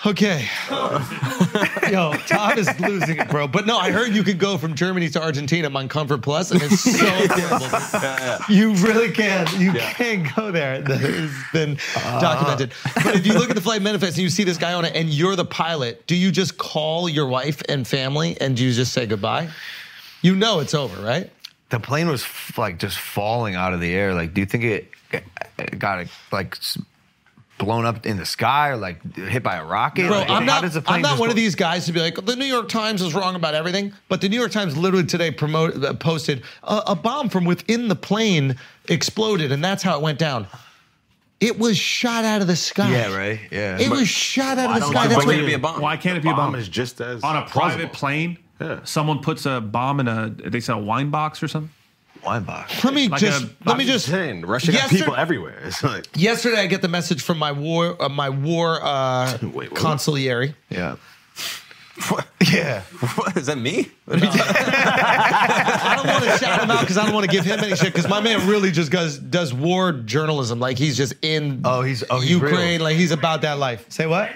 [SPEAKER 1] Okay. Yo, Tom is losing it, bro. But no, I heard you could go from Germany to Argentina on Comfort Plus, and it's so affordable. You really can. You can't go there. That has been
[SPEAKER 5] Uh.
[SPEAKER 1] documented. But if you look at the flight manifest and you see this guy on it, and you're the pilot, do you just call your wife and family and you just say goodbye? You know it's over, right?
[SPEAKER 5] the plane was f- like just falling out of the air. Like, do you think it, it got like s- blown up in the sky or like hit by a rocket?
[SPEAKER 1] Bro,
[SPEAKER 5] Like,
[SPEAKER 1] I'm
[SPEAKER 5] how
[SPEAKER 1] not,
[SPEAKER 5] does the plane
[SPEAKER 1] I'm not
[SPEAKER 5] just
[SPEAKER 1] one of
[SPEAKER 5] go-
[SPEAKER 1] these guys to be like, the New York Times is wrong about everything. But the New York Times literally today promoted, uh, posted a, a bomb from within the plane exploded, and that's how it went down. It was shot out of the sky.
[SPEAKER 5] Yeah, right. Yeah.
[SPEAKER 1] It was shot out of the
[SPEAKER 3] don't
[SPEAKER 1] sky.
[SPEAKER 3] you
[SPEAKER 1] That's
[SPEAKER 3] believe
[SPEAKER 1] what-
[SPEAKER 3] it? be a bomb.
[SPEAKER 8] Why can't it be a bomb?
[SPEAKER 7] Bomb is just as
[SPEAKER 8] on a private
[SPEAKER 7] plausible.
[SPEAKER 8] plane.
[SPEAKER 7] Yeah.
[SPEAKER 8] Someone puts a bomb in a they said a wine box or something.
[SPEAKER 5] wine box.
[SPEAKER 1] let me
[SPEAKER 8] like
[SPEAKER 1] just
[SPEAKER 8] a-
[SPEAKER 1] let me
[SPEAKER 7] I'm
[SPEAKER 1] just
[SPEAKER 7] saying, Russia got
[SPEAKER 1] Yes, sir.
[SPEAKER 7] people everywhere. It's like
[SPEAKER 1] Yesterday, I get the message from my war, uh, my war uh,
[SPEAKER 7] wait, what?
[SPEAKER 1] consigliere.
[SPEAKER 5] Yeah.
[SPEAKER 3] Yeah. What, is that me?
[SPEAKER 1] I don't want to shout him out because I don't want to give him any shit. Because my man really just does does war journalism. Like he's just in.
[SPEAKER 5] Oh, he's- oh, he's
[SPEAKER 1] Ukraine.
[SPEAKER 5] real.
[SPEAKER 1] Like he's about that life. Say what?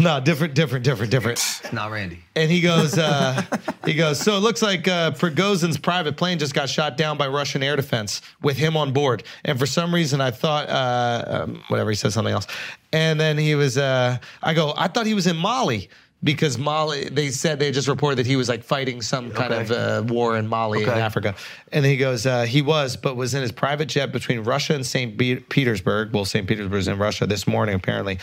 [SPEAKER 1] No, different, different, different, different.
[SPEAKER 5] Not Randy.
[SPEAKER 1] And he goes, uh, he goes. So it looks like uh, Prigozhin's private plane just got shot down by Russian air defense with him on board. And for some reason, I thought, uh, um, whatever he said, something else. And then he was, uh, I go, I thought he was in Mali because Mali. They said they just reported that he was like fighting some kind of uh, war in Mali in
[SPEAKER 5] Okay.
[SPEAKER 1] Africa. And then he goes, uh, he was, but was in his private jet between Russia and St. Be- Petersburg. Well, St. Petersburg's in Russia this morning, apparently.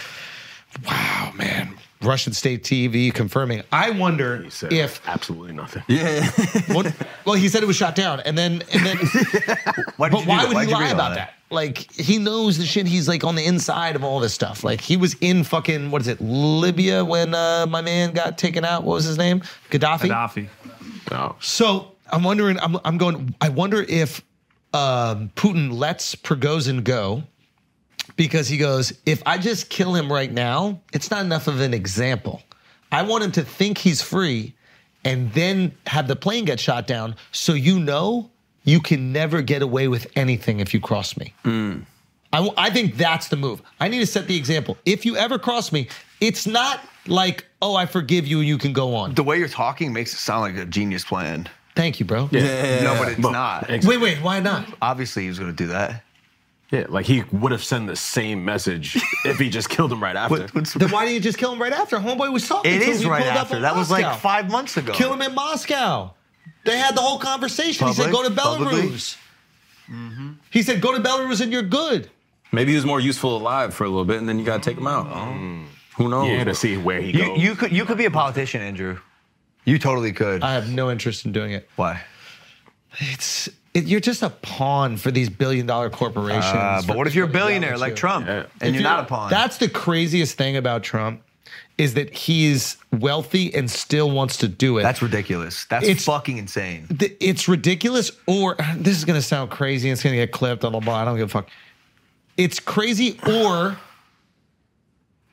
[SPEAKER 1] Wow, man. Russian state TV confirming. I wonder
[SPEAKER 7] he said
[SPEAKER 1] if
[SPEAKER 7] absolutely nothing.
[SPEAKER 3] yeah.
[SPEAKER 1] what, well, he said it was shot down, and then and then.
[SPEAKER 5] Why
[SPEAKER 1] but why would he lie about that? Like he knows the shit. He's like on the inside of all this stuff. Like he was in fucking what is it Libya when uh, my man got taken out. What was his name? Gaddafi.
[SPEAKER 8] Gaddafi.
[SPEAKER 7] No.
[SPEAKER 1] So I'm wondering. I'm, I'm going. I wonder if um, Putin lets Prigozhin go because he goes, if I just kill him right now, it's not enough of an example. I want him to think he's free and then have the plane get shot down so you know you can never get away with anything if you cross me. I, w- I think that's the move. I need to set the example. If you ever cross me, it's not like, oh, I forgive you and you can go on.
[SPEAKER 5] The way you're talking makes it sound like a genius plan.
[SPEAKER 1] Thank you, bro.
[SPEAKER 5] No, but it's not.
[SPEAKER 7] Ex-
[SPEAKER 1] Wait, wait, why not?
[SPEAKER 5] Obviously, he was going to do that.
[SPEAKER 7] Yeah, like he would have sent the same message if he just killed him right after.
[SPEAKER 5] What, what's
[SPEAKER 1] Then why didn't you just kill him right after? Homeboy was talking.
[SPEAKER 5] it
[SPEAKER 1] to him.
[SPEAKER 5] is
[SPEAKER 1] He
[SPEAKER 5] right
[SPEAKER 1] pulled up
[SPEAKER 5] after.
[SPEAKER 1] on
[SPEAKER 5] That was like
[SPEAKER 1] Moscow.
[SPEAKER 5] five months ago.
[SPEAKER 1] Kill him in Moscow. They had the whole conversation. he said, "Go to
[SPEAKER 5] Public- publicly?
[SPEAKER 1] Belarus." Mm-hmm. He said, "Go to Belarus and you're good."
[SPEAKER 3] Maybe he was more useful alive for a little bit, and then you gotta take him out. Who knows?
[SPEAKER 7] yeah, to see where he
[SPEAKER 5] You,
[SPEAKER 7] goes.
[SPEAKER 5] you could you could be a politician, Andrew. You totally could.
[SPEAKER 1] I have no interest in doing it.
[SPEAKER 5] Why?
[SPEAKER 1] It's it, you're just a pawn for these billion-dollar corporations.
[SPEAKER 5] Uh, but
[SPEAKER 1] for
[SPEAKER 5] what if you're a
[SPEAKER 1] people to yell
[SPEAKER 5] billionaire
[SPEAKER 1] at
[SPEAKER 5] like
[SPEAKER 1] you.
[SPEAKER 5] Trump
[SPEAKER 7] Yeah.
[SPEAKER 5] and
[SPEAKER 1] If
[SPEAKER 5] you're not a pawn?
[SPEAKER 1] That's the craziest thing about Trump is that he's wealthy and still wants to do it.
[SPEAKER 5] That's ridiculous. That's
[SPEAKER 1] It's-
[SPEAKER 5] fucking insane.
[SPEAKER 1] th- it's ridiculous or this is going to sound crazy and it's going to get clipped on the blah i don't give a fuck it's crazy or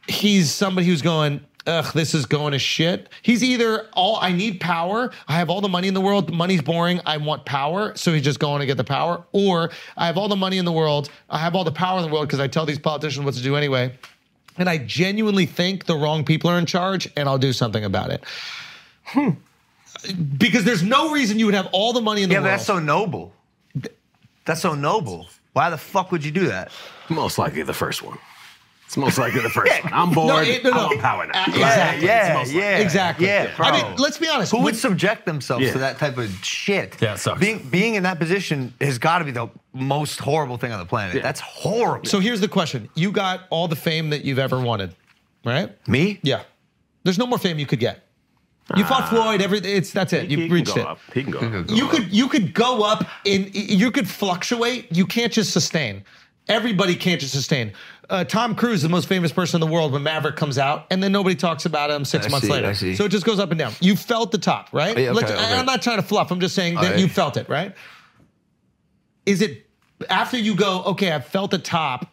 [SPEAKER 1] he's somebody who's going ugh this is going to shit he's either all i need power i have all the money in the world money's boring i want power so he's just going to get the power or i have all the money in the world i have all the power in the world because i tell these politicians what to do anyway and i genuinely think the wrong people are in charge and i'll do something about it
[SPEAKER 7] Hmm.
[SPEAKER 1] because there's no reason you would have all the money in the
[SPEAKER 5] Yeah, but
[SPEAKER 1] world
[SPEAKER 5] that's so noble. That's so noble. Why the fuck would you do that?
[SPEAKER 7] most likely the first one. It's most likely the first one. I'm bored.
[SPEAKER 1] No, it- no, no.
[SPEAKER 7] I'm on power now.
[SPEAKER 1] Uh,
[SPEAKER 7] Like,
[SPEAKER 1] Exactly.
[SPEAKER 5] Yeah,
[SPEAKER 7] It's most
[SPEAKER 5] yeah,
[SPEAKER 1] Exactly.
[SPEAKER 5] Yeah,
[SPEAKER 1] I
[SPEAKER 5] bro.
[SPEAKER 1] mean, let's be honest.
[SPEAKER 5] Who
[SPEAKER 1] when-
[SPEAKER 5] would subject themselves
[SPEAKER 7] Yeah.
[SPEAKER 5] to that type of shit?
[SPEAKER 3] Yeah, it sucks.
[SPEAKER 5] Being being in that position has got to be the most horrible thing on the planet.
[SPEAKER 7] Yeah.
[SPEAKER 5] That's horrible.
[SPEAKER 1] so here's the question: You got all the fame that you've ever wanted, right?
[SPEAKER 5] me?
[SPEAKER 1] Yeah. Ah. There's no more fame you could get. You fought Floyd. Everything. It's that's it.
[SPEAKER 7] he
[SPEAKER 1] You
[SPEAKER 7] can
[SPEAKER 1] have reached
[SPEAKER 7] go
[SPEAKER 1] it. Mm-hmm.
[SPEAKER 7] Up. He can go. up.
[SPEAKER 1] You could you could go up in you could fluctuate. You can't just sustain. Everybody can't just sustain. Uh, Tom Cruise, the most famous person in the world, when Maverick comes out, and then nobody talks about him six
[SPEAKER 5] I
[SPEAKER 1] months
[SPEAKER 5] see,
[SPEAKER 1] later.
[SPEAKER 5] I see.
[SPEAKER 1] So it just goes up and down. You felt the top, right?
[SPEAKER 5] Yeah, okay,
[SPEAKER 1] Let's-
[SPEAKER 5] okay.
[SPEAKER 1] I, am not trying to fluff. I'm just saying that
[SPEAKER 5] right.
[SPEAKER 1] you felt it, right? Is it after you go? Okay, I felt the top.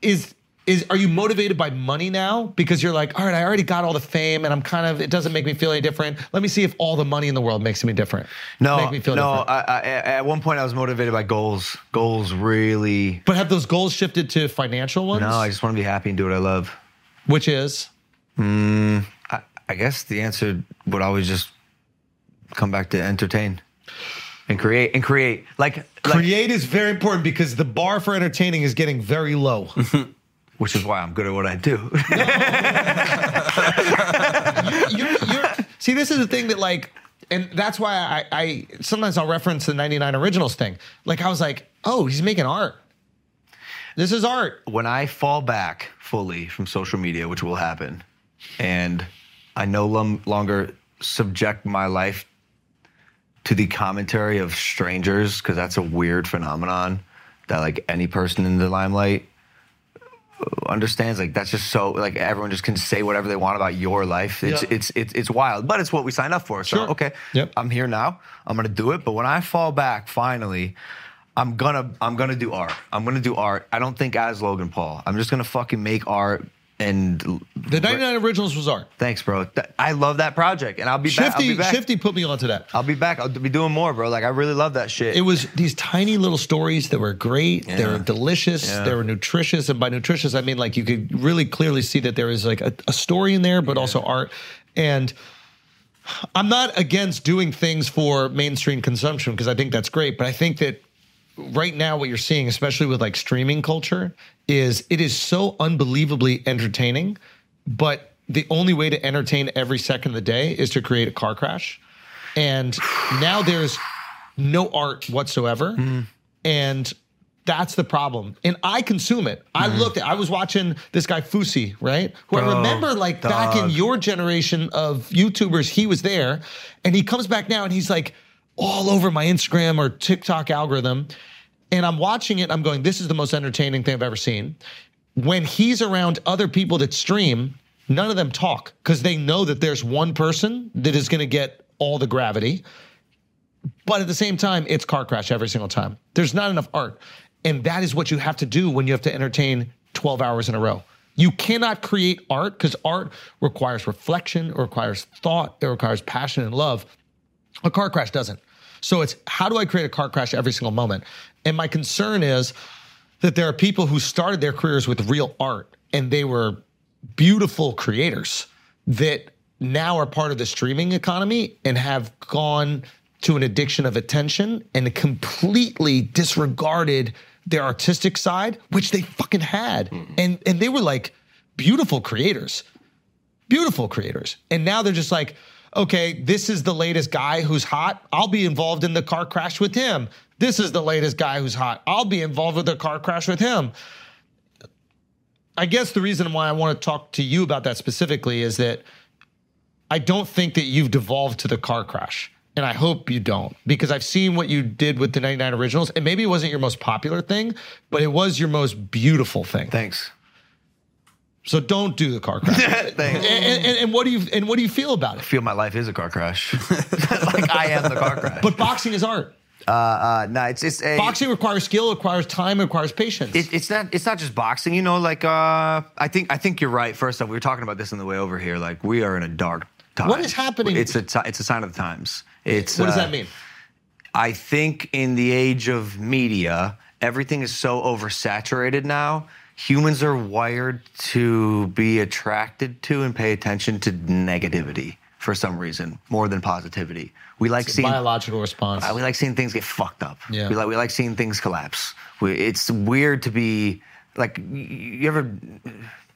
[SPEAKER 1] Is is are you motivated by money now because you're like, all right, I already got all the fame, and I'm kind of it doesn't make me feel any different. Let me see if all the money in the world makes me different.
[SPEAKER 5] No,
[SPEAKER 1] Make me feel
[SPEAKER 5] no.
[SPEAKER 1] different.
[SPEAKER 5] I, I, at one point, I was motivated by goals. Goals really.
[SPEAKER 1] but have those goals shifted to financial ones?
[SPEAKER 5] No, I just want to be happy and do what I love.
[SPEAKER 1] which is
[SPEAKER 5] I, I guess the answer would always just come back to entertain and create and create. Like, like
[SPEAKER 1] create is very important because the bar for entertaining is getting very low.
[SPEAKER 5] which is why I'm good at what I do.
[SPEAKER 1] you're, you're, see, this is the thing that like, and that's why I, I sometimes I'll reference the '99 Originals thing. Like I was like, oh, he's making art. This is art.
[SPEAKER 5] when I fall back fully from social media, which will happen, and I no lum- longer subject my life to the commentary of strangers, because that's a weird phenomenon that like any person in the limelight understands like that's just so like everyone just can say whatever they want about your life it's
[SPEAKER 1] Yeah.
[SPEAKER 5] it's, it's it's wild but it's what we signed up for so
[SPEAKER 1] Sure.
[SPEAKER 5] okay
[SPEAKER 1] Yep.
[SPEAKER 5] i'm here now i'm gonna do it but when i fall back finally i'm gonna i'm gonna do art i'm gonna do art i don't think as logan paul i'm just gonna fucking make art and
[SPEAKER 1] The '99 Originals was art.
[SPEAKER 5] thanks bro Th- i love that project and i'll be back i'll
[SPEAKER 1] Shifty,
[SPEAKER 5] be back
[SPEAKER 1] Shifty put me onto that.
[SPEAKER 5] i'll be back i'll be doing more bro like i really love that shit
[SPEAKER 1] It was these tiny little stories that were great. They were delicious. They were nutritious, and by nutritious, I mean like you could really clearly see that there is like a, a story in there, but also art. And I'm not against doing things for mainstream consumption because I think that's great. But I think that right now, what you're seeing, especially with like streaming culture, is it is so unbelievably entertaining, but the only way to entertain every second of the day is to create a car crash. And now there's no art whatsoever.
[SPEAKER 5] Mm.
[SPEAKER 1] And that's the problem. And I consume it. I looked at I was watching this guy Fusi, right? Who I remember like back in your generation of YouTubers, he was there. And he comes back now and he's like all over my Instagram or TikTok algorithm. And I'm watching it, I'm going, this is the most entertaining thing I've ever seen. When he's around other people that stream, none of them talk because they know that there's one person that is gonna get all the gravity. But at the same time, it's car crash every single time. There's not enough art. And that is what you have to do when you have to entertain 12 hours in a row. You cannot create art because art requires reflection, it requires thought, it requires passion and love. A car crash doesn't. So it's how do I create a car crash every single moment? And my concern is that there are people who started their careers with real art and they were beautiful creators that now are part of the streaming economy and have gone to an addiction of attention and completely disregarded their artistic side, which they fucking had. And and they were like beautiful creators beautiful creators. And now they're just like, okay, this is the latest guy who's hot. I'll be involved in the car crash with him. This is the latest guy who's hot. I'll be involved with the car crash with him. I guess the reason why I want to talk to you about that specifically is that I don't think that you've devolved to the car crash. And I hope you don't, because I've seen what you did with the 99 Originals. And maybe it wasn't your most popular thing, but it was your most beautiful thing.
[SPEAKER 5] thanks
[SPEAKER 1] So don't do the car crash. and, and, and what do you and what do you feel about it?
[SPEAKER 5] feel my life is a car crash like i am the car crash
[SPEAKER 1] But boxing is art.
[SPEAKER 5] uh, no it's it's a,
[SPEAKER 1] Boxing requires skill, requires time, requires patience.
[SPEAKER 5] It, it's not. It's not just boxing. You know, like uh, I think. I think you're right. First off, we were talking about this on the way over here. Like we are in a dark time.
[SPEAKER 1] What is happening?
[SPEAKER 5] It's a. T- it's a sign of the times. It's.
[SPEAKER 1] what does
[SPEAKER 5] uh,
[SPEAKER 1] that mean?
[SPEAKER 5] I think in the age of media, everything is so oversaturated now. Humans are wired to be attracted to and pay attention to negativity for some reason more than positivity. We like seeing
[SPEAKER 1] Biological response.
[SPEAKER 5] uh, we like seeing things get fucked up.
[SPEAKER 1] Yeah.
[SPEAKER 5] We like we like seeing things collapse. We, it's weird to be like y- you ever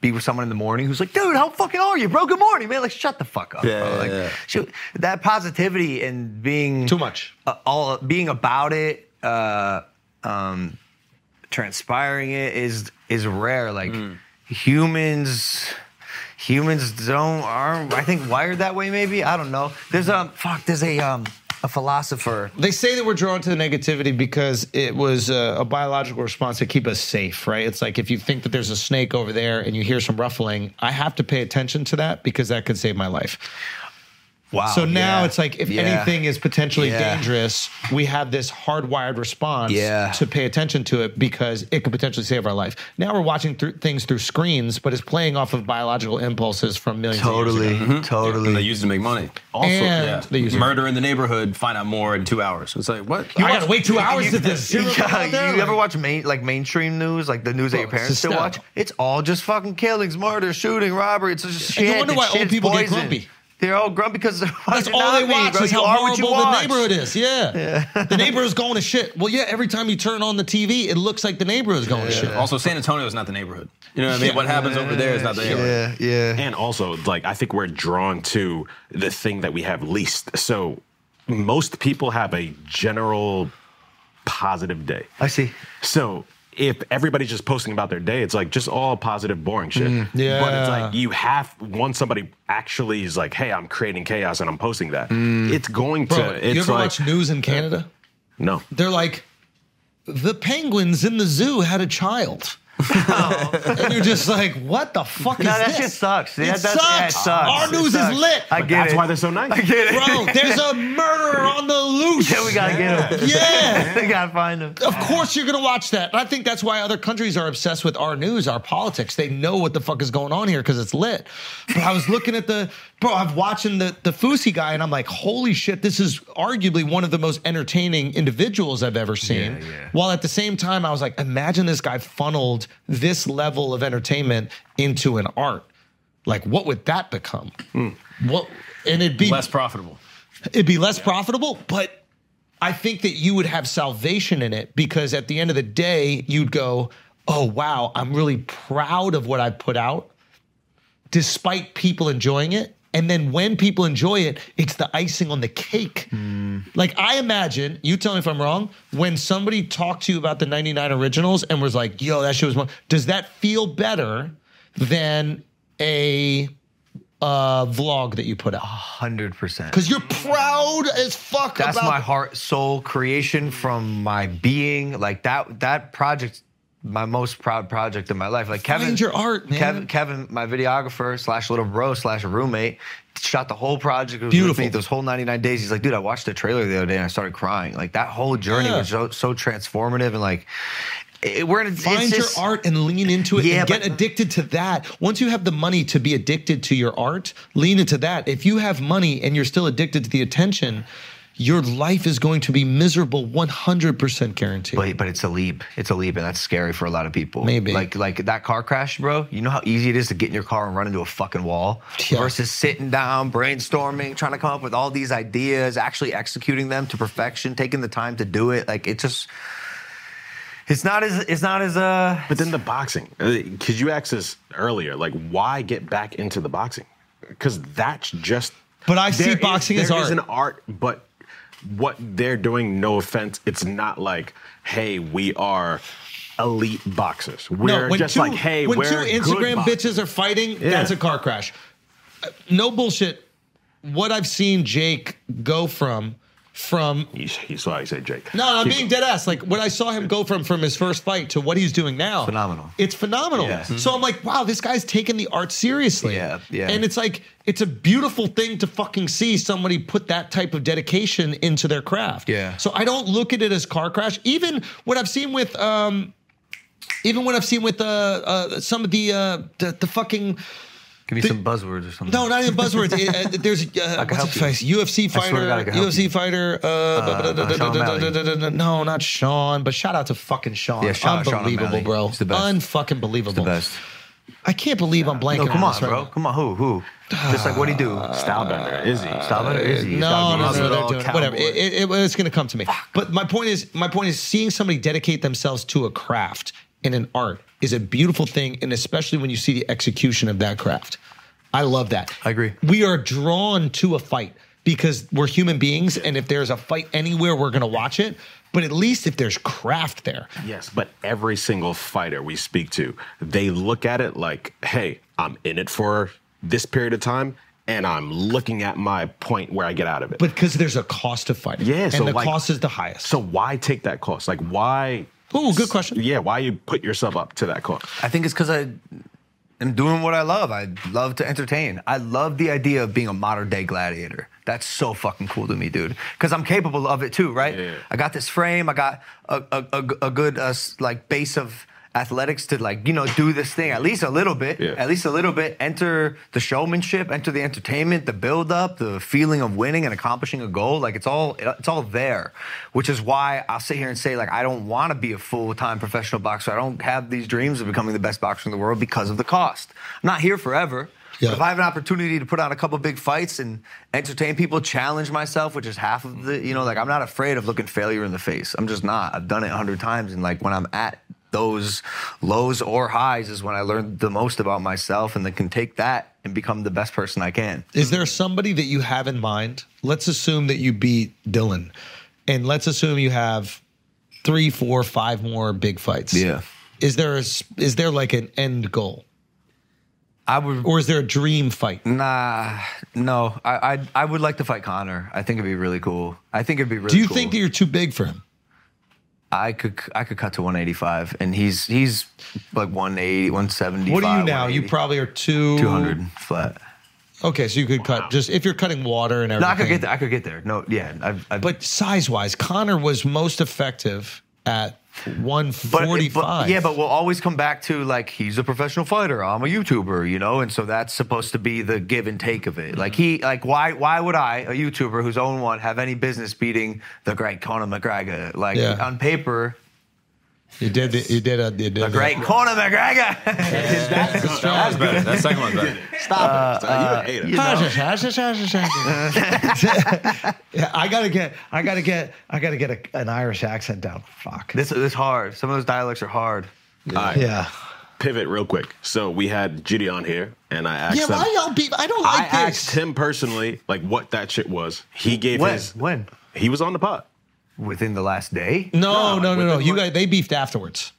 [SPEAKER 5] be with someone in the morning who's like, dude, how fucking are you, bro? Good morning, man. Like, shut the fuck up.
[SPEAKER 3] Yeah,
[SPEAKER 5] bro.
[SPEAKER 3] yeah,
[SPEAKER 5] Like,
[SPEAKER 3] yeah.
[SPEAKER 5] shoot, that positivity and being
[SPEAKER 1] Too much.
[SPEAKER 5] uh, all being about it, uh, um, transpiring it is is rare. Like humans, humans don't are I think wired that way. Maybe I don't know. There's a fuck. There's a um a philosopher.
[SPEAKER 1] They say that we're drawn to the negativity because it was a, a biological response to keep us safe, right? It's like if you think that there's a snake over there and you hear some ruffling, I have to pay attention to that because that could save my life.
[SPEAKER 5] Wow,
[SPEAKER 1] So now
[SPEAKER 5] yeah.
[SPEAKER 1] it's like if
[SPEAKER 5] Yeah.
[SPEAKER 1] anything is potentially
[SPEAKER 5] Yeah.
[SPEAKER 1] dangerous, we have this hardwired response
[SPEAKER 5] Yeah.
[SPEAKER 1] to pay attention to it because it could potentially save our life. Now we're watching through things through screens, but it's playing off of biological impulses from millions. of years
[SPEAKER 5] Totally, Uh-huh.
[SPEAKER 1] ago.
[SPEAKER 5] totally.
[SPEAKER 3] And they use it to make money. Also,
[SPEAKER 1] And
[SPEAKER 3] yeah.
[SPEAKER 1] they use it-
[SPEAKER 3] murder in the neighborhood. Find out more in two hours. It's like what?
[SPEAKER 1] You gotta wait two hours to this.
[SPEAKER 5] Yeah,
[SPEAKER 1] serial killer out there,
[SPEAKER 5] you ever
[SPEAKER 1] like-
[SPEAKER 5] watch main, like mainstream news, like the news that your
[SPEAKER 1] Oh, it's
[SPEAKER 5] parents still watch?
[SPEAKER 1] hysterical.
[SPEAKER 5] It's all just fucking killings, murder, shooting, robbery. It's just
[SPEAKER 1] And
[SPEAKER 5] shit.
[SPEAKER 1] you wonder
[SPEAKER 5] It's
[SPEAKER 1] why old
[SPEAKER 5] shit's
[SPEAKER 1] people get
[SPEAKER 5] poison.
[SPEAKER 1] grumpy.
[SPEAKER 5] They're all grumpy because they're
[SPEAKER 1] That's
[SPEAKER 5] watching
[SPEAKER 1] all they
[SPEAKER 5] Nobby,
[SPEAKER 1] watch
[SPEAKER 5] bro.
[SPEAKER 1] is how
[SPEAKER 5] You are what you
[SPEAKER 1] horrible the
[SPEAKER 5] watch.
[SPEAKER 1] neighborhood is. Yeah. the neighborhood's going to shit. Well, yeah, every time you turn on the TV, it looks like the neighborhood's going to shit.
[SPEAKER 3] Also, San Antonio is not the neighborhood. You know what I mean?
[SPEAKER 1] Yeah.
[SPEAKER 3] What happens over there is not the neighborhood.
[SPEAKER 5] Yeah, yeah.
[SPEAKER 7] And also, like, I think we're drawn to the thing that we have least. So most people have a general positive day.
[SPEAKER 5] I see.
[SPEAKER 7] So if everybody's just posting about their day, it's like just all positive, boring shit.
[SPEAKER 1] Mm, yeah.
[SPEAKER 7] But it's like you have once somebody actually is like, "Hey, I'm creating chaos and I'm posting that." It's going to.
[SPEAKER 1] Mm. Bro,
[SPEAKER 7] it's
[SPEAKER 1] you ever
[SPEAKER 7] like
[SPEAKER 1] watch news in Canada?
[SPEAKER 7] no.
[SPEAKER 1] They're like, the penguins in the zoo had a child. and you're just like, what the fuck
[SPEAKER 5] No,
[SPEAKER 1] is
[SPEAKER 5] that
[SPEAKER 1] this?
[SPEAKER 5] shit sucks.
[SPEAKER 1] It
[SPEAKER 5] Yeah, that's- yeah, it
[SPEAKER 1] sucks.
[SPEAKER 5] sucks.
[SPEAKER 1] Our
[SPEAKER 5] It
[SPEAKER 1] news
[SPEAKER 5] sucks.
[SPEAKER 1] is lit.
[SPEAKER 5] I get
[SPEAKER 7] That's
[SPEAKER 5] it.
[SPEAKER 7] why they're so nice.
[SPEAKER 5] I get it.
[SPEAKER 1] Bro, there's a murderer on the loose.
[SPEAKER 5] yeah, we gotta get him.
[SPEAKER 1] Yeah.
[SPEAKER 5] we gotta find him.
[SPEAKER 1] Of course you're gonna watch that. And I think that's why other countries are obsessed with our news, our politics. They know what the fuck is going on here because it's lit. But I was looking at the bro, I'm watching the the Fousey guy, and I'm like, holy shit, this is arguably one of the most entertaining individuals I've ever seen. While at the same time, I was like, imagine this guy funneled this level of entertainment into an art. Like, what would that become? What and it'd be
[SPEAKER 3] Less profitable.
[SPEAKER 1] it'd be less profitable, but I think that you would have salvation in it because at the end of the day, you'd go, "Oh wow, I'm really proud of what I put out, despite people enjoying it." And then when people enjoy it, it's the icing on the cake. Like I imagine, you tell me if I'm wrong. When somebody talked to you about the '99 originals and was like, "Yo, that shit was," one," does that feel better than a uh, vlog that you put out?
[SPEAKER 5] Hundred percent.
[SPEAKER 1] Because you're proud as fuck
[SPEAKER 5] That's
[SPEAKER 1] about
[SPEAKER 5] my heart, soul creation from my being. Like that. That project, my most proud project in my life. Like Kevin,
[SPEAKER 1] Find your art, man.
[SPEAKER 5] Kevin, Kevin, my videographer slash little bro slash roommate, shot the whole project. It was
[SPEAKER 1] Beautiful.
[SPEAKER 5] With me, those whole 99 days. He's like, dude, I watched the trailer the other day and I started crying. Like that whole journey
[SPEAKER 1] Yeah.
[SPEAKER 5] was so, so transformative and like. It, we're in a, it's
[SPEAKER 1] find
[SPEAKER 5] just-
[SPEAKER 1] your art and lean into it
[SPEAKER 5] Yeah,
[SPEAKER 1] and get
[SPEAKER 5] but-
[SPEAKER 1] addicted to that. Once you have the money to be addicted to your art, lean into that. If you have money and you're still addicted to the attention, your life is going to be miserable 100% guaranteed.
[SPEAKER 5] But, but it's a leap. It's a leap, and that's scary for a lot of people.
[SPEAKER 1] Maybe.
[SPEAKER 5] like like that car crash, bro. You know how easy it is to get in your car and run into a fucking wall
[SPEAKER 1] Yeah.
[SPEAKER 5] versus sitting down, brainstorming, trying to come up with all these ideas, actually executing them to perfection, taking the time to do it. Like it just, it's not as it's not as uh.
[SPEAKER 7] But then the boxing, because you asked this earlier, like why get back into the boxing? Because that's just.
[SPEAKER 1] But I see
[SPEAKER 7] There is-
[SPEAKER 1] boxing as
[SPEAKER 7] there
[SPEAKER 1] art.
[SPEAKER 7] is an art, but what they're doing, no offense, it's not like, hey, we are elite boxers. We're just like, hey,
[SPEAKER 1] when
[SPEAKER 7] we're
[SPEAKER 1] two
[SPEAKER 7] good
[SPEAKER 1] Instagram
[SPEAKER 7] boxers.
[SPEAKER 1] bitches are fighting, that's a car crash. Uh, No bullshit. What I've seen Jake go from from
[SPEAKER 7] You, you saw how you said Jake.
[SPEAKER 1] No, I'm
[SPEAKER 7] Keep-
[SPEAKER 1] being dead ass. Like when I saw him go from from his first fight to what he's doing now,
[SPEAKER 5] Phenomenal.
[SPEAKER 1] It's phenomenal. So I'm like, wow, this guy's taking the art seriously.
[SPEAKER 5] Yeah, yeah.
[SPEAKER 1] And it's like it's a beautiful thing to fucking see somebody put that type of dedication into their craft.
[SPEAKER 5] Yeah.
[SPEAKER 1] So I don't look at it as car crash. Even what I've seen with um, even what I've seen with uh, uh some of the uh the, the fucking
[SPEAKER 5] Give me some buzzwords or something.
[SPEAKER 1] no, not even buzzwords. It, uh, there's uh,
[SPEAKER 5] help
[SPEAKER 1] what's his
[SPEAKER 5] you.
[SPEAKER 1] face? UFC
[SPEAKER 5] I swear to
[SPEAKER 1] fighter,
[SPEAKER 5] God, I can help
[SPEAKER 1] UFC
[SPEAKER 5] you.
[SPEAKER 1] fighter. uh, da- da-
[SPEAKER 5] Sean
[SPEAKER 1] da- da-
[SPEAKER 5] O'Malley.
[SPEAKER 1] da- da- da- No, not Sean. But shout out to fucking Sean.
[SPEAKER 5] Yeah, shout out Sean
[SPEAKER 1] unbelievable,
[SPEAKER 5] O'Malley.
[SPEAKER 1] bro.
[SPEAKER 5] He's the best.
[SPEAKER 1] Unfucking believable.
[SPEAKER 5] the best.
[SPEAKER 1] I can't believe I'm blanking.
[SPEAKER 5] No, come on,
[SPEAKER 1] this right
[SPEAKER 5] bro.
[SPEAKER 1] now.
[SPEAKER 5] Come on, who who? Just like what do you do?
[SPEAKER 7] Stylebender, Izzy.
[SPEAKER 5] Stop it, or is he?
[SPEAKER 1] No, no, no, no,
[SPEAKER 3] Masvidal,
[SPEAKER 1] they're doing it. whatever.
[SPEAKER 3] Cowboy.
[SPEAKER 1] It, it, it- it's going to come to me. But my point is, my point is, seeing somebody dedicate themselves to a craft and an art is a beautiful thing, and especially when you see the execution of that craft. I love that.
[SPEAKER 5] I agree.
[SPEAKER 1] We are drawn to a fight because we're human beings, and if there's a fight anywhere, we're going to watch it. But at least if there's craft there,
[SPEAKER 7] Yes, but every single fighter we speak to, they look at it like, hey, I'm in it for this period of time and I'm looking at my point where I get out of it.
[SPEAKER 1] but because there's a cost to fighting,
[SPEAKER 7] Yeah,
[SPEAKER 1] and
[SPEAKER 7] so
[SPEAKER 1] the
[SPEAKER 7] like-
[SPEAKER 1] cost is the highest.
[SPEAKER 7] so why take that cost? Like why
[SPEAKER 1] Ooh, good question.
[SPEAKER 7] Yeah, why you put yourself up to that cost?
[SPEAKER 5] I think it's because I am doing what I love. I love to entertain. I love the idea of being a modern day gladiator. That's so fucking cool to me, dude. Because I'm capable of it too, right?
[SPEAKER 7] Yeah.
[SPEAKER 5] I got this frame. I got a a, a, a good uh, s- like base of athletics to like you know do this thing at least a little bit.
[SPEAKER 7] Yeah.
[SPEAKER 5] At least a little bit. Enter the showmanship. Enter the entertainment. The build up. The feeling of winning and accomplishing a goal. Like it's all it's all there, which is why I'll sit here and say like I don't want to be a full time professional boxer. I don't have these dreams of becoming the best boxer in the world because of the cost. I'm not here forever.
[SPEAKER 1] Yeah.
[SPEAKER 5] But if I have an opportunity to put on a couple big fights and entertain people, challenge myself, which is half of the, you know, like I'm not afraid of looking failure in the face. I'm just not. I've done it a hundred times, and like when I'm at those lows or highs is when I learn the most about myself, and then can take that and become the best person I can.
[SPEAKER 1] Is there somebody that you have in mind? Let's assume that you beat Dylan, and let's assume you have three, four, five more big fights.
[SPEAKER 5] Yeah.
[SPEAKER 1] Is there a s is there like an end goal,
[SPEAKER 5] I would
[SPEAKER 1] or is there a dream fight?
[SPEAKER 5] nah, no. I I, I would like to fight Connor. I think it'd be really cool. I think it'd be really.
[SPEAKER 1] Do you
[SPEAKER 5] cool.
[SPEAKER 1] think that you're too big for him?
[SPEAKER 5] I could I could cut to 185, and he's he's like 180, 175.
[SPEAKER 1] What are you now? You
[SPEAKER 5] 180.
[SPEAKER 1] probably are two
[SPEAKER 5] 200 flat.
[SPEAKER 1] Okay, so you could cut just if you're cutting water and
[SPEAKER 5] No,
[SPEAKER 1] everything.
[SPEAKER 5] I could get there. I could get there. No, yeah. I, I,
[SPEAKER 1] But size wise, Connor was most effective at
[SPEAKER 5] but-
[SPEAKER 1] 145.
[SPEAKER 5] but- yeah, but we'll always come back to like he's a professional fighter. I'm a YouTuber, you know, and so that's supposed to be the give and take of it. Like
[SPEAKER 1] Mm-hmm.
[SPEAKER 5] he, like why, why would I, a YouTuber who's own one, have any business beating the great Conor McGregor? Like
[SPEAKER 1] Yeah.
[SPEAKER 5] on paper,
[SPEAKER 1] you did the, you did a you did
[SPEAKER 5] the great Conor McGregor.
[SPEAKER 3] That was better. That second one's better.
[SPEAKER 7] Stop it. You hate it.
[SPEAKER 1] yeah, I gotta get, I gotta get, I gotta get a, an Irish accent down. Fuck.
[SPEAKER 5] this is hard. Some of those dialects are hard.
[SPEAKER 7] All right,
[SPEAKER 1] yeah.
[SPEAKER 7] pivot real quick. So we had Judy on here, and I asked
[SPEAKER 1] Yeah,
[SPEAKER 7] him.
[SPEAKER 1] why y'all be? I don't
[SPEAKER 7] I
[SPEAKER 1] like
[SPEAKER 7] asked
[SPEAKER 1] this.
[SPEAKER 7] him personally, like what that shit was. He gave
[SPEAKER 5] When?
[SPEAKER 7] his.
[SPEAKER 5] When?
[SPEAKER 7] He was on the pot.
[SPEAKER 5] Within the last day?
[SPEAKER 1] no,
[SPEAKER 7] No,
[SPEAKER 1] no, no,
[SPEAKER 7] with
[SPEAKER 1] no.
[SPEAKER 7] the-
[SPEAKER 1] You guys, they beefed afterwards.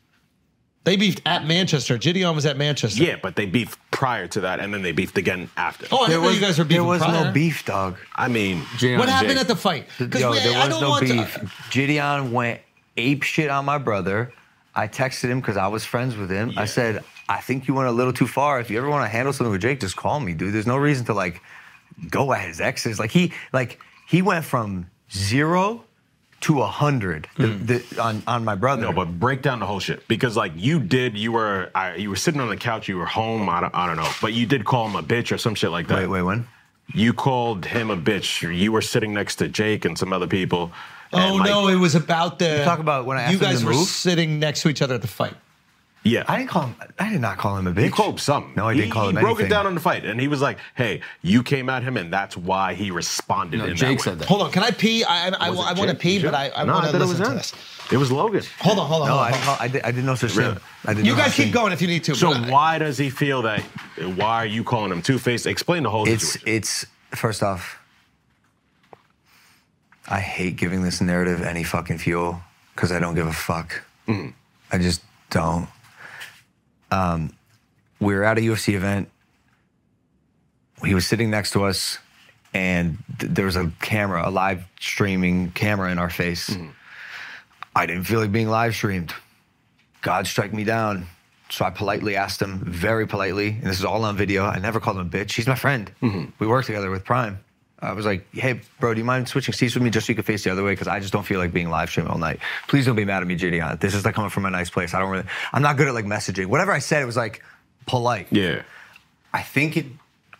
[SPEAKER 1] They beefed at Manchester. Gideon was at Manchester.
[SPEAKER 7] Yeah, but they beefed prior to that, and then they beefed again after.
[SPEAKER 1] Oh, I didn't know you guys were beefing.
[SPEAKER 5] There was
[SPEAKER 1] prior.
[SPEAKER 5] no beef, dog.
[SPEAKER 7] I mean,
[SPEAKER 1] What happened at the fight? Because
[SPEAKER 5] Yo, there
[SPEAKER 1] I
[SPEAKER 5] was
[SPEAKER 1] don't
[SPEAKER 5] no
[SPEAKER 1] want
[SPEAKER 5] beef.
[SPEAKER 1] to.
[SPEAKER 5] Gideon went ape shit on my brother. I texted him because I was friends with him. I said, I think you went a little too far. If you ever want to handle something with Jake, just call me, dude. There's no reason to like go at his exes. Like he, like he went from zero to a hundred
[SPEAKER 1] Hmm.
[SPEAKER 5] the- the- on on my brother.
[SPEAKER 7] No, but break down the whole shit because like you did, you were I, you were sitting on the couch, you were home. I don't, I don't know, but you did call him a bitch or some shit like that.
[SPEAKER 5] wait, wait, when?
[SPEAKER 7] You called him a bitch. You were sitting next to Jake and some other people.
[SPEAKER 1] Oh
[SPEAKER 7] and, like,
[SPEAKER 1] no, it was about the.
[SPEAKER 5] You talk about when I asked
[SPEAKER 1] you
[SPEAKER 5] him
[SPEAKER 1] guys
[SPEAKER 5] to
[SPEAKER 1] were
[SPEAKER 5] move?
[SPEAKER 1] sitting next to each other at the fight.
[SPEAKER 7] Yeah,
[SPEAKER 5] I didn't call him. I did not call him a bitch.
[SPEAKER 7] You called something.
[SPEAKER 5] No, I didn't
[SPEAKER 7] He-
[SPEAKER 5] call him
[SPEAKER 7] He broke
[SPEAKER 5] anything.
[SPEAKER 7] it down on the fight, and he was like, "Hey, you came at him, and that's why he responded."
[SPEAKER 3] No,
[SPEAKER 7] in
[SPEAKER 3] Jake
[SPEAKER 7] that way.
[SPEAKER 3] said that.
[SPEAKER 1] Hold on, can I pee? I I, I,
[SPEAKER 7] Was it
[SPEAKER 1] I want to
[SPEAKER 7] Jake?
[SPEAKER 1] pee,
[SPEAKER 7] You
[SPEAKER 1] but
[SPEAKER 7] sure?
[SPEAKER 1] I, I
[SPEAKER 7] No,
[SPEAKER 1] want
[SPEAKER 7] thought
[SPEAKER 1] to
[SPEAKER 7] it
[SPEAKER 1] listen
[SPEAKER 7] was
[SPEAKER 1] to
[SPEAKER 7] him.
[SPEAKER 1] this.
[SPEAKER 7] It was Logan.
[SPEAKER 1] Hold on, hold on.
[SPEAKER 5] No,
[SPEAKER 1] hold on,
[SPEAKER 5] I didn't
[SPEAKER 1] hold on.
[SPEAKER 5] call. I did, I did no such thing.
[SPEAKER 7] Oh. Really?
[SPEAKER 5] I did
[SPEAKER 1] You
[SPEAKER 5] no
[SPEAKER 1] guys
[SPEAKER 5] such
[SPEAKER 1] keep
[SPEAKER 5] thing.
[SPEAKER 1] going if you need to.
[SPEAKER 7] So
[SPEAKER 1] but I-
[SPEAKER 7] why does he feel that? Why are you calling him Two Face? Explain the whole
[SPEAKER 5] It's
[SPEAKER 7] situation.
[SPEAKER 5] it's first off, I hate giving this narrative any fucking fuel because I don't give a fuck. I just don't. Um, we were at a UFC event. He was sitting next to us, and th- there was a camera, a live streaming camera in our face. I didn't feel like being live streamed. God strike me down. So I politely asked him, very politely, and this is all on video. I never called him a bitch. He's my friend. We work together with Prime. I was like, hey, bro, do you mind switching seats with me just so you can face the other way? Because I just don't feel like being live streamed all night. Please don't be mad at me, Gideon. This is like coming from a nice place. I don't really, I'm not good at like messaging. Whatever I said, it was like polite.
[SPEAKER 7] yeah.
[SPEAKER 5] I think it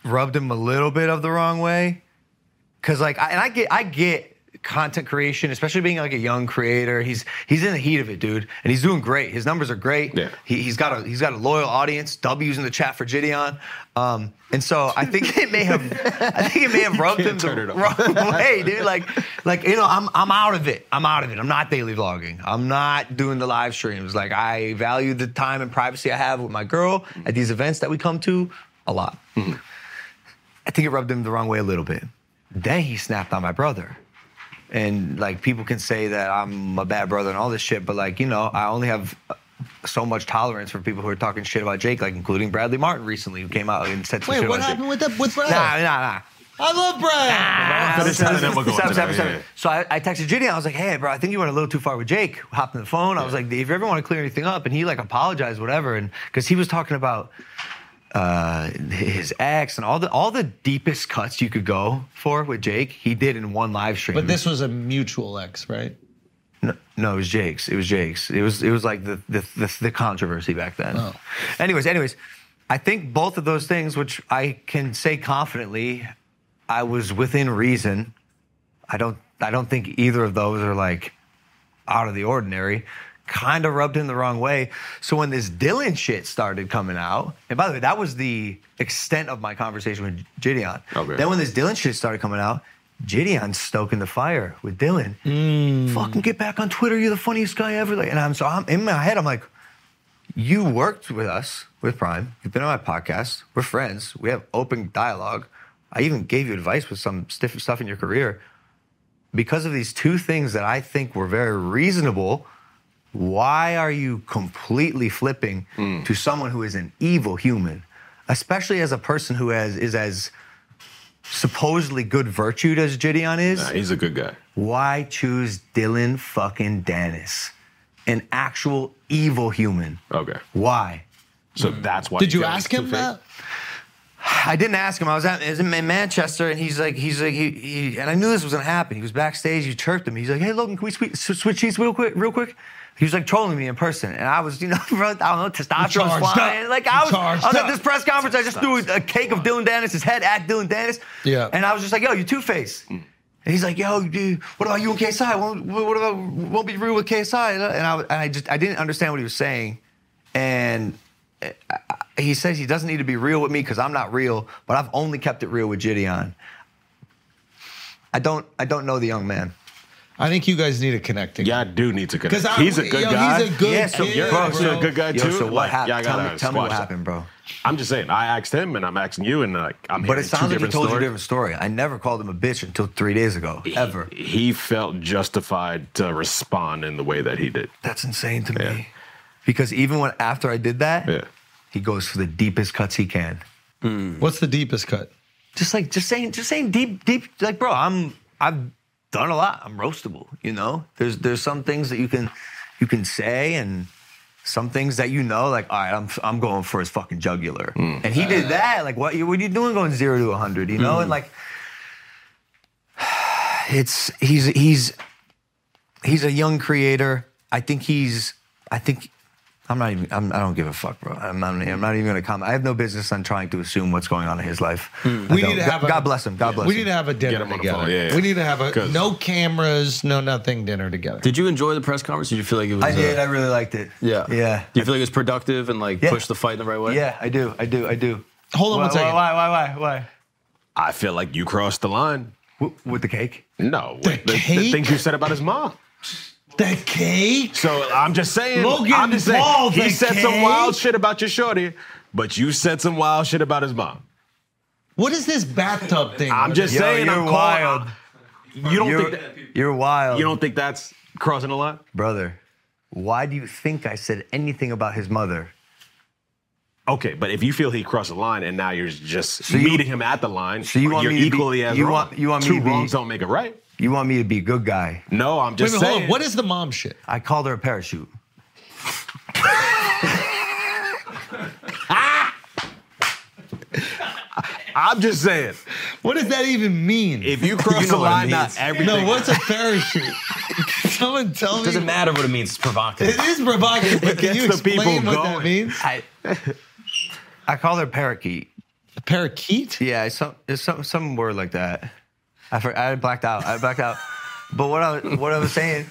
[SPEAKER 5] rubbed him a little bit of the wrong way. Cause like, I, and I get, I get content creation, especially being like a young creator. He's he's in the heat of it, dude, and he's doing great. His numbers are great.
[SPEAKER 7] Yeah.
[SPEAKER 5] He, he's got a he's got a loyal audience. W's in the chat for Gideon. Um, and so I think it may have, I think it may have rubbed him
[SPEAKER 7] turn
[SPEAKER 5] the
[SPEAKER 7] it off.
[SPEAKER 5] wrong way, dude. Like, like you know, I'm I'm out of it. I'm out of it. I'm not daily vlogging. I'm not doing the live streams. Like, I value the time and privacy I have with my girl at these events that we come to a lot. I think it rubbed him the wrong way a little bit. Then he snapped on my brother. And like people can say that I'm a bad brother and all this shit, but like, you know, I only have uh, so much tolerance for people who are talking shit about Jake, like including Bradley Martin recently, who came out and said some
[SPEAKER 1] Wait,
[SPEAKER 5] shit
[SPEAKER 1] what
[SPEAKER 5] about
[SPEAKER 1] happened
[SPEAKER 5] Jake.
[SPEAKER 1] with that with Brad?
[SPEAKER 5] Nah, nah, nah.
[SPEAKER 1] I love Brad.
[SPEAKER 7] But it's not an
[SPEAKER 5] Stop,
[SPEAKER 7] Emma
[SPEAKER 5] stop,
[SPEAKER 7] going
[SPEAKER 5] stop,
[SPEAKER 7] to
[SPEAKER 5] stop.
[SPEAKER 7] that, yeah.
[SPEAKER 5] So I, I texted Judy. I was like, "Hey, bro, I think you went a little too far with Jake." Hopped on the phone. I was like, "If you ever want to clear anything up," and he like apologized, whatever, and because he was talking about uh, his ex and all the all the deepest cuts you could go for with Jake, he did in one live stream.
[SPEAKER 1] But this was a mutual ex, right?
[SPEAKER 5] No, no, it was Jake's. It was Jake's. It was it was like the the the, the controversy back then.
[SPEAKER 1] Oh.
[SPEAKER 5] Anyways, anyways, I think both of those things, which I can say confidently, I was within reason. I don't I don't think either of those are like out of the ordinary. Kind of rubbed him the wrong way. So when this Dylan shit started coming out, and by the way, that was the extent of my conversation with Gideon.
[SPEAKER 3] Okay.
[SPEAKER 5] Then when this Dylan shit started coming out, Gideon's stoking the fire with Dylan fucking get back on Twitter. You're the funniest guy ever. Like, and I'm so I'm in my head. I'm like, you worked with us with Prime. You've been on my podcast. We're friends. We have open dialogue. I even gave you advice with some stiff stuff in your career. Because of these two things that I think were very reasonable, why are you completely flipping to someone who is an evil human, especially as a person who has is as supposedly good virtued as Gideon is?
[SPEAKER 7] Nah, he's a good guy.
[SPEAKER 5] Why choose Dylan fucking Dennis? An actual evil human.
[SPEAKER 7] Okay.
[SPEAKER 5] Why?
[SPEAKER 7] So that's why.
[SPEAKER 1] Did
[SPEAKER 7] he
[SPEAKER 1] you
[SPEAKER 7] feels
[SPEAKER 1] ask
[SPEAKER 7] two
[SPEAKER 1] him
[SPEAKER 7] fa-
[SPEAKER 1] that?
[SPEAKER 5] I didn't ask him. I was at I was in Manchester, and he's like, he's like, he, he and I knew this was gonna happen. He was backstage. You chirped him. He's like, hey Logan, can we swe- sw- switch seats real quick, real quick? He was like trolling me in person, and I was, you know, bro, I don't know, testosterone
[SPEAKER 1] Charged up.
[SPEAKER 5] flying. Like I was, I
[SPEAKER 1] Charged
[SPEAKER 5] was at
[SPEAKER 1] up.
[SPEAKER 5] this press conference. I just threw a cake of Dylan Dennis's head at Dylan Dennis.
[SPEAKER 1] Yeah.
[SPEAKER 5] and I was just like, yo, you Two Face. And he's like, yo, dude, what about you and KSI? Won't, what about won't be real with KSI? And I, and I just I didn't understand what he was saying, and uh, he says he doesn't need to be real with me because I'm not real, but I've only kept it real with Gideon. I don't I don't know the young man.
[SPEAKER 1] I think you guys need a connecting.
[SPEAKER 7] Yeah, I do need to connect.
[SPEAKER 1] 'Cause I-
[SPEAKER 7] he's a good
[SPEAKER 1] yo, he's
[SPEAKER 7] guy.
[SPEAKER 1] a good
[SPEAKER 5] Yeah, so
[SPEAKER 1] kid,
[SPEAKER 5] you're
[SPEAKER 7] You're actually
[SPEAKER 1] bro.
[SPEAKER 7] a good guy
[SPEAKER 5] Yo,
[SPEAKER 7] too.
[SPEAKER 5] so what
[SPEAKER 7] Like,
[SPEAKER 5] happened?
[SPEAKER 7] Yeah, I
[SPEAKER 5] tell,
[SPEAKER 7] gotta
[SPEAKER 5] me, tell me what
[SPEAKER 7] squash that.
[SPEAKER 5] happened, bro.
[SPEAKER 7] I'm just saying. I asked him, and I'm asking you, and like I'm.
[SPEAKER 5] But
[SPEAKER 7] hearing
[SPEAKER 5] it
[SPEAKER 7] two
[SPEAKER 5] sounds like he
[SPEAKER 7] different
[SPEAKER 5] told you a
[SPEAKER 7] stories.
[SPEAKER 5] different story. I never called him a bitch until three days ago, ever.
[SPEAKER 7] He, he felt justified to respond in the way that he did.
[SPEAKER 5] That's insane to
[SPEAKER 7] Yeah.
[SPEAKER 5] me. Because even when after I did that,
[SPEAKER 7] Yeah.
[SPEAKER 5] he goes for the deepest cuts he can.
[SPEAKER 1] What's the deepest cut?
[SPEAKER 5] just like just saying just saying deep deep like bro i'm i've done a lot i'm roastable you know there's there's some things that you can you can say and some things that you know like all right i'm i'm going for his fucking jugular and he did that like what you what are you doing going 0 to 100 you know and like it's he's he's he's a young creator i think he's i think I'm not even. I'm, I don't give a fuck, bro. I'm not. I'm not even gonna comment. I have no business on trying to assume what's going on in his life. I
[SPEAKER 1] Mm. We
[SPEAKER 5] don't.
[SPEAKER 1] need to
[SPEAKER 5] Go-
[SPEAKER 1] have.
[SPEAKER 5] God,
[SPEAKER 1] a,
[SPEAKER 5] bless him. God bless.
[SPEAKER 1] We
[SPEAKER 5] him.
[SPEAKER 1] need to have a dinner
[SPEAKER 7] Get him on the
[SPEAKER 1] together.
[SPEAKER 7] phone, yeah, yeah.
[SPEAKER 1] We need to have a
[SPEAKER 7] 'Cause-
[SPEAKER 1] no cameras, no nothing dinner together.
[SPEAKER 3] Did you enjoy the press conference? Did you feel like it was?
[SPEAKER 5] I did.
[SPEAKER 3] uh,
[SPEAKER 5] I really liked it.
[SPEAKER 3] yeah.
[SPEAKER 5] Yeah.
[SPEAKER 3] Do you feel like it was productive and like
[SPEAKER 5] Yeah.
[SPEAKER 3] pushed the fight in the right way?
[SPEAKER 5] Yeah. I do. I do. I do.
[SPEAKER 1] Hold on
[SPEAKER 5] why,
[SPEAKER 1] one second.
[SPEAKER 5] Why? Why? Why? Why?
[SPEAKER 7] I feel like you crossed the line.
[SPEAKER 5] W- With the cake?
[SPEAKER 7] No,
[SPEAKER 1] The
[SPEAKER 7] with the, the
[SPEAKER 1] cake?
[SPEAKER 7] things you said about his mom.
[SPEAKER 1] The cake.
[SPEAKER 7] So I'm just saying.
[SPEAKER 1] Logan
[SPEAKER 7] I'm just saying.
[SPEAKER 1] Paul,
[SPEAKER 7] he
[SPEAKER 1] the
[SPEAKER 7] said some
[SPEAKER 1] cake?
[SPEAKER 7] wild shit about your shorty, but you said some wild shit about his mom.
[SPEAKER 1] What is this bathtub thing?
[SPEAKER 7] I'm just
[SPEAKER 5] Yo,
[SPEAKER 7] saying.
[SPEAKER 5] you're
[SPEAKER 7] I'm calling-
[SPEAKER 5] wild.
[SPEAKER 7] You don't
[SPEAKER 5] You're,
[SPEAKER 7] think that,
[SPEAKER 5] you're wild.
[SPEAKER 7] you don't think that's crossing the line?
[SPEAKER 5] brother. Why do you think I said anything about his mother?
[SPEAKER 7] Okay, but if you feel he crossed the line and now you're just
[SPEAKER 5] you-
[SPEAKER 7] meeting him at the line,
[SPEAKER 5] so you want
[SPEAKER 7] are
[SPEAKER 5] me to be-
[SPEAKER 7] equally as
[SPEAKER 5] you
[SPEAKER 7] wrong.
[SPEAKER 5] want- you want me
[SPEAKER 7] Two
[SPEAKER 5] to be-
[SPEAKER 7] wrongs don't make a right.
[SPEAKER 5] You want me to be a good guy?
[SPEAKER 7] No, I'm
[SPEAKER 1] Wait a
[SPEAKER 7] just
[SPEAKER 1] minute, hold
[SPEAKER 7] saying.
[SPEAKER 1] on. What is the mom shit?
[SPEAKER 5] I called her a parachute.
[SPEAKER 7] I'm just saying.
[SPEAKER 1] What does that even mean?
[SPEAKER 7] If you cross the
[SPEAKER 3] what it
[SPEAKER 7] line, not
[SPEAKER 3] means.
[SPEAKER 7] everything.
[SPEAKER 1] no, what's a parachute? Someone tell
[SPEAKER 3] Doesn't
[SPEAKER 1] me.
[SPEAKER 3] matter what it means. It's provocative.
[SPEAKER 1] It is provocative, but can
[SPEAKER 7] gets
[SPEAKER 1] you
[SPEAKER 7] the people
[SPEAKER 1] explain what that
[SPEAKER 7] going.
[SPEAKER 1] means?
[SPEAKER 5] I I called her parakeet.
[SPEAKER 1] A parakeet?
[SPEAKER 5] Yeah, it's some it's some some word like that. I for, I blacked out. I blacked out. But what I was- what I was saying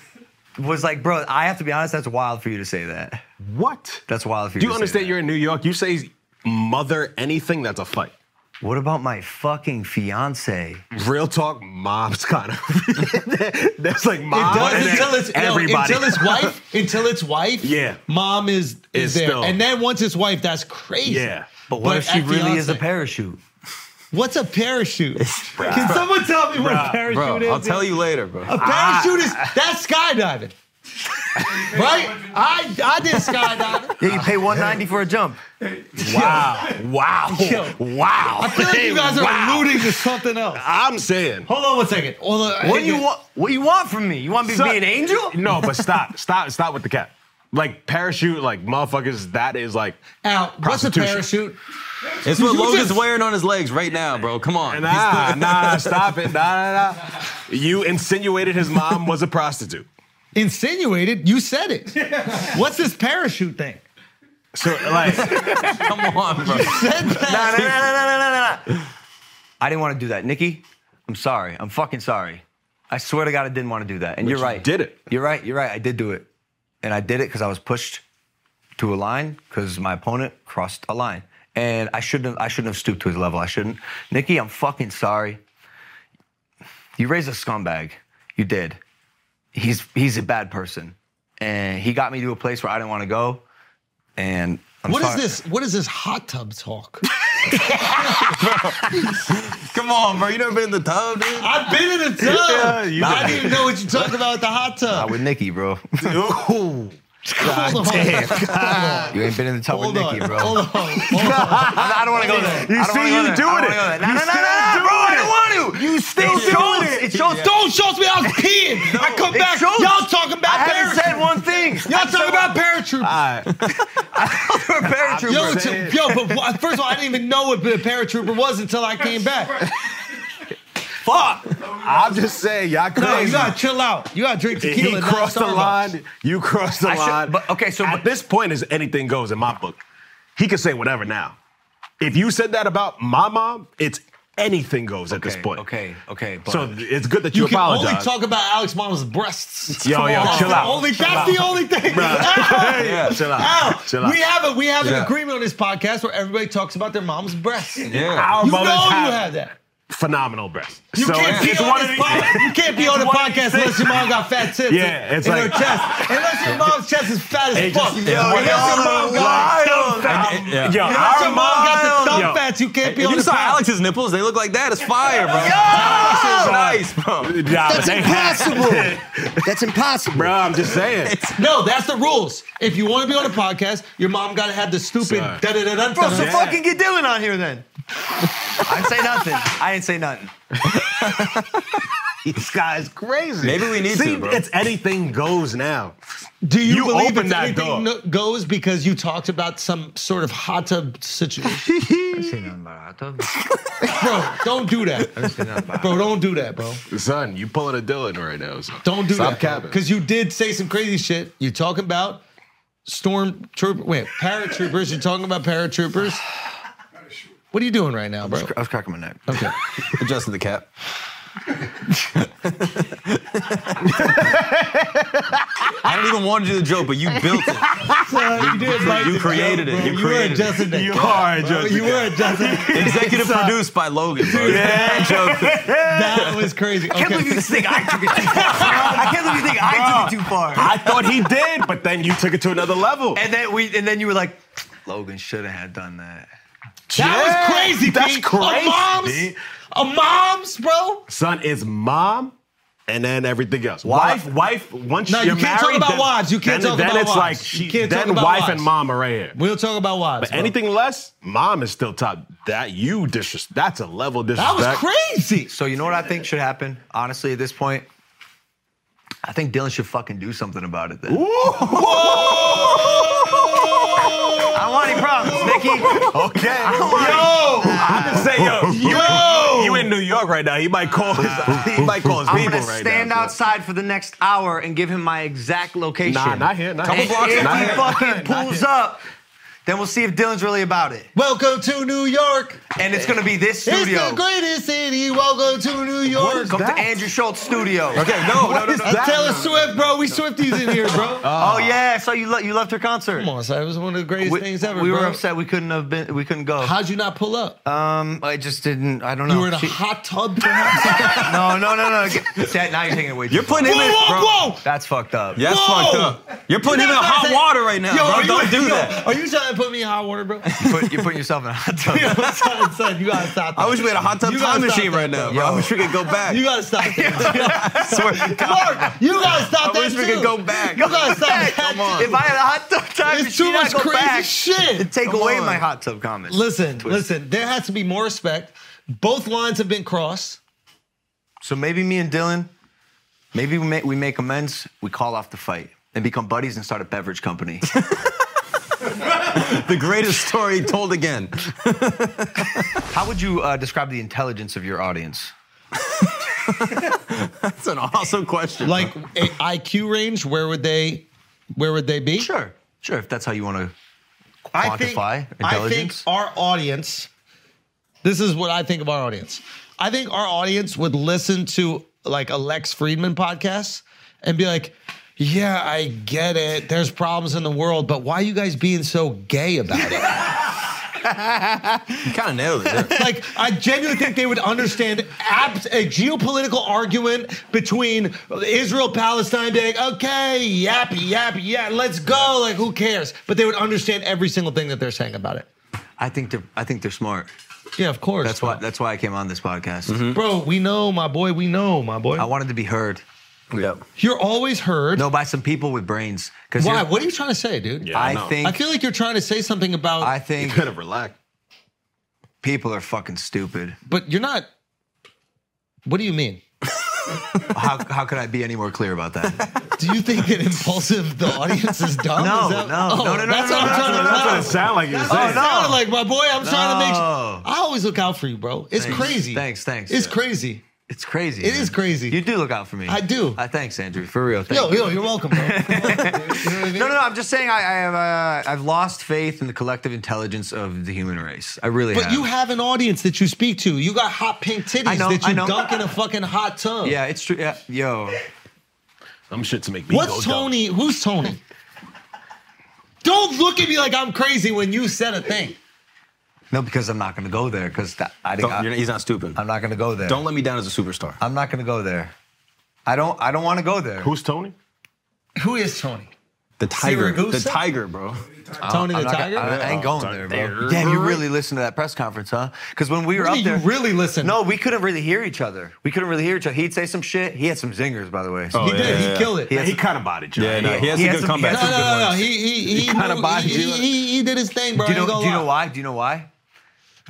[SPEAKER 5] was like, bro, I have to be honest. That's wild for you to say that.
[SPEAKER 7] What?
[SPEAKER 5] That's wild for you.
[SPEAKER 7] Do
[SPEAKER 5] to
[SPEAKER 7] you
[SPEAKER 5] say
[SPEAKER 7] understand?
[SPEAKER 5] that.
[SPEAKER 7] You're in New York. You say mother anything, that's a fight.
[SPEAKER 5] What about my fucking fiance?
[SPEAKER 7] Real talk, mom's kind of. that's like mom.
[SPEAKER 1] It does
[SPEAKER 7] and
[SPEAKER 1] until
[SPEAKER 7] then
[SPEAKER 1] it's no,
[SPEAKER 7] everybody.
[SPEAKER 1] until it's wife. Until it's wife.
[SPEAKER 7] Yeah.
[SPEAKER 1] Mom is is
[SPEAKER 7] Is
[SPEAKER 1] there,
[SPEAKER 7] still-
[SPEAKER 1] and then once it's wife, that's crazy.
[SPEAKER 7] Yeah.
[SPEAKER 5] But what if she
[SPEAKER 1] at
[SPEAKER 5] really is a
[SPEAKER 1] fiance-
[SPEAKER 5] parachute?
[SPEAKER 1] What's a parachute? Can someone tell me what a parachute
[SPEAKER 3] Bro,
[SPEAKER 1] is?
[SPEAKER 3] I'll tell you later, bro.
[SPEAKER 1] A parachute is
[SPEAKER 7] Ah.
[SPEAKER 1] that's skydiving, right? I I did skydiving.
[SPEAKER 5] Yeah, you pay 190 for a jump.
[SPEAKER 7] wow. Wow.
[SPEAKER 1] Yo.
[SPEAKER 7] wow.
[SPEAKER 1] I feel like you guys are
[SPEAKER 7] Wow.
[SPEAKER 1] alluding to something else.
[SPEAKER 7] I'm saying.
[SPEAKER 1] Hold on one second. Hold on.
[SPEAKER 5] What do you want? What you want from me? You want me to
[SPEAKER 7] Son-
[SPEAKER 5] be an angel?
[SPEAKER 7] No, but stop, stop, stop with the cap. Like parachute, like motherfuckers. That is like
[SPEAKER 1] Out. What's a
[SPEAKER 7] Prostitution.
[SPEAKER 1] parachute?
[SPEAKER 3] It's what
[SPEAKER 6] You
[SPEAKER 3] Logan's
[SPEAKER 6] just-
[SPEAKER 3] wearing on his legs right now, bro. Come on.
[SPEAKER 7] Nah, nah, stop it. Nah, nah, nah. You insinuated his mom was a prostitute.
[SPEAKER 6] Insinuated, you said it. What's this parachute thing?
[SPEAKER 7] So, like,
[SPEAKER 3] Come on, bro.
[SPEAKER 6] Said that.
[SPEAKER 5] No, no, no, no, no, no, no, no. I didn't want to do that. Nikki, I'm sorry. I'm fucking sorry. I swear to God, I didn't want to do that. And you're
[SPEAKER 7] you
[SPEAKER 5] right.
[SPEAKER 7] did it.
[SPEAKER 5] You're right. You're right. I did do it. And I did it because I was pushed to a line because my opponent crossed a line. And I shouldn't I shouldn't have stooped to his level. I shouldn't. Nikki, I'm fucking sorry. You raised a scumbag. You did. He's he's a bad person. And he got me to a place where I didn't want to go. And I'm
[SPEAKER 6] What is
[SPEAKER 5] sorry.
[SPEAKER 6] this? What is this hot tub talk?
[SPEAKER 3] Come on, bro. You never been in the tub, dude?
[SPEAKER 6] I've been in a tub.
[SPEAKER 5] you-
[SPEAKER 6] I didn't even know what you talking about at the hot
[SPEAKER 5] Uh,
[SPEAKER 6] tub.
[SPEAKER 5] with Nikki, bro.
[SPEAKER 6] Hold on.
[SPEAKER 5] You ain't been in the tub
[SPEAKER 6] Hold
[SPEAKER 5] with
[SPEAKER 6] on.
[SPEAKER 5] Nikki, bro.
[SPEAKER 6] Hold on. Hold on.
[SPEAKER 5] I, I don't want to go there. You
[SPEAKER 10] see, you doing it.
[SPEAKER 5] No, no,
[SPEAKER 10] You
[SPEAKER 5] no, no,
[SPEAKER 10] still
[SPEAKER 5] no, bro.
[SPEAKER 10] doing
[SPEAKER 5] I don't want to. You still doing it. It shows. Don't.
[SPEAKER 6] Don't show me I was peeing. I come
[SPEAKER 5] it
[SPEAKER 6] back.
[SPEAKER 5] shows.
[SPEAKER 6] Y'all talking
[SPEAKER 5] I
[SPEAKER 6] about
[SPEAKER 5] haven't
[SPEAKER 6] parachute.
[SPEAKER 5] said one thing.
[SPEAKER 6] Y'all talking about parachute.
[SPEAKER 5] You're a paratrooper.
[SPEAKER 6] Yo, it's a- yo, but wh- first of all, I didn't even know what a paratrooper was until I came back.
[SPEAKER 7] I'm just saying, y'all
[SPEAKER 6] No,
[SPEAKER 7] crazy.
[SPEAKER 6] you gotta chill out. You gotta drink tequila.
[SPEAKER 7] he
[SPEAKER 6] not
[SPEAKER 7] crossed the
[SPEAKER 6] Starbucks.
[SPEAKER 7] line. You crossed the
[SPEAKER 5] I should-
[SPEAKER 7] line.
[SPEAKER 5] but- okay, so-
[SPEAKER 7] at
[SPEAKER 5] but-
[SPEAKER 7] this point, is anything goes in my book. He can say whatever now. If you said that about my mom, it's anything goes at this
[SPEAKER 5] Okay,
[SPEAKER 7] point.
[SPEAKER 5] okay, okay, but-
[SPEAKER 7] so it's good that you,
[SPEAKER 6] You can only
[SPEAKER 7] apologize.
[SPEAKER 6] talk about Alex Mom's breasts.
[SPEAKER 7] Yo, yo,
[SPEAKER 6] That's
[SPEAKER 7] chill
[SPEAKER 6] the
[SPEAKER 7] out.
[SPEAKER 6] Only, that's the only thing. Ow!
[SPEAKER 7] yeah, chill out.
[SPEAKER 6] Ow!
[SPEAKER 7] Chill out.
[SPEAKER 6] We have a we have an
[SPEAKER 3] Yeah.
[SPEAKER 6] agreement on this podcast where everybody talks about their mom's breasts.
[SPEAKER 3] Yeah.
[SPEAKER 7] Our
[SPEAKER 6] You know you
[SPEAKER 7] mothers have
[SPEAKER 6] have that.
[SPEAKER 7] phenomenal breasts.
[SPEAKER 6] You
[SPEAKER 7] so
[SPEAKER 6] can't
[SPEAKER 7] it's,
[SPEAKER 6] be
[SPEAKER 7] it's
[SPEAKER 6] on
[SPEAKER 7] one of
[SPEAKER 6] this
[SPEAKER 7] the,
[SPEAKER 6] podcast. You can't be on the podcast unless your mom got fat tits.
[SPEAKER 7] Yeah, it's
[SPEAKER 6] in her
[SPEAKER 7] like-
[SPEAKER 6] chest. Unless your mom's chest is fat as
[SPEAKER 7] It
[SPEAKER 6] fuck.
[SPEAKER 7] just- Yo,
[SPEAKER 6] Unless your
[SPEAKER 7] y'all
[SPEAKER 6] mom got
[SPEAKER 3] And- yeah.
[SPEAKER 7] Yo,
[SPEAKER 6] Unless
[SPEAKER 7] our
[SPEAKER 6] your mom got the thumb
[SPEAKER 7] Yo.
[SPEAKER 6] fats, you can't be
[SPEAKER 3] If
[SPEAKER 6] on
[SPEAKER 3] you
[SPEAKER 6] the
[SPEAKER 3] saw
[SPEAKER 6] podcast.
[SPEAKER 3] Alex's nipples, they look like that. It's fire, bro. That shit's nice, bro.
[SPEAKER 7] Nah, but
[SPEAKER 11] That's
[SPEAKER 7] they have-
[SPEAKER 11] impossible. That's impossible.
[SPEAKER 7] Bro, I'm just saying.
[SPEAKER 6] No, that's the rules. If you want to be on a podcast, your mom got to have the stupid da
[SPEAKER 7] Sorry.
[SPEAKER 6] da da da.
[SPEAKER 5] Bro, so
[SPEAKER 6] da-
[SPEAKER 5] fucking get Dylan on here then. I didn't say nothing. I didn't say nothing.
[SPEAKER 7] this guy's crazy.
[SPEAKER 3] Maybe we need
[SPEAKER 7] See,
[SPEAKER 3] to, bro.
[SPEAKER 7] It's anything goes now.
[SPEAKER 6] Do you,
[SPEAKER 7] You
[SPEAKER 6] believe
[SPEAKER 7] opened
[SPEAKER 6] it's
[SPEAKER 7] that
[SPEAKER 6] anything
[SPEAKER 7] door.
[SPEAKER 6] no- goes because you talked about some sort of hot tub situation? bro, don't do that. Bro, don't do that, bro.
[SPEAKER 7] Son, you pulling a Dylan right now. So.
[SPEAKER 6] Don't do
[SPEAKER 7] Stop
[SPEAKER 6] that.
[SPEAKER 7] capping.
[SPEAKER 6] Because you did say some crazy shit. You're talking about stormtrooper, wait, paratroopers. You're talking about paratroopers. What are you doing right now, bro?
[SPEAKER 5] I was cracking my neck.
[SPEAKER 6] Okay.
[SPEAKER 3] Adjusting the cap. I didn't even want to do the joke, but you built it.
[SPEAKER 6] you did like
[SPEAKER 3] you created it. You
[SPEAKER 6] You were
[SPEAKER 3] created it.
[SPEAKER 6] adjusting it.
[SPEAKER 7] You are just.
[SPEAKER 6] You were adjusting it.
[SPEAKER 3] Executive produced by Logan, bro. Yeah.
[SPEAKER 6] That was crazy.
[SPEAKER 5] I can't
[SPEAKER 6] Okay.
[SPEAKER 5] believe you think I took it too far. I can't believe you think I took it too far.
[SPEAKER 7] I thought he did, but then you took it to another level.
[SPEAKER 5] And then we, and then you were like, Logan shouldn't have done that.
[SPEAKER 6] That
[SPEAKER 7] Yeah,
[SPEAKER 6] was crazy.
[SPEAKER 7] that's
[SPEAKER 6] Pete.
[SPEAKER 7] crazy,
[SPEAKER 6] A mom's,
[SPEAKER 7] B.
[SPEAKER 6] a mom's, bro.
[SPEAKER 7] Son, it's mom and then everything else.
[SPEAKER 5] Wife.
[SPEAKER 7] Wife, wife, once
[SPEAKER 6] No, you
[SPEAKER 7] you're
[SPEAKER 6] can't talk
[SPEAKER 7] married,
[SPEAKER 6] about
[SPEAKER 7] then-
[SPEAKER 6] wives. You can't
[SPEAKER 7] then,
[SPEAKER 6] talk
[SPEAKER 7] then
[SPEAKER 6] about
[SPEAKER 7] it's
[SPEAKER 6] wives.
[SPEAKER 7] like
[SPEAKER 6] You
[SPEAKER 7] she,
[SPEAKER 6] can't talk
[SPEAKER 7] then
[SPEAKER 6] about
[SPEAKER 7] wife
[SPEAKER 6] wives.
[SPEAKER 7] and mom are right here.
[SPEAKER 6] We'll talk about wives.
[SPEAKER 7] But
[SPEAKER 6] bro.
[SPEAKER 7] anything less, mom is still top. That you disres that's a level
[SPEAKER 6] that
[SPEAKER 7] disrespect.
[SPEAKER 6] was crazy.
[SPEAKER 5] So you know what I think should happen? Honestly, at this point, I think Dylan should fucking do something about it then. I don't want any problems, Nikki.
[SPEAKER 7] Okay. Yo, I'm just saying, yo, you, yo, you in New York right now? He might call his, he might call his
[SPEAKER 5] I'm
[SPEAKER 7] people
[SPEAKER 5] gonna
[SPEAKER 7] right
[SPEAKER 5] stand
[SPEAKER 7] now. so-
[SPEAKER 5] outside for the next hour and give him my exact location.
[SPEAKER 7] Nah, not here. Not
[SPEAKER 5] And
[SPEAKER 7] here.
[SPEAKER 5] if
[SPEAKER 7] Not
[SPEAKER 5] he
[SPEAKER 7] here.
[SPEAKER 5] fucking
[SPEAKER 7] Not
[SPEAKER 5] pulls
[SPEAKER 7] here.
[SPEAKER 5] up, then we'll see if Dylan's really about it.
[SPEAKER 6] Welcome to New York.
[SPEAKER 5] And it's gonna be this studio.
[SPEAKER 6] It's the greatest city. Welcome to New York.
[SPEAKER 5] Come to Andrew Schultz studio.
[SPEAKER 3] Okay, no, no, no, no.
[SPEAKER 6] That's Taylor Swift, bro. We Swifties in here, bro.
[SPEAKER 3] Uh,
[SPEAKER 5] Oh yeah, so you lo- you left her concert.
[SPEAKER 6] Come on, son. It was one of the greatest
[SPEAKER 5] We,
[SPEAKER 6] things ever,
[SPEAKER 5] we
[SPEAKER 6] bro.
[SPEAKER 5] were upset we couldn't have been we couldn't go.
[SPEAKER 6] How'd you not pull up?
[SPEAKER 3] Oh,
[SPEAKER 5] Um, I just didn't. I don't know.
[SPEAKER 6] you were in a
[SPEAKER 5] She-
[SPEAKER 6] hot tub, perhaps?
[SPEAKER 5] no, no, no, no. Get- That, now you're taking it away.
[SPEAKER 3] You're putting him in. bro.
[SPEAKER 6] whoa, whoa!
[SPEAKER 5] That's fucked up.
[SPEAKER 3] Yeah, that's
[SPEAKER 6] Whoa.
[SPEAKER 3] fucked up. You're putting him in
[SPEAKER 6] You're not
[SPEAKER 3] hot
[SPEAKER 6] saying-
[SPEAKER 3] water right now,
[SPEAKER 6] Yo,
[SPEAKER 3] bro.
[SPEAKER 6] are you-
[SPEAKER 3] Don't do
[SPEAKER 6] yo,
[SPEAKER 3] that.
[SPEAKER 6] Are you trying to put me in hot water, bro?
[SPEAKER 5] You put, you're putting yourself in a hot tub.
[SPEAKER 6] son, son, you gotta stop that.
[SPEAKER 3] I wish we had a hot tub
[SPEAKER 6] You gotta
[SPEAKER 3] time
[SPEAKER 6] stop
[SPEAKER 3] machine
[SPEAKER 6] that,
[SPEAKER 3] right now, bro.
[SPEAKER 5] Yo.
[SPEAKER 3] I wish we could go back.
[SPEAKER 6] You gotta stop that.
[SPEAKER 3] swear to God.
[SPEAKER 6] Mark, you gotta stop
[SPEAKER 3] I
[SPEAKER 6] that
[SPEAKER 3] wish we
[SPEAKER 6] too.
[SPEAKER 3] could go back.
[SPEAKER 6] You gotta stop
[SPEAKER 5] Hey,
[SPEAKER 6] that.
[SPEAKER 5] Come on. If I had a hot tub time,
[SPEAKER 6] It's too
[SPEAKER 5] machine, I'd
[SPEAKER 6] much
[SPEAKER 5] go
[SPEAKER 6] crazy
[SPEAKER 5] back
[SPEAKER 6] shit.
[SPEAKER 5] And take
[SPEAKER 6] Come
[SPEAKER 5] away
[SPEAKER 6] on.
[SPEAKER 5] my hot tub comments.
[SPEAKER 6] Listen, listen. There has to be more respect. Both lines have been crossed.
[SPEAKER 5] So maybe me and Dylan, maybe we make, we make amends. We call off the fight and become buddies and start a beverage company.
[SPEAKER 3] the greatest story told again.
[SPEAKER 5] How would you uh, describe the intelligence of your audience?
[SPEAKER 3] That's an awesome question.
[SPEAKER 6] Like a IQ range, where would they where would they be?
[SPEAKER 5] Sure, sure. If that's how you want to
[SPEAKER 6] I think,
[SPEAKER 5] quantify
[SPEAKER 6] I think
[SPEAKER 5] intelligence?
[SPEAKER 6] our audience, this is what I think of our audience. I think our audience would listen to like a Lex Friedman podcast and be like, yeah, I get it. There's problems in the world, but why you guys being so gay about it?
[SPEAKER 3] you kind of nailed it. there.
[SPEAKER 6] like I genuinely think they would understand abs- a geopolitical argument between Israel Palestine being okay, yap yap yeah, let's go. Like who cares? But they would understand every single thing that they're saying about it.
[SPEAKER 5] I think they're. I think they're smart.
[SPEAKER 6] Yeah, of course.
[SPEAKER 5] That's why. That's why I came on this podcast.
[SPEAKER 6] bro. We know, my boy. We know, my boy.
[SPEAKER 5] I wanted to be heard.
[SPEAKER 3] Yep.
[SPEAKER 6] You're always heard.
[SPEAKER 5] No, by some people with brains. Because
[SPEAKER 6] Why? What are you trying to say, dude?
[SPEAKER 5] I,
[SPEAKER 7] know.
[SPEAKER 5] think.
[SPEAKER 6] I feel like you're trying to say something about,
[SPEAKER 5] I think
[SPEAKER 7] Could have relaxed.
[SPEAKER 5] people are fucking stupid.
[SPEAKER 6] but you're not. What do you mean?
[SPEAKER 5] How how could I be any more clear about that?
[SPEAKER 6] Do you think that impulsive the audience is dumb?
[SPEAKER 5] No,
[SPEAKER 6] Is that- oh,
[SPEAKER 5] no, no, no, no,
[SPEAKER 6] That's
[SPEAKER 5] no, no,
[SPEAKER 6] what I'm
[SPEAKER 5] no,
[SPEAKER 6] trying to.
[SPEAKER 5] no,
[SPEAKER 12] That's
[SPEAKER 6] no.
[SPEAKER 12] what it sounded like you
[SPEAKER 7] Oh,
[SPEAKER 12] were
[SPEAKER 6] That's
[SPEAKER 12] saying.
[SPEAKER 6] what it sounded like my boy. I'm trying to make.
[SPEAKER 5] No.
[SPEAKER 6] I always look out for you, bro. It's
[SPEAKER 5] Thanks.
[SPEAKER 6] crazy.
[SPEAKER 5] Thanks, thanks.
[SPEAKER 6] It's
[SPEAKER 5] Yeah.
[SPEAKER 6] crazy.
[SPEAKER 5] It's crazy.
[SPEAKER 6] It is crazy.
[SPEAKER 5] You do look out for me.
[SPEAKER 6] I do.
[SPEAKER 5] I thanks, Andrew, for real. Thank
[SPEAKER 6] Yo,
[SPEAKER 5] you.
[SPEAKER 6] yo, you're welcome, bro. You know what I mean?
[SPEAKER 5] No, no, no. I'm just saying. I, I have. Uh, I've lost faith in the collective intelligence of the human race. I really.
[SPEAKER 6] But
[SPEAKER 5] have.
[SPEAKER 6] you have an audience that you speak to. You got hot
[SPEAKER 5] I
[SPEAKER 6] pink titties
[SPEAKER 5] know,
[SPEAKER 6] that
[SPEAKER 5] I
[SPEAKER 6] you
[SPEAKER 5] know.
[SPEAKER 6] dunk in a fucking hot tub.
[SPEAKER 5] Yeah, it's true. Yeah, yo,
[SPEAKER 7] Some shit to make me go
[SPEAKER 6] What's
[SPEAKER 7] dumb.
[SPEAKER 6] Tony? Who's Tony? Don't look at me like I'm crazy when you said a thing.
[SPEAKER 5] no, because I'm not gonna go there. Because I think
[SPEAKER 3] Don't-
[SPEAKER 5] I,
[SPEAKER 3] you're not- he's not stupid.
[SPEAKER 5] I'm not gonna go there.
[SPEAKER 3] Don't let me down as a superstar.
[SPEAKER 5] I'm not gonna go there. I don't. I don't want to go there.
[SPEAKER 7] Who's Tony?
[SPEAKER 6] Who is Tony?
[SPEAKER 3] The tiger. The
[SPEAKER 6] Siragusa?
[SPEAKER 3] tiger, bro.
[SPEAKER 6] Tony the
[SPEAKER 5] Uh, I'm not gonna-
[SPEAKER 6] Tiger?
[SPEAKER 5] I ain't going there, bro. Damn, you really listened to that press conference, huh? Because when we were
[SPEAKER 6] What do
[SPEAKER 5] up
[SPEAKER 6] you mean
[SPEAKER 5] there,
[SPEAKER 6] you really listened?
[SPEAKER 5] No, we couldn't really hear each other. We couldn't really hear each other. He'd say some shit. He had some zingers, by the way.
[SPEAKER 6] he
[SPEAKER 3] Oh,
[SPEAKER 6] did.
[SPEAKER 3] yeah,
[SPEAKER 6] he
[SPEAKER 3] yeah, yeah.
[SPEAKER 6] killed it.
[SPEAKER 5] He had
[SPEAKER 7] He
[SPEAKER 5] some-
[SPEAKER 7] kind of bodied you.
[SPEAKER 3] Yeah, no, he has
[SPEAKER 5] He
[SPEAKER 3] some
[SPEAKER 5] had
[SPEAKER 3] good
[SPEAKER 5] some- he had
[SPEAKER 3] comebacks.
[SPEAKER 6] no,
[SPEAKER 5] some
[SPEAKER 6] no,
[SPEAKER 5] good
[SPEAKER 6] no, no.
[SPEAKER 5] ones.
[SPEAKER 6] He he he,
[SPEAKER 5] kinda
[SPEAKER 6] knew-
[SPEAKER 5] bodied
[SPEAKER 6] he,
[SPEAKER 5] you.
[SPEAKER 6] he, he, he did his thing, bro.
[SPEAKER 5] do you know? Do you know why? Do you know why?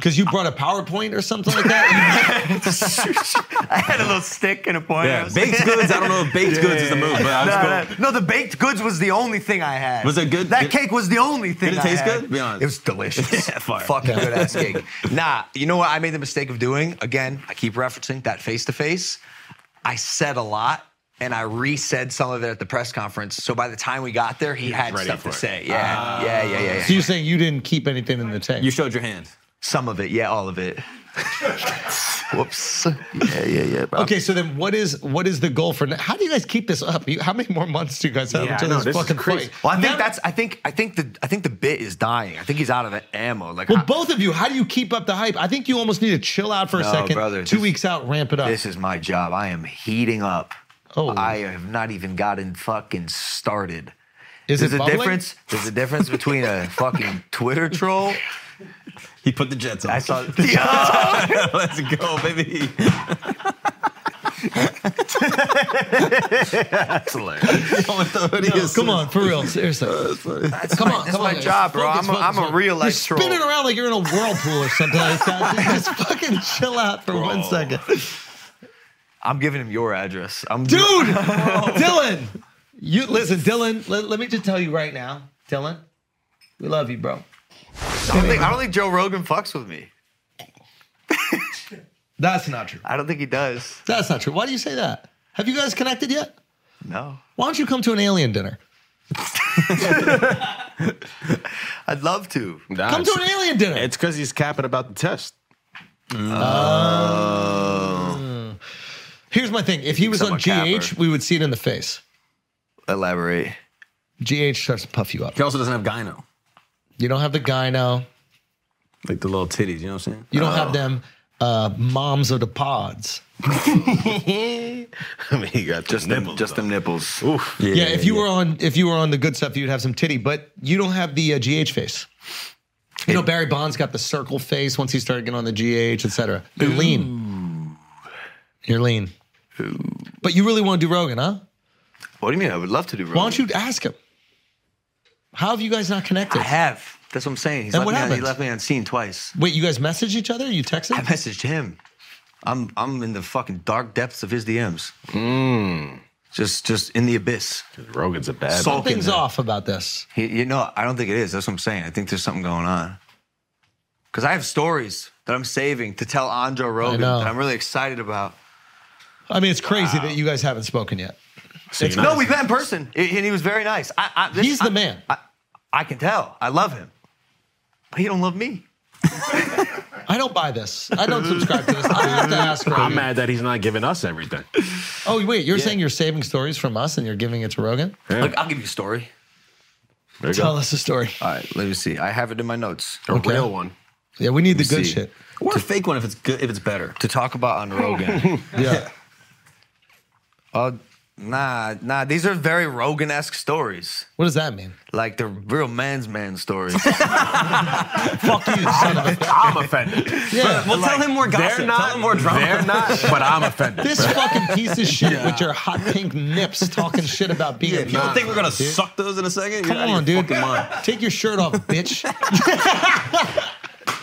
[SPEAKER 6] Because you brought a PowerPoint or something like that.
[SPEAKER 5] I had a little stick and a point. I
[SPEAKER 3] Yeah,
[SPEAKER 5] was-
[SPEAKER 3] baked goods. I don't know if baked goods is the move, but I
[SPEAKER 5] No,
[SPEAKER 3] just
[SPEAKER 5] no, no, the baked goods was the only thing I had.
[SPEAKER 3] Was it good?
[SPEAKER 5] That
[SPEAKER 3] Did-
[SPEAKER 5] cake was the only thing.
[SPEAKER 3] Did it
[SPEAKER 5] I
[SPEAKER 3] taste
[SPEAKER 5] had.
[SPEAKER 3] good? Be honest.
[SPEAKER 5] It was delicious.
[SPEAKER 3] Yeah, fire.
[SPEAKER 5] Fucking good ass cake. Nah, you know what? I made the mistake of doing again. I keep referencing that face to face. I said a lot. And I re-said some of it at the press conference. So by the time we got there, he had
[SPEAKER 7] ready
[SPEAKER 5] stuff
[SPEAKER 7] for
[SPEAKER 5] to
[SPEAKER 7] it.
[SPEAKER 5] say. Yeah, yeah, yeah, yeah, yeah.
[SPEAKER 3] Ah.
[SPEAKER 6] so you're saying you didn't keep anything in the tank?
[SPEAKER 3] You showed your hand.
[SPEAKER 5] Some of it, yeah, all of it. Whoops. Yeah, yeah, yeah. bro.
[SPEAKER 6] okay, so then what is what is the goal for now? How do you guys keep this up? You, how many more months do you guys have
[SPEAKER 7] Yeah,
[SPEAKER 6] until
[SPEAKER 7] I know,
[SPEAKER 6] this
[SPEAKER 7] this is
[SPEAKER 6] fucking
[SPEAKER 7] crazy.
[SPEAKER 6] fight?
[SPEAKER 5] Well, I think
[SPEAKER 6] Now-
[SPEAKER 5] that's. I think. I think the. I think the bit is dying. I think he's out of ammo. Like, I-
[SPEAKER 6] Well, both of you, how do you keep up the hype? I think you almost need to chill out for a
[SPEAKER 5] No,
[SPEAKER 6] second.
[SPEAKER 5] brother,
[SPEAKER 6] Two
[SPEAKER 5] this-
[SPEAKER 6] weeks out, ramp it up.
[SPEAKER 5] This is my job. I am heating up.
[SPEAKER 6] Oh.
[SPEAKER 5] I have not even gotten fucking started.
[SPEAKER 6] Is
[SPEAKER 5] there's
[SPEAKER 6] it
[SPEAKER 5] a
[SPEAKER 6] bubbling?
[SPEAKER 5] difference. There's a difference between a fucking Twitter troll.
[SPEAKER 3] He put the jets on.
[SPEAKER 5] I saw.
[SPEAKER 3] Let's go, baby.
[SPEAKER 7] Excellent.
[SPEAKER 6] No, come on, for real, seriously. come on,
[SPEAKER 5] that's
[SPEAKER 6] come
[SPEAKER 5] my
[SPEAKER 6] on,
[SPEAKER 5] job, bro.
[SPEAKER 6] focus,
[SPEAKER 5] I'm a-
[SPEAKER 6] focus,
[SPEAKER 5] I'm a
[SPEAKER 6] focus.
[SPEAKER 5] real-life
[SPEAKER 6] You're
[SPEAKER 5] troll.
[SPEAKER 6] spinning around like you're in a whirlpool or something like that. Just fucking chill out for one second,
[SPEAKER 5] I'm giving him your address. I'm
[SPEAKER 6] dude. Dylan, you listen, Dylan. Let, let me just tell you right now, Dylan, we love you, bro.
[SPEAKER 5] I don't, think, I don't think Joe Rogan fucks with me.
[SPEAKER 6] That's not true.
[SPEAKER 5] I don't think he does.
[SPEAKER 6] That's not true. Why do you say that? Have you guys connected yet?
[SPEAKER 5] No.
[SPEAKER 6] Why don't you come to an alien dinner?
[SPEAKER 5] I'd love to.
[SPEAKER 6] Come to an alien dinner.
[SPEAKER 7] It's because he's capping about the test.
[SPEAKER 6] Here's my thing. If he was
[SPEAKER 5] I'm a
[SPEAKER 6] on GH,
[SPEAKER 5] capper.
[SPEAKER 6] we would see it in the face.
[SPEAKER 5] Elaborate.
[SPEAKER 6] GH starts to puff you up.
[SPEAKER 3] He also doesn't have gyno.
[SPEAKER 6] You don't have the gyno.
[SPEAKER 3] Like the little titties, you know what I'm saying?
[SPEAKER 6] You don't have them uh, moms of the pods.
[SPEAKER 7] I mean, he got just nipples.
[SPEAKER 5] Just
[SPEAKER 7] though.
[SPEAKER 5] them nipples.
[SPEAKER 6] Yeah, if you were on if you were on the good stuff, you'd have some titty, but you don't have the uh, GH face. You know, Barry Bonds got the circle face once he started getting on the GH, etc. You're lean. You're lean. But you really want to do Rogan, huh?
[SPEAKER 5] What do you mean? I would love to do. Rogan.
[SPEAKER 6] Why don't you ask him? How have you guys not connected?
[SPEAKER 5] I have. That's what I'm saying. He's
[SPEAKER 6] And
[SPEAKER 5] left
[SPEAKER 6] what
[SPEAKER 5] me on, he
[SPEAKER 6] happened?
[SPEAKER 5] left me on scene twice.
[SPEAKER 6] Wait, you guys messaged each other? You texted?
[SPEAKER 5] I messaged him. I'm I'm in the fucking dark depths of his DMs. Just just in the abyss.
[SPEAKER 7] Rogan's a bad.
[SPEAKER 6] Hmm. Something's off about this.
[SPEAKER 5] He- You know, I don't think it is. That's what I'm saying. I think there's something going on. Because I have stories that I'm saving to tell Andre Rogan
[SPEAKER 6] know.
[SPEAKER 5] that I'm really excited about.
[SPEAKER 6] I mean, it's crazy that you guys haven't spoken yet.
[SPEAKER 7] It's
[SPEAKER 5] No, we met in person, I- and he was very nice. I, I, this-
[SPEAKER 6] He's the
[SPEAKER 5] I-
[SPEAKER 6] man.
[SPEAKER 5] I, I can tell. I love him, but he don't love me.
[SPEAKER 6] I don't buy this. I don't subscribe to this. I have to ask. Rogan.
[SPEAKER 7] I'm mad that he's not giving us everything.
[SPEAKER 6] Oh wait, you're saying you're saving stories from us and you're giving it to Rogan?
[SPEAKER 5] Look, I'll give you a story.
[SPEAKER 7] There you
[SPEAKER 6] Tell
[SPEAKER 7] go.
[SPEAKER 6] us a story.
[SPEAKER 5] All right, let me see. I have it in my notes
[SPEAKER 7] A
[SPEAKER 6] Okay.
[SPEAKER 7] real one.
[SPEAKER 6] Yeah, we need the good
[SPEAKER 5] see.
[SPEAKER 6] shit.
[SPEAKER 3] Or a fake one if it's good, if it's better.
[SPEAKER 5] to talk about on Rogan.
[SPEAKER 6] Yeah.
[SPEAKER 5] Oh, nah, nah. These are very Rogan-esque stories.
[SPEAKER 6] What does that mean?
[SPEAKER 5] Like the real man's man stories.
[SPEAKER 6] Fuck you, son of a.
[SPEAKER 7] I'm offended.
[SPEAKER 6] Yeah.
[SPEAKER 3] Well, tell him more gossip.
[SPEAKER 7] They're not.
[SPEAKER 3] tell him more drama.
[SPEAKER 7] They're not. But I'm offended.
[SPEAKER 6] This fucking piece of shit with your hot pink nips talking shit about being
[SPEAKER 3] Yeah,
[SPEAKER 6] a
[SPEAKER 3] people
[SPEAKER 6] man.
[SPEAKER 3] think we're gonna
[SPEAKER 6] dude.
[SPEAKER 3] suck those in a second.
[SPEAKER 6] Come
[SPEAKER 3] You're out
[SPEAKER 6] on,
[SPEAKER 3] of your
[SPEAKER 6] dude.
[SPEAKER 3] fucking mind.
[SPEAKER 6] Take your shirt off, bitch.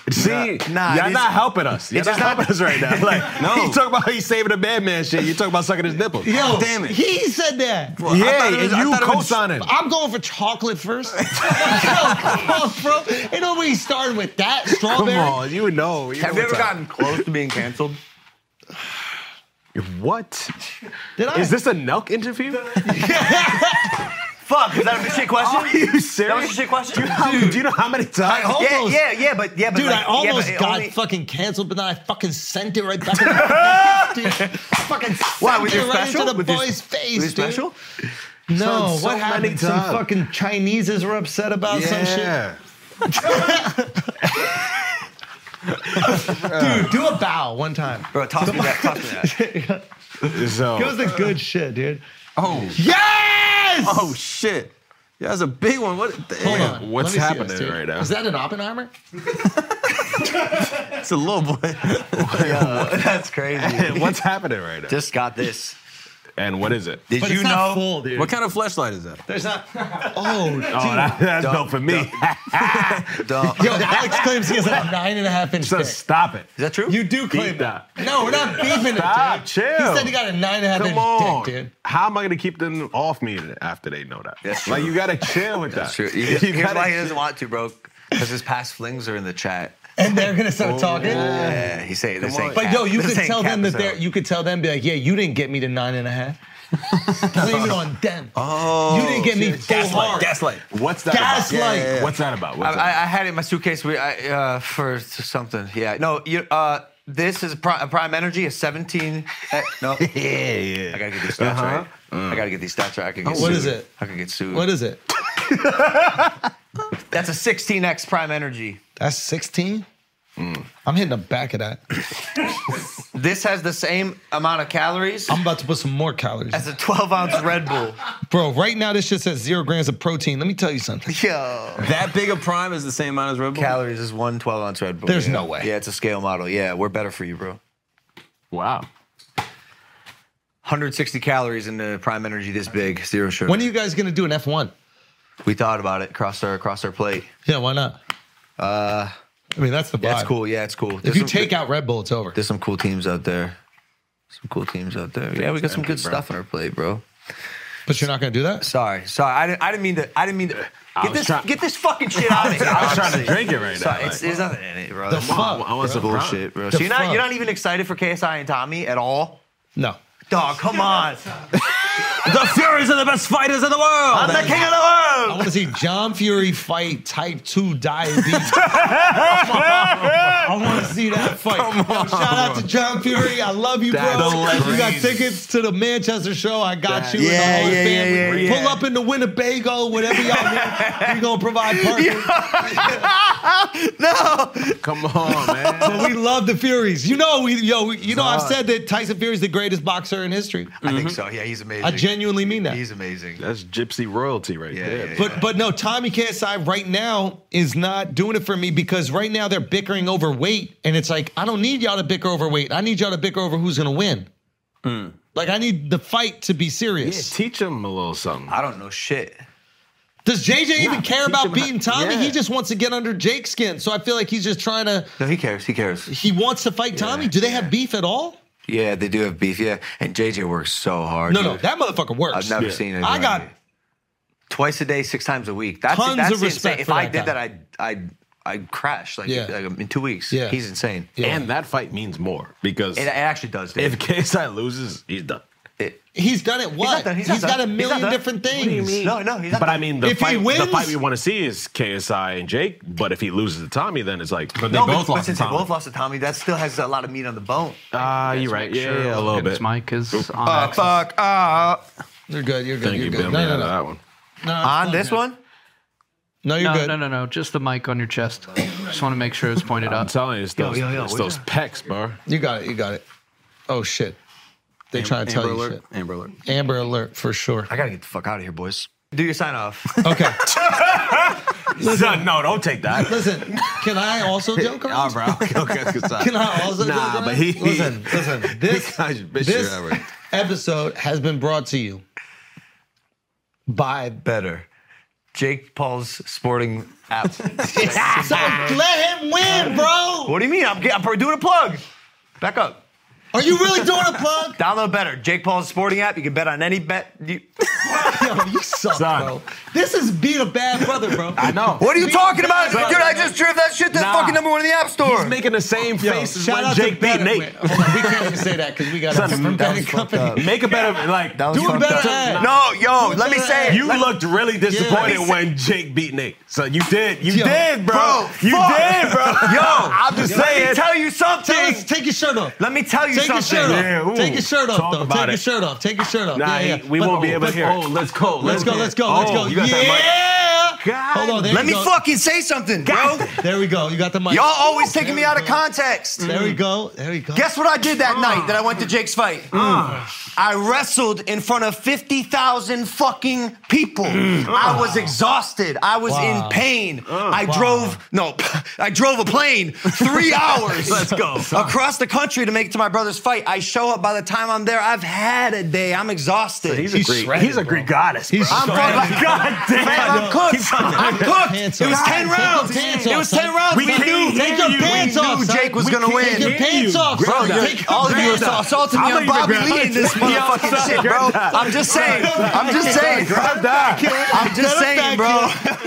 [SPEAKER 7] See,
[SPEAKER 5] Nah,
[SPEAKER 7] you're
[SPEAKER 5] these-
[SPEAKER 7] not helping us. You're not
[SPEAKER 5] just
[SPEAKER 7] helping us right now. Like,
[SPEAKER 3] No.
[SPEAKER 7] he talking about how he's saving a bad man shit. You talking about sucking his nipple.
[SPEAKER 6] Yo,
[SPEAKER 3] damn it.
[SPEAKER 6] He said that.
[SPEAKER 3] I
[SPEAKER 7] yeah,
[SPEAKER 3] thought it was- I
[SPEAKER 7] and you
[SPEAKER 3] thought it was-
[SPEAKER 7] co-signing.
[SPEAKER 6] I'm going for chocolate first. Yo, come on, bro. Ain't nobody started with that
[SPEAKER 7] Come
[SPEAKER 6] strawberry.
[SPEAKER 7] on, you know. You
[SPEAKER 5] have
[SPEAKER 7] know
[SPEAKER 5] you ever
[SPEAKER 7] what's
[SPEAKER 5] gotten close to being canceled?
[SPEAKER 7] up. what?
[SPEAKER 6] Did I?
[SPEAKER 7] Is this a Nelk interview?
[SPEAKER 5] Fuck, is that a shit question?
[SPEAKER 7] Are you
[SPEAKER 5] That was a
[SPEAKER 7] serious?
[SPEAKER 5] shit question?
[SPEAKER 7] Dude, do you know how many
[SPEAKER 6] I
[SPEAKER 7] times?
[SPEAKER 6] almost,
[SPEAKER 5] Yeah, yeah, yeah, but yeah, but
[SPEAKER 6] Dude,
[SPEAKER 5] like,
[SPEAKER 6] I almost
[SPEAKER 5] yeah, but it
[SPEAKER 6] got
[SPEAKER 5] only-
[SPEAKER 6] fucking canceled, but then I fucking sent it right back. to the dude, fucking sent
[SPEAKER 5] Why, with
[SPEAKER 6] it
[SPEAKER 5] your
[SPEAKER 6] right
[SPEAKER 5] special?
[SPEAKER 6] into the
[SPEAKER 5] With your-
[SPEAKER 6] boy's face,
[SPEAKER 5] Is it
[SPEAKER 6] dude.
[SPEAKER 5] special?
[SPEAKER 6] No,
[SPEAKER 7] So- so
[SPEAKER 6] what
[SPEAKER 7] many
[SPEAKER 6] happened? Some
[SPEAKER 7] times.
[SPEAKER 6] fucking Chineses were upset about some shit.
[SPEAKER 7] Yeah.
[SPEAKER 6] Dude, do a bow one time.
[SPEAKER 5] Bro, toss me that, toss me that.
[SPEAKER 6] It was
[SPEAKER 7] So,
[SPEAKER 6] the good shit, dude.
[SPEAKER 3] Oh,
[SPEAKER 6] Yes!
[SPEAKER 3] oh shit. Yeah, that's a big one. What?
[SPEAKER 6] Hold
[SPEAKER 3] Damn.
[SPEAKER 6] on.
[SPEAKER 7] what's
[SPEAKER 6] Let me see
[SPEAKER 7] happening
[SPEAKER 6] this, dude.
[SPEAKER 7] right now?
[SPEAKER 6] Is that an Oppenheimer?
[SPEAKER 3] It's a little boy.
[SPEAKER 5] That's crazy.
[SPEAKER 7] what's happening right now?
[SPEAKER 5] Just got this.
[SPEAKER 7] and what is it?
[SPEAKER 5] Did
[SPEAKER 6] But
[SPEAKER 5] you
[SPEAKER 6] it's not
[SPEAKER 5] know?
[SPEAKER 6] full, dude.
[SPEAKER 3] what kind of flashlight is that?
[SPEAKER 6] There's not. Oh, dude.
[SPEAKER 7] Oh, that, that's
[SPEAKER 5] Don't-
[SPEAKER 7] built for me.
[SPEAKER 5] Don't-
[SPEAKER 6] Yo, Alex claims he has a nine and a half inch
[SPEAKER 7] so
[SPEAKER 6] dick.
[SPEAKER 7] stop it.
[SPEAKER 5] Is that true?
[SPEAKER 6] You do claim
[SPEAKER 7] Beat that.
[SPEAKER 6] No, we're not beeping it,
[SPEAKER 7] Stop,
[SPEAKER 6] dude.
[SPEAKER 7] chill.
[SPEAKER 6] He said he got a nine and a half
[SPEAKER 7] Come
[SPEAKER 6] inch
[SPEAKER 7] on.
[SPEAKER 6] dick, dude.
[SPEAKER 7] How am I gonna keep them off me after they know that?
[SPEAKER 5] That's true.
[SPEAKER 7] like you gotta chill with
[SPEAKER 5] That's
[SPEAKER 7] that.
[SPEAKER 5] true. Here's
[SPEAKER 7] You gotta
[SPEAKER 5] why he doesn't want to, bro. Because his past flings are in the chat.
[SPEAKER 6] And they're gonna start talking.
[SPEAKER 5] Oh, Yeah, he's saying this ain't
[SPEAKER 6] But
[SPEAKER 5] cap.
[SPEAKER 6] yo, you
[SPEAKER 5] This
[SPEAKER 6] could
[SPEAKER 5] ain't
[SPEAKER 6] tell
[SPEAKER 5] cap
[SPEAKER 6] them that
[SPEAKER 5] as
[SPEAKER 6] they're
[SPEAKER 5] hell.
[SPEAKER 6] you could tell them be like, yeah, you didn't get me to nine and a half. Blame it on them. Oh, you didn't get me full hard.
[SPEAKER 3] Gaslight.
[SPEAKER 7] What's that
[SPEAKER 6] Gaslight.
[SPEAKER 7] about? What's that about?
[SPEAKER 5] I,
[SPEAKER 7] What's
[SPEAKER 5] I,
[SPEAKER 7] that?
[SPEAKER 5] I had it in my suitcase we, I, uh, for something. Yeah. No, you, uh, this is Pri- Prime Energy, a 17. eh, no. I
[SPEAKER 7] yeah, Uh-huh. yeah.
[SPEAKER 5] gotta get these stats right. I gotta get these stats right. I could get
[SPEAKER 6] Oh, what
[SPEAKER 5] sued.
[SPEAKER 6] is it?
[SPEAKER 5] I could get sued.
[SPEAKER 6] What is it?
[SPEAKER 5] That's a 16x Prime Energy.
[SPEAKER 6] That's 16?
[SPEAKER 5] Mm.
[SPEAKER 6] I'm hitting the back of that.
[SPEAKER 5] This has the same amount of calories
[SPEAKER 6] I'm about to put some more calories.
[SPEAKER 5] as a 12 ounce Red Bull.
[SPEAKER 6] Bro, right now this shit says zero grams of protein. Let me tell you something.
[SPEAKER 5] Yo.
[SPEAKER 3] That big of prime is the same amount as Red Bull.
[SPEAKER 5] Calories is one 12 ounce Red Bull.
[SPEAKER 6] There's
[SPEAKER 5] yeah.
[SPEAKER 6] no way.
[SPEAKER 5] Yeah, it's a scale model. Yeah, we're better for you, bro.
[SPEAKER 7] Wow.
[SPEAKER 5] 160 calories in the Prime Energy this big, zero sugar.
[SPEAKER 6] When are you guys gonna do an F1?
[SPEAKER 5] we thought about it, crossed our crossed our plate.
[SPEAKER 6] Yeah, why not? Uh I mean that's the vibe.
[SPEAKER 5] Uh, Yeah, it's cool. Yeah, it's cool.
[SPEAKER 6] If you take out Red Bull, it's over.
[SPEAKER 5] there's some cool teams out there. Some cool teams out there. Yeah, we got some good stuff on our plate, bro.
[SPEAKER 6] But you're not gonna do that?
[SPEAKER 5] Sorry, sorry. I didn't. I didn't mean to. I didn't mean to. Get
[SPEAKER 7] was
[SPEAKER 5] this.
[SPEAKER 7] try-
[SPEAKER 5] get this fucking shit out of here.
[SPEAKER 7] I was trying to
[SPEAKER 5] honestly.
[SPEAKER 7] drink it right
[SPEAKER 5] Sorry,
[SPEAKER 7] now.
[SPEAKER 5] it's, there's nothing in it, bro.
[SPEAKER 6] The
[SPEAKER 5] That's
[SPEAKER 6] fuck?
[SPEAKER 7] I want some
[SPEAKER 5] bullshit, bro.
[SPEAKER 6] The
[SPEAKER 5] So you're not. You're
[SPEAKER 6] fuck?
[SPEAKER 5] not even excited for KSI and Tommy at all.
[SPEAKER 6] No.
[SPEAKER 5] Dog, come on.
[SPEAKER 3] The Furies are the best fighters in the world.
[SPEAKER 5] I'm the king of
[SPEAKER 6] I
[SPEAKER 5] the world.
[SPEAKER 6] wanna see John Fury fight type 2 diabetes. I wanna see that fight. Yo, shout out to John Fury. I love you, bro.
[SPEAKER 3] That's
[SPEAKER 6] You got
[SPEAKER 3] crazy.
[SPEAKER 6] tickets to the Manchester show. I got you and
[SPEAKER 5] Yeah,
[SPEAKER 6] the whole
[SPEAKER 5] yeah,
[SPEAKER 6] family.
[SPEAKER 5] yeah, yeah,
[SPEAKER 6] Pull
[SPEAKER 5] yeah.
[SPEAKER 6] up into Winnebago, whatever y'all want. We're gonna provide parking.
[SPEAKER 7] Come on, man.
[SPEAKER 6] But we love the Furies. You know, we yo, we- you know, I've said that Tyson Fury's the greatest boxer in history.
[SPEAKER 5] I
[SPEAKER 7] Mm-hmm.
[SPEAKER 5] think so. Yeah, he's amazing.
[SPEAKER 6] I genuinely mean that.
[SPEAKER 5] he's amazing.
[SPEAKER 7] That's gypsy royalty right
[SPEAKER 5] Yeah,
[SPEAKER 7] there.
[SPEAKER 5] yeah,
[SPEAKER 6] But but no, Tommy KSI right now is not doing it for me because right now they're bickering over weight, and it's like I don't need y'all to bicker over weight. I need y'all to bicker over who's gonna win.
[SPEAKER 5] Mm.
[SPEAKER 6] Like I need the fight to be
[SPEAKER 7] Yeah,
[SPEAKER 6] serious.
[SPEAKER 7] teach him a little something.
[SPEAKER 5] I don't know shit.
[SPEAKER 6] Does JJ even care
[SPEAKER 7] teach
[SPEAKER 6] about
[SPEAKER 7] him how-
[SPEAKER 6] beating Tommy? He
[SPEAKER 7] yeah.
[SPEAKER 6] just wants to get under Jake's skin. So I feel like he's just trying to.
[SPEAKER 5] No, he cares. He cares.
[SPEAKER 6] He wants to fight Tommy. Do they have beef at all?
[SPEAKER 5] Yeah, they do have beef. Yeah, and JJ works so hard.
[SPEAKER 6] No, no,
[SPEAKER 5] dude.
[SPEAKER 6] that motherfucker works.
[SPEAKER 5] I've never seen it.
[SPEAKER 6] I got
[SPEAKER 5] twice a day, six times a week. That's
[SPEAKER 6] Tons
[SPEAKER 5] that's
[SPEAKER 6] of respect
[SPEAKER 5] Insane. If
[SPEAKER 6] for
[SPEAKER 5] I
[SPEAKER 6] that
[SPEAKER 5] did that, I'd I'd I'd crash like,
[SPEAKER 6] Yeah.
[SPEAKER 5] like in two weeks.
[SPEAKER 6] Yeah.
[SPEAKER 5] he's insane.
[SPEAKER 6] Yeah.
[SPEAKER 7] And that fight means more because
[SPEAKER 5] It, it actually does. Dude.
[SPEAKER 7] if KSI loses, he's done.
[SPEAKER 6] He's done it. What? He's,
[SPEAKER 5] not done. He's not
[SPEAKER 6] got a
[SPEAKER 5] done. He's not
[SPEAKER 6] million
[SPEAKER 5] done.
[SPEAKER 6] different things.
[SPEAKER 5] No, no, he's not.
[SPEAKER 7] But I mean, the
[SPEAKER 6] If he
[SPEAKER 7] fight, the
[SPEAKER 6] wins-
[SPEAKER 7] fight we want to see is KSI and Jake. But if he loses to Tommy, then it's like,
[SPEAKER 3] But they
[SPEAKER 5] no, but,
[SPEAKER 3] both
[SPEAKER 5] but
[SPEAKER 3] lost to
[SPEAKER 5] since they
[SPEAKER 3] Tommy.
[SPEAKER 5] both lost to Tommy, that still has a lot of meat on the bone.
[SPEAKER 6] Uh,
[SPEAKER 7] ah, you're right. Yeah, yeah, a little bit.
[SPEAKER 1] His mic is on.
[SPEAKER 5] Oh,
[SPEAKER 1] access.
[SPEAKER 5] fuck up.
[SPEAKER 6] Ah, You're good. You're good.
[SPEAKER 7] Thank
[SPEAKER 6] you're
[SPEAKER 7] you,
[SPEAKER 6] good.
[SPEAKER 7] Bill.
[SPEAKER 6] no,
[SPEAKER 7] Yeah,
[SPEAKER 6] no, no,
[SPEAKER 7] that one.
[SPEAKER 6] no.
[SPEAKER 5] On this one,
[SPEAKER 6] No, you're
[SPEAKER 1] No,
[SPEAKER 6] good.
[SPEAKER 1] no, no, no. Just the mic on your chest. Just want to make sure it's pointed
[SPEAKER 7] I'm
[SPEAKER 1] up.
[SPEAKER 7] telling you, it's those,
[SPEAKER 5] yo, yo,
[SPEAKER 7] it's
[SPEAKER 5] what
[SPEAKER 7] those pecs, bro.
[SPEAKER 6] You got it. You got it. Oh shit. They trying to tell
[SPEAKER 3] Amber
[SPEAKER 6] you
[SPEAKER 3] alert. Amber alert.
[SPEAKER 6] shit. Amber alert for sure.
[SPEAKER 5] I gotta get the fuck out of here, boys. Do your sign off.
[SPEAKER 6] Okay.
[SPEAKER 7] Son, no, don't take that.
[SPEAKER 6] listen, can I also joke around?
[SPEAKER 3] Oh, bro. Okay, okay, that's good sign.
[SPEAKER 6] Can I also
[SPEAKER 3] Nah,
[SPEAKER 6] joke around?
[SPEAKER 3] but he-
[SPEAKER 6] listen, listen. This
[SPEAKER 3] guy's bitch
[SPEAKER 6] this
[SPEAKER 3] shit ever.
[SPEAKER 6] episode has been brought to you by.
[SPEAKER 5] Better. Jake Paul's sporting app.
[SPEAKER 6] So let him win, bro.
[SPEAKER 5] what do you mean? I'm, I'm doing a plug. Back up.
[SPEAKER 6] Are you really doing a plug?
[SPEAKER 5] Download better. Jake Paul's sporting app. You can bet on any bet. You,
[SPEAKER 6] Yo, you suck,
[SPEAKER 7] Son.
[SPEAKER 6] bro. This is beat a bad brother, bro.
[SPEAKER 7] I know.
[SPEAKER 5] what are you
[SPEAKER 6] Beat
[SPEAKER 5] talking
[SPEAKER 6] the
[SPEAKER 5] about?
[SPEAKER 6] bad brother.
[SPEAKER 5] Dude, I just drove that shit to
[SPEAKER 7] Nah.
[SPEAKER 5] fucking number one in the app store.
[SPEAKER 7] He's making the same
[SPEAKER 6] Yo,
[SPEAKER 7] face as
[SPEAKER 6] shout
[SPEAKER 7] when
[SPEAKER 6] out
[SPEAKER 7] Jake
[SPEAKER 6] to
[SPEAKER 7] beat
[SPEAKER 6] Better-
[SPEAKER 7] Nate.
[SPEAKER 6] wait, hold on, we can't even say that because we got
[SPEAKER 7] Son,
[SPEAKER 6] a from
[SPEAKER 5] that
[SPEAKER 6] betting
[SPEAKER 5] was fucked
[SPEAKER 6] company.
[SPEAKER 7] Make a better like.
[SPEAKER 5] That was
[SPEAKER 6] Do a
[SPEAKER 5] fucked
[SPEAKER 6] better
[SPEAKER 5] up.
[SPEAKER 6] ad.
[SPEAKER 5] No, yo, let me say it.
[SPEAKER 7] You looked really disappointed
[SPEAKER 5] Let me see-
[SPEAKER 7] when Jake beat Nate. So you did. You
[SPEAKER 6] Yo,
[SPEAKER 7] did, bro.
[SPEAKER 5] bro,
[SPEAKER 7] you
[SPEAKER 5] fuck.
[SPEAKER 7] did, bro.
[SPEAKER 5] Yo,
[SPEAKER 7] I'm just
[SPEAKER 5] Let me
[SPEAKER 7] saying.
[SPEAKER 5] tell you something.
[SPEAKER 6] Tell us, take your shirt off.
[SPEAKER 5] Let me tell you
[SPEAKER 6] Take your
[SPEAKER 5] something.
[SPEAKER 6] shirt off.
[SPEAKER 7] Yeah, ooh.
[SPEAKER 6] Take your shirt off,
[SPEAKER 7] Talk
[SPEAKER 6] though.
[SPEAKER 7] about
[SPEAKER 6] Take your
[SPEAKER 7] it.
[SPEAKER 6] shirt off. Take your shirt off.
[SPEAKER 7] Nah,
[SPEAKER 6] yeah, yeah.
[SPEAKER 7] we
[SPEAKER 6] But-
[SPEAKER 7] won't be able
[SPEAKER 6] but-
[SPEAKER 7] to hear.
[SPEAKER 3] Oh,
[SPEAKER 7] it.
[SPEAKER 3] let's go.
[SPEAKER 6] Let's go. Let's go. Let's
[SPEAKER 7] Oh,
[SPEAKER 6] go.
[SPEAKER 7] you got
[SPEAKER 6] yeah. Hold on. There
[SPEAKER 5] Let
[SPEAKER 6] you
[SPEAKER 5] me
[SPEAKER 6] go.
[SPEAKER 5] fucking say something, bro.
[SPEAKER 6] There we go. You got the mic.
[SPEAKER 5] Y'all always taking
[SPEAKER 6] There
[SPEAKER 5] me
[SPEAKER 6] we
[SPEAKER 5] out of
[SPEAKER 6] go.
[SPEAKER 5] context.
[SPEAKER 6] There we go. There we go.
[SPEAKER 5] Guess what I did
[SPEAKER 6] Ah.
[SPEAKER 5] that night that I went to Jake's fight? I wrestled in front of 50,000 fucking people. I was exhausted. I was
[SPEAKER 6] Mm. Ah. Wow. Ah.
[SPEAKER 5] in pain. I drove, no, I drove a plane three hours. Let's go. Across the country to make it to my brother's fight. I show up by the time I'm there. I've had a day. I'm exhausted.
[SPEAKER 7] He's a Greek. He's a Greek goddess. Bro.
[SPEAKER 6] He's
[SPEAKER 5] I'm
[SPEAKER 6] shredded.
[SPEAKER 5] fucking God damn. I'm cooked. I'm cooked.
[SPEAKER 6] Pants
[SPEAKER 5] It was
[SPEAKER 6] off.
[SPEAKER 5] ten
[SPEAKER 6] Take your
[SPEAKER 5] rounds.
[SPEAKER 6] pants
[SPEAKER 5] It
[SPEAKER 6] off,
[SPEAKER 5] was
[SPEAKER 6] son.
[SPEAKER 5] ten rounds.
[SPEAKER 7] We
[SPEAKER 5] We
[SPEAKER 7] can't
[SPEAKER 5] knew.
[SPEAKER 7] hear
[SPEAKER 6] Take your
[SPEAKER 7] you.
[SPEAKER 6] pants
[SPEAKER 5] We
[SPEAKER 6] off.
[SPEAKER 5] knew
[SPEAKER 6] son.
[SPEAKER 5] Jake was
[SPEAKER 6] We
[SPEAKER 5] gonna
[SPEAKER 6] can't-
[SPEAKER 5] win.
[SPEAKER 6] Take your
[SPEAKER 5] Hear
[SPEAKER 6] pants off.
[SPEAKER 5] Bro,
[SPEAKER 6] son.
[SPEAKER 5] you're-
[SPEAKER 6] Take your
[SPEAKER 5] all of you
[SPEAKER 6] pants
[SPEAKER 5] are
[SPEAKER 6] off.
[SPEAKER 5] assaulting me
[SPEAKER 7] I'm
[SPEAKER 5] on
[SPEAKER 7] not
[SPEAKER 5] Bobby
[SPEAKER 7] even
[SPEAKER 5] Lee in this
[SPEAKER 7] grabbing-
[SPEAKER 5] motherfucking shit, bro. I'm just saying. I'm just saying.
[SPEAKER 7] Grab that.
[SPEAKER 5] I'm just
[SPEAKER 6] Get him
[SPEAKER 5] saying,
[SPEAKER 6] back
[SPEAKER 5] bro.
[SPEAKER 6] here.